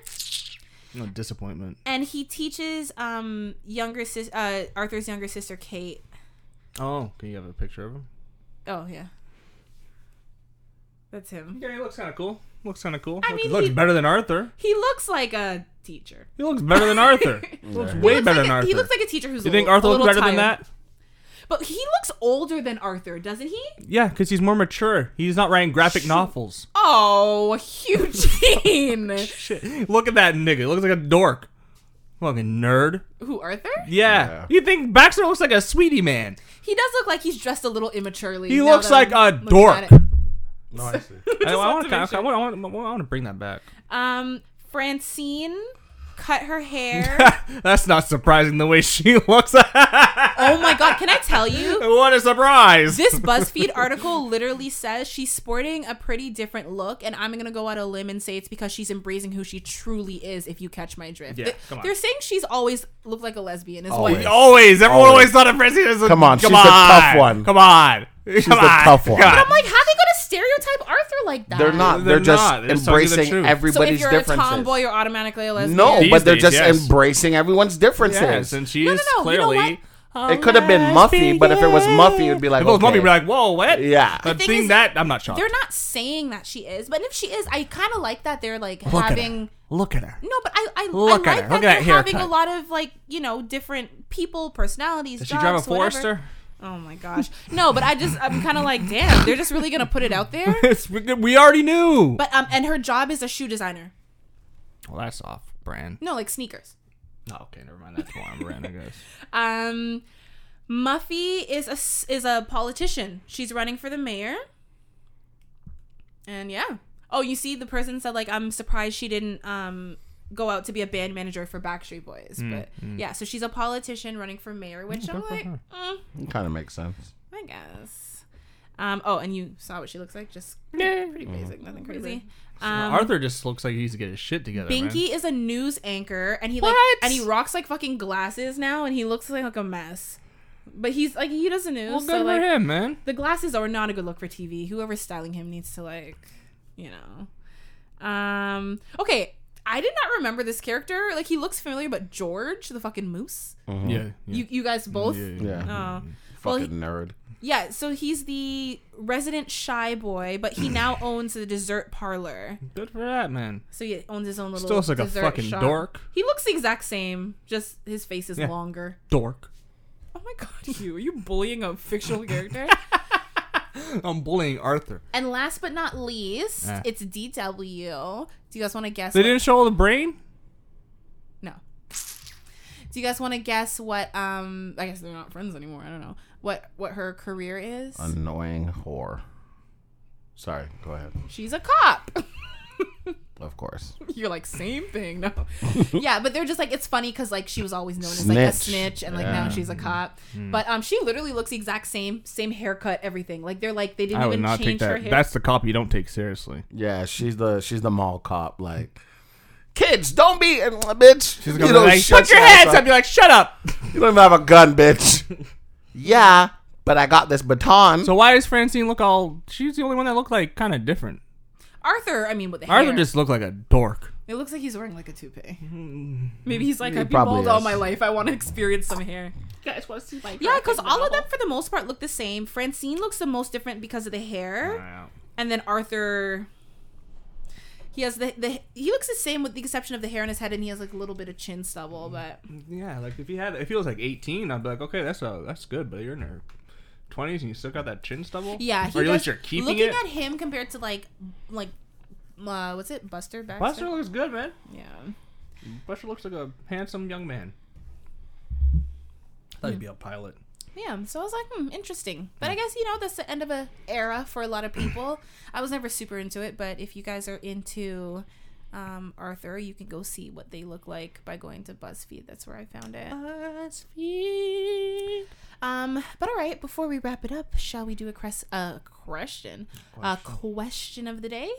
Speaker 5: No disappointment.
Speaker 1: and he teaches um younger sis uh, Arthur's younger sister Kate.
Speaker 5: Oh, can you have a picture of him?
Speaker 1: Oh yeah, that's him.
Speaker 3: Yeah, he looks kind of cool. Looks kind of cool.
Speaker 1: I
Speaker 3: Look-
Speaker 1: mean,
Speaker 3: looks
Speaker 1: he-
Speaker 3: better than Arthur.
Speaker 1: He looks like a teacher.
Speaker 3: He looks better than Arthur. looks way
Speaker 1: He looks like
Speaker 3: better than
Speaker 1: a-
Speaker 3: Arthur.
Speaker 1: He looks like a teacher who's.
Speaker 3: you think
Speaker 1: a,
Speaker 3: Arthur
Speaker 1: a
Speaker 3: looks
Speaker 1: little
Speaker 3: better than
Speaker 1: tired.
Speaker 3: that?
Speaker 1: But he looks older than Arthur, doesn't he?
Speaker 3: Yeah, because he's more mature. He's not writing graphic novels.
Speaker 1: Oh, Eugene.
Speaker 3: Shit. Look at that nigga. Looks like a dork. Fucking nerd.
Speaker 1: Who Arthur?
Speaker 3: Yeah. You think Baxter looks like a sweetie man?
Speaker 1: He does look like he's dressed a little immaturely.
Speaker 3: He
Speaker 1: now
Speaker 3: looks
Speaker 1: that I'm
Speaker 3: like
Speaker 1: looking
Speaker 3: a
Speaker 1: at
Speaker 3: dork.
Speaker 1: it.
Speaker 2: No, I see.
Speaker 3: I, I want to I want to bring that back.
Speaker 1: Um, Francine cut her hair.
Speaker 3: That's not surprising the way she looks.
Speaker 1: oh my god, can I tell you?
Speaker 3: what a surprise!
Speaker 1: This BuzzFeed article literally says she's sporting a pretty different look, and I'm gonna go out on a limb and say it's because she's embracing who she truly is. If you catch my drift,
Speaker 3: Yeah,
Speaker 1: They-
Speaker 3: come on.
Speaker 1: they're saying she's always looked like a lesbian. Is
Speaker 2: Always.
Speaker 1: what
Speaker 3: always, everyone
Speaker 2: Always.
Speaker 3: always thought of Francine as a
Speaker 2: Come on,
Speaker 3: come
Speaker 2: she's
Speaker 3: on,
Speaker 2: the tough one.
Speaker 3: Come on, she's
Speaker 2: the tough one.
Speaker 1: I'm like, how they gonna stereotype Arthur like that?
Speaker 2: They're not. They're,
Speaker 3: They're
Speaker 2: just
Speaker 3: not. They're just telling you the
Speaker 2: embracing
Speaker 3: truth.
Speaker 1: So if
Speaker 2: everybody's
Speaker 1: you're a
Speaker 2: differences.
Speaker 1: tomboy, you're automatically a lesbian.
Speaker 2: no,
Speaker 3: These
Speaker 2: but they're
Speaker 3: days,
Speaker 2: just
Speaker 3: yes.
Speaker 2: embracing everyone's
Speaker 3: yes,
Speaker 2: differences.
Speaker 3: and she
Speaker 1: No, no,
Speaker 3: is
Speaker 1: no, you know
Speaker 3: clearly.
Speaker 1: what?
Speaker 2: it could have been Muffy, but if it was Muffy, it'd be like,
Speaker 3: If it was
Speaker 2: okay.
Speaker 3: Muffy, we're like, whoa, what?
Speaker 2: Yeah.
Speaker 3: But
Speaker 1: thing
Speaker 3: being
Speaker 1: is-
Speaker 3: that, I'm not shocked.
Speaker 1: They're not saying that she is, but if she is, I kind of like that they're like
Speaker 3: Look
Speaker 1: having.
Speaker 3: at her. Look at her.
Speaker 1: No, but I I,
Speaker 3: Look at
Speaker 1: I like
Speaker 3: her.
Speaker 1: that
Speaker 3: Look
Speaker 1: they're
Speaker 3: at that
Speaker 1: having a
Speaker 3: haircut.
Speaker 1: lot of like you know different people, personalities.
Speaker 3: Did she drive a
Speaker 1: jobs, whatever.
Speaker 3: Forester?
Speaker 1: Oh my gosh, no! But I just I'm kind of like, damn, they're just really gonna put it out there.
Speaker 3: It's- we we already knew.
Speaker 1: But um, and her job is a shoe designer.
Speaker 3: well, that's off brand.
Speaker 1: No, like sneakers.
Speaker 3: No, Oh, okay, never mind. That's more on brand, I guess.
Speaker 1: Um, Muffy is a s- is a politician. She's running for the mayor. And yeah. Oh, you see, the person said like, I'm surprised she didn't um go out to be a band manager for Backstreet Boys. but yeah, so she's a politician running for mayor, which I'm like, mm,
Speaker 2: Kind of makes sense.
Speaker 1: I guess. Um. Oh, and you saw what she looks like. Just pretty, pretty
Speaker 3: Mm-hmm.
Speaker 1: basic, nothing crazy. Um,
Speaker 5: Arthur just looks like he needs to get his shit together. man.
Speaker 1: Binky is a news anchor, and he like and he rocks like fucking glasses now, and he looks like, a mess. But he's like he does the news,
Speaker 3: Well, good
Speaker 1: so
Speaker 3: for
Speaker 1: like
Speaker 3: him, man.
Speaker 1: the glasses are not a good look for TV. Whoever's styling him needs to like, you know. Um. Okay, I did not remember this character. Like he looks familiar, but George, the fucking moose.
Speaker 3: Yeah,
Speaker 1: You you
Speaker 3: Mm,
Speaker 1: guys both.
Speaker 2: Yeah.
Speaker 3: Uh,
Speaker 1: Oh. Well,
Speaker 2: Fucking nerd.
Speaker 1: yeah, so he's the resident shy boy, but he now owns the dessert parlor.
Speaker 3: Good for that, man.
Speaker 1: So he owns his own little.
Speaker 3: Still looks like a
Speaker 1: dessert
Speaker 3: fucking
Speaker 1: shop.
Speaker 3: dork.
Speaker 1: He looks the exact same, just his face is
Speaker 3: Yeah.
Speaker 1: longer.
Speaker 3: Dork.
Speaker 1: Oh my god, you are you bullying a fictional character?
Speaker 3: I'm bullying Arthur.
Speaker 1: and last but not least,
Speaker 3: Ah.
Speaker 1: it's DW. Do you guys want to guess?
Speaker 3: They
Speaker 1: what-
Speaker 3: didn't show the brain.
Speaker 1: No. Do you guys want to guess what? Um, I guess they're not friends anymore. I don't know what what her career is.
Speaker 2: Annoying whore. Sorry, go ahead.
Speaker 1: She's a cop.
Speaker 2: Of course.
Speaker 1: You're like same thing. No. yeah, but they're just like it's funny because like she was always known as like a
Speaker 2: Snitch.
Speaker 1: snitch, and like
Speaker 2: Yeah.
Speaker 1: now she's a cop.
Speaker 3: Hmm.
Speaker 1: But um, she literally looks the exact same, same haircut, everything. Like they're like they didn't
Speaker 3: I would
Speaker 1: even
Speaker 3: not take
Speaker 1: change her
Speaker 3: that.
Speaker 1: hair.
Speaker 3: That's the cop you don't take seriously.
Speaker 2: Yeah, she's the she's the mall cop. Like, kids, don't be and bitch. She's
Speaker 3: You know, put your hands up. Be like, shut up.
Speaker 2: You don't even have a gun, bitch. yeah, but I got this baton.
Speaker 3: So why does Francine look all? She's the only one that looked like kind of different.
Speaker 1: Arthur, I mean, with the
Speaker 3: Arthur
Speaker 1: hair.
Speaker 3: just looked like a dork.
Speaker 1: it looks like he's wearing like a toupee. Hmm. Maybe he's like I've been
Speaker 2: probably
Speaker 1: bald all
Speaker 2: is.
Speaker 1: my life. I want to experience some hair.
Speaker 4: Guys, want to see my
Speaker 1: Yeah, because all of them for the most part look the same. Francine looks the most different because of the hair, and then Arthur. He has the, the he looks the same with the exception of the hair on his head, and he has like a little bit of chin stubble, but.
Speaker 5: Yeah, like if he had, if he was like 18, I'd be like, okay, that's a, that's good, but you're in your 20s and you still got that chin stubble.
Speaker 1: Yeah,
Speaker 5: or at least
Speaker 1: does-
Speaker 5: you're keeping
Speaker 1: looking
Speaker 5: it.
Speaker 1: at him compared to like, like, uh, what's it, Buster Baxter?
Speaker 5: Buster looks good, man.
Speaker 1: Yeah.
Speaker 5: Buster looks like a handsome young man. I thought
Speaker 1: Hmm.
Speaker 5: he'd be a pilot.
Speaker 1: Yeah. So I was like, hmm, interesting. But I guess you know that's the end of a era for a lot of people. I was never super into it, but if you guys are into. Um, Arthur, you can go see what they look like by going to BuzzFeed. That's where I found it. BuzzFeed. Um, but all right, before we wrap it up, shall we do a cres- uh, question? A question of the day?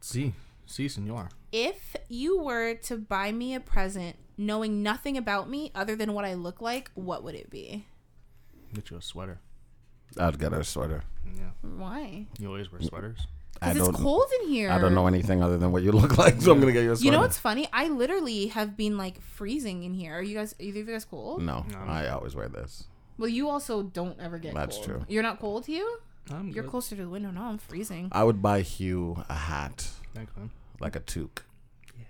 Speaker 5: See, see, senor.
Speaker 1: if you were to buy me a present knowing nothing about me other than what I look like, what would it be?
Speaker 5: Get you a sweater.
Speaker 2: I'd get her a sweater.
Speaker 1: Why?
Speaker 5: You always wear sweaters.
Speaker 2: I
Speaker 1: Because
Speaker 2: don't.
Speaker 1: it's cold in here.
Speaker 2: I don't know anything other than what you look like, so I'm gonna get you a sweater.
Speaker 1: You know what's funny? I literally have been like freezing in here. Are you guys either of you guys cold?
Speaker 2: No, I always wear this.
Speaker 1: Well, you also don't ever get
Speaker 2: That's
Speaker 1: cold.
Speaker 2: true.
Speaker 1: You're not cold, Hugh?
Speaker 5: I'm
Speaker 1: You're
Speaker 5: good.
Speaker 1: closer to the window. No, I'm freezing.
Speaker 2: I would buy Hugh a hat,
Speaker 5: Thanks, man.
Speaker 2: like a toque.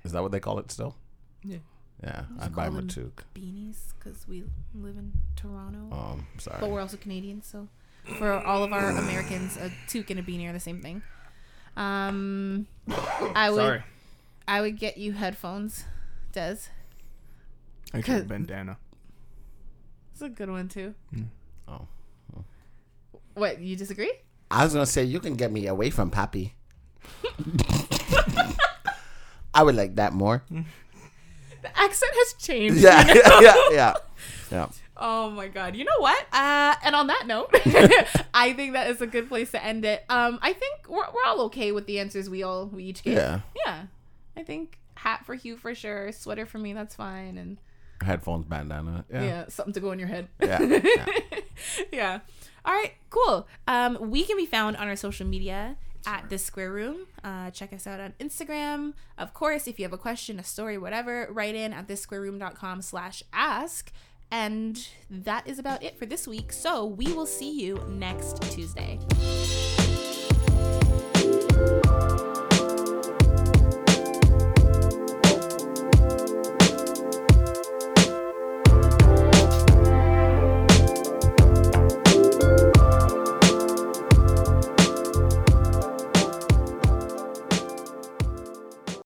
Speaker 2: Is that what they call it still?
Speaker 5: Yeah.
Speaker 2: Yeah,
Speaker 1: Just
Speaker 2: I'd buy
Speaker 1: call
Speaker 2: him a
Speaker 1: them
Speaker 2: toque.
Speaker 1: Beanies, because we live in Toronto.
Speaker 2: Um,
Speaker 1: But
Speaker 2: sorry.
Speaker 1: we're also Canadians, so for all of our Americans, a toque and a beanie are the same thing. Um, I would
Speaker 5: Sorry.
Speaker 1: I would get you headphones, Des.
Speaker 3: I got a bandana.
Speaker 1: It's a good one too.
Speaker 2: Oh.
Speaker 1: What you disagree?
Speaker 2: I was gonna say you can get me away from Pappy. I would like that more.
Speaker 1: The accent has changed.
Speaker 2: Yeah,
Speaker 1: you know?
Speaker 2: yeah, yeah, yeah. yeah.
Speaker 1: Oh my god. You know what? Uh, and on that note, I think that is a good place to end it. Um, I think we're, we're all okay with the answers we all we each gave.
Speaker 2: Yeah.
Speaker 1: Yeah. I think hat for Hugh for sure, sweater for me, that's fine, and
Speaker 2: Headphones, bandana.
Speaker 1: yeah, something to go in your head.
Speaker 2: Yeah,
Speaker 1: Yeah. All right, cool. Um, we can be found on our social media at the square room. Uh, check us out on Instagram. Of course, if you have a question, a story, whatever, write in at thissquareroom.com slash ask. And that is about it for this week. So we will see you next Tuesday.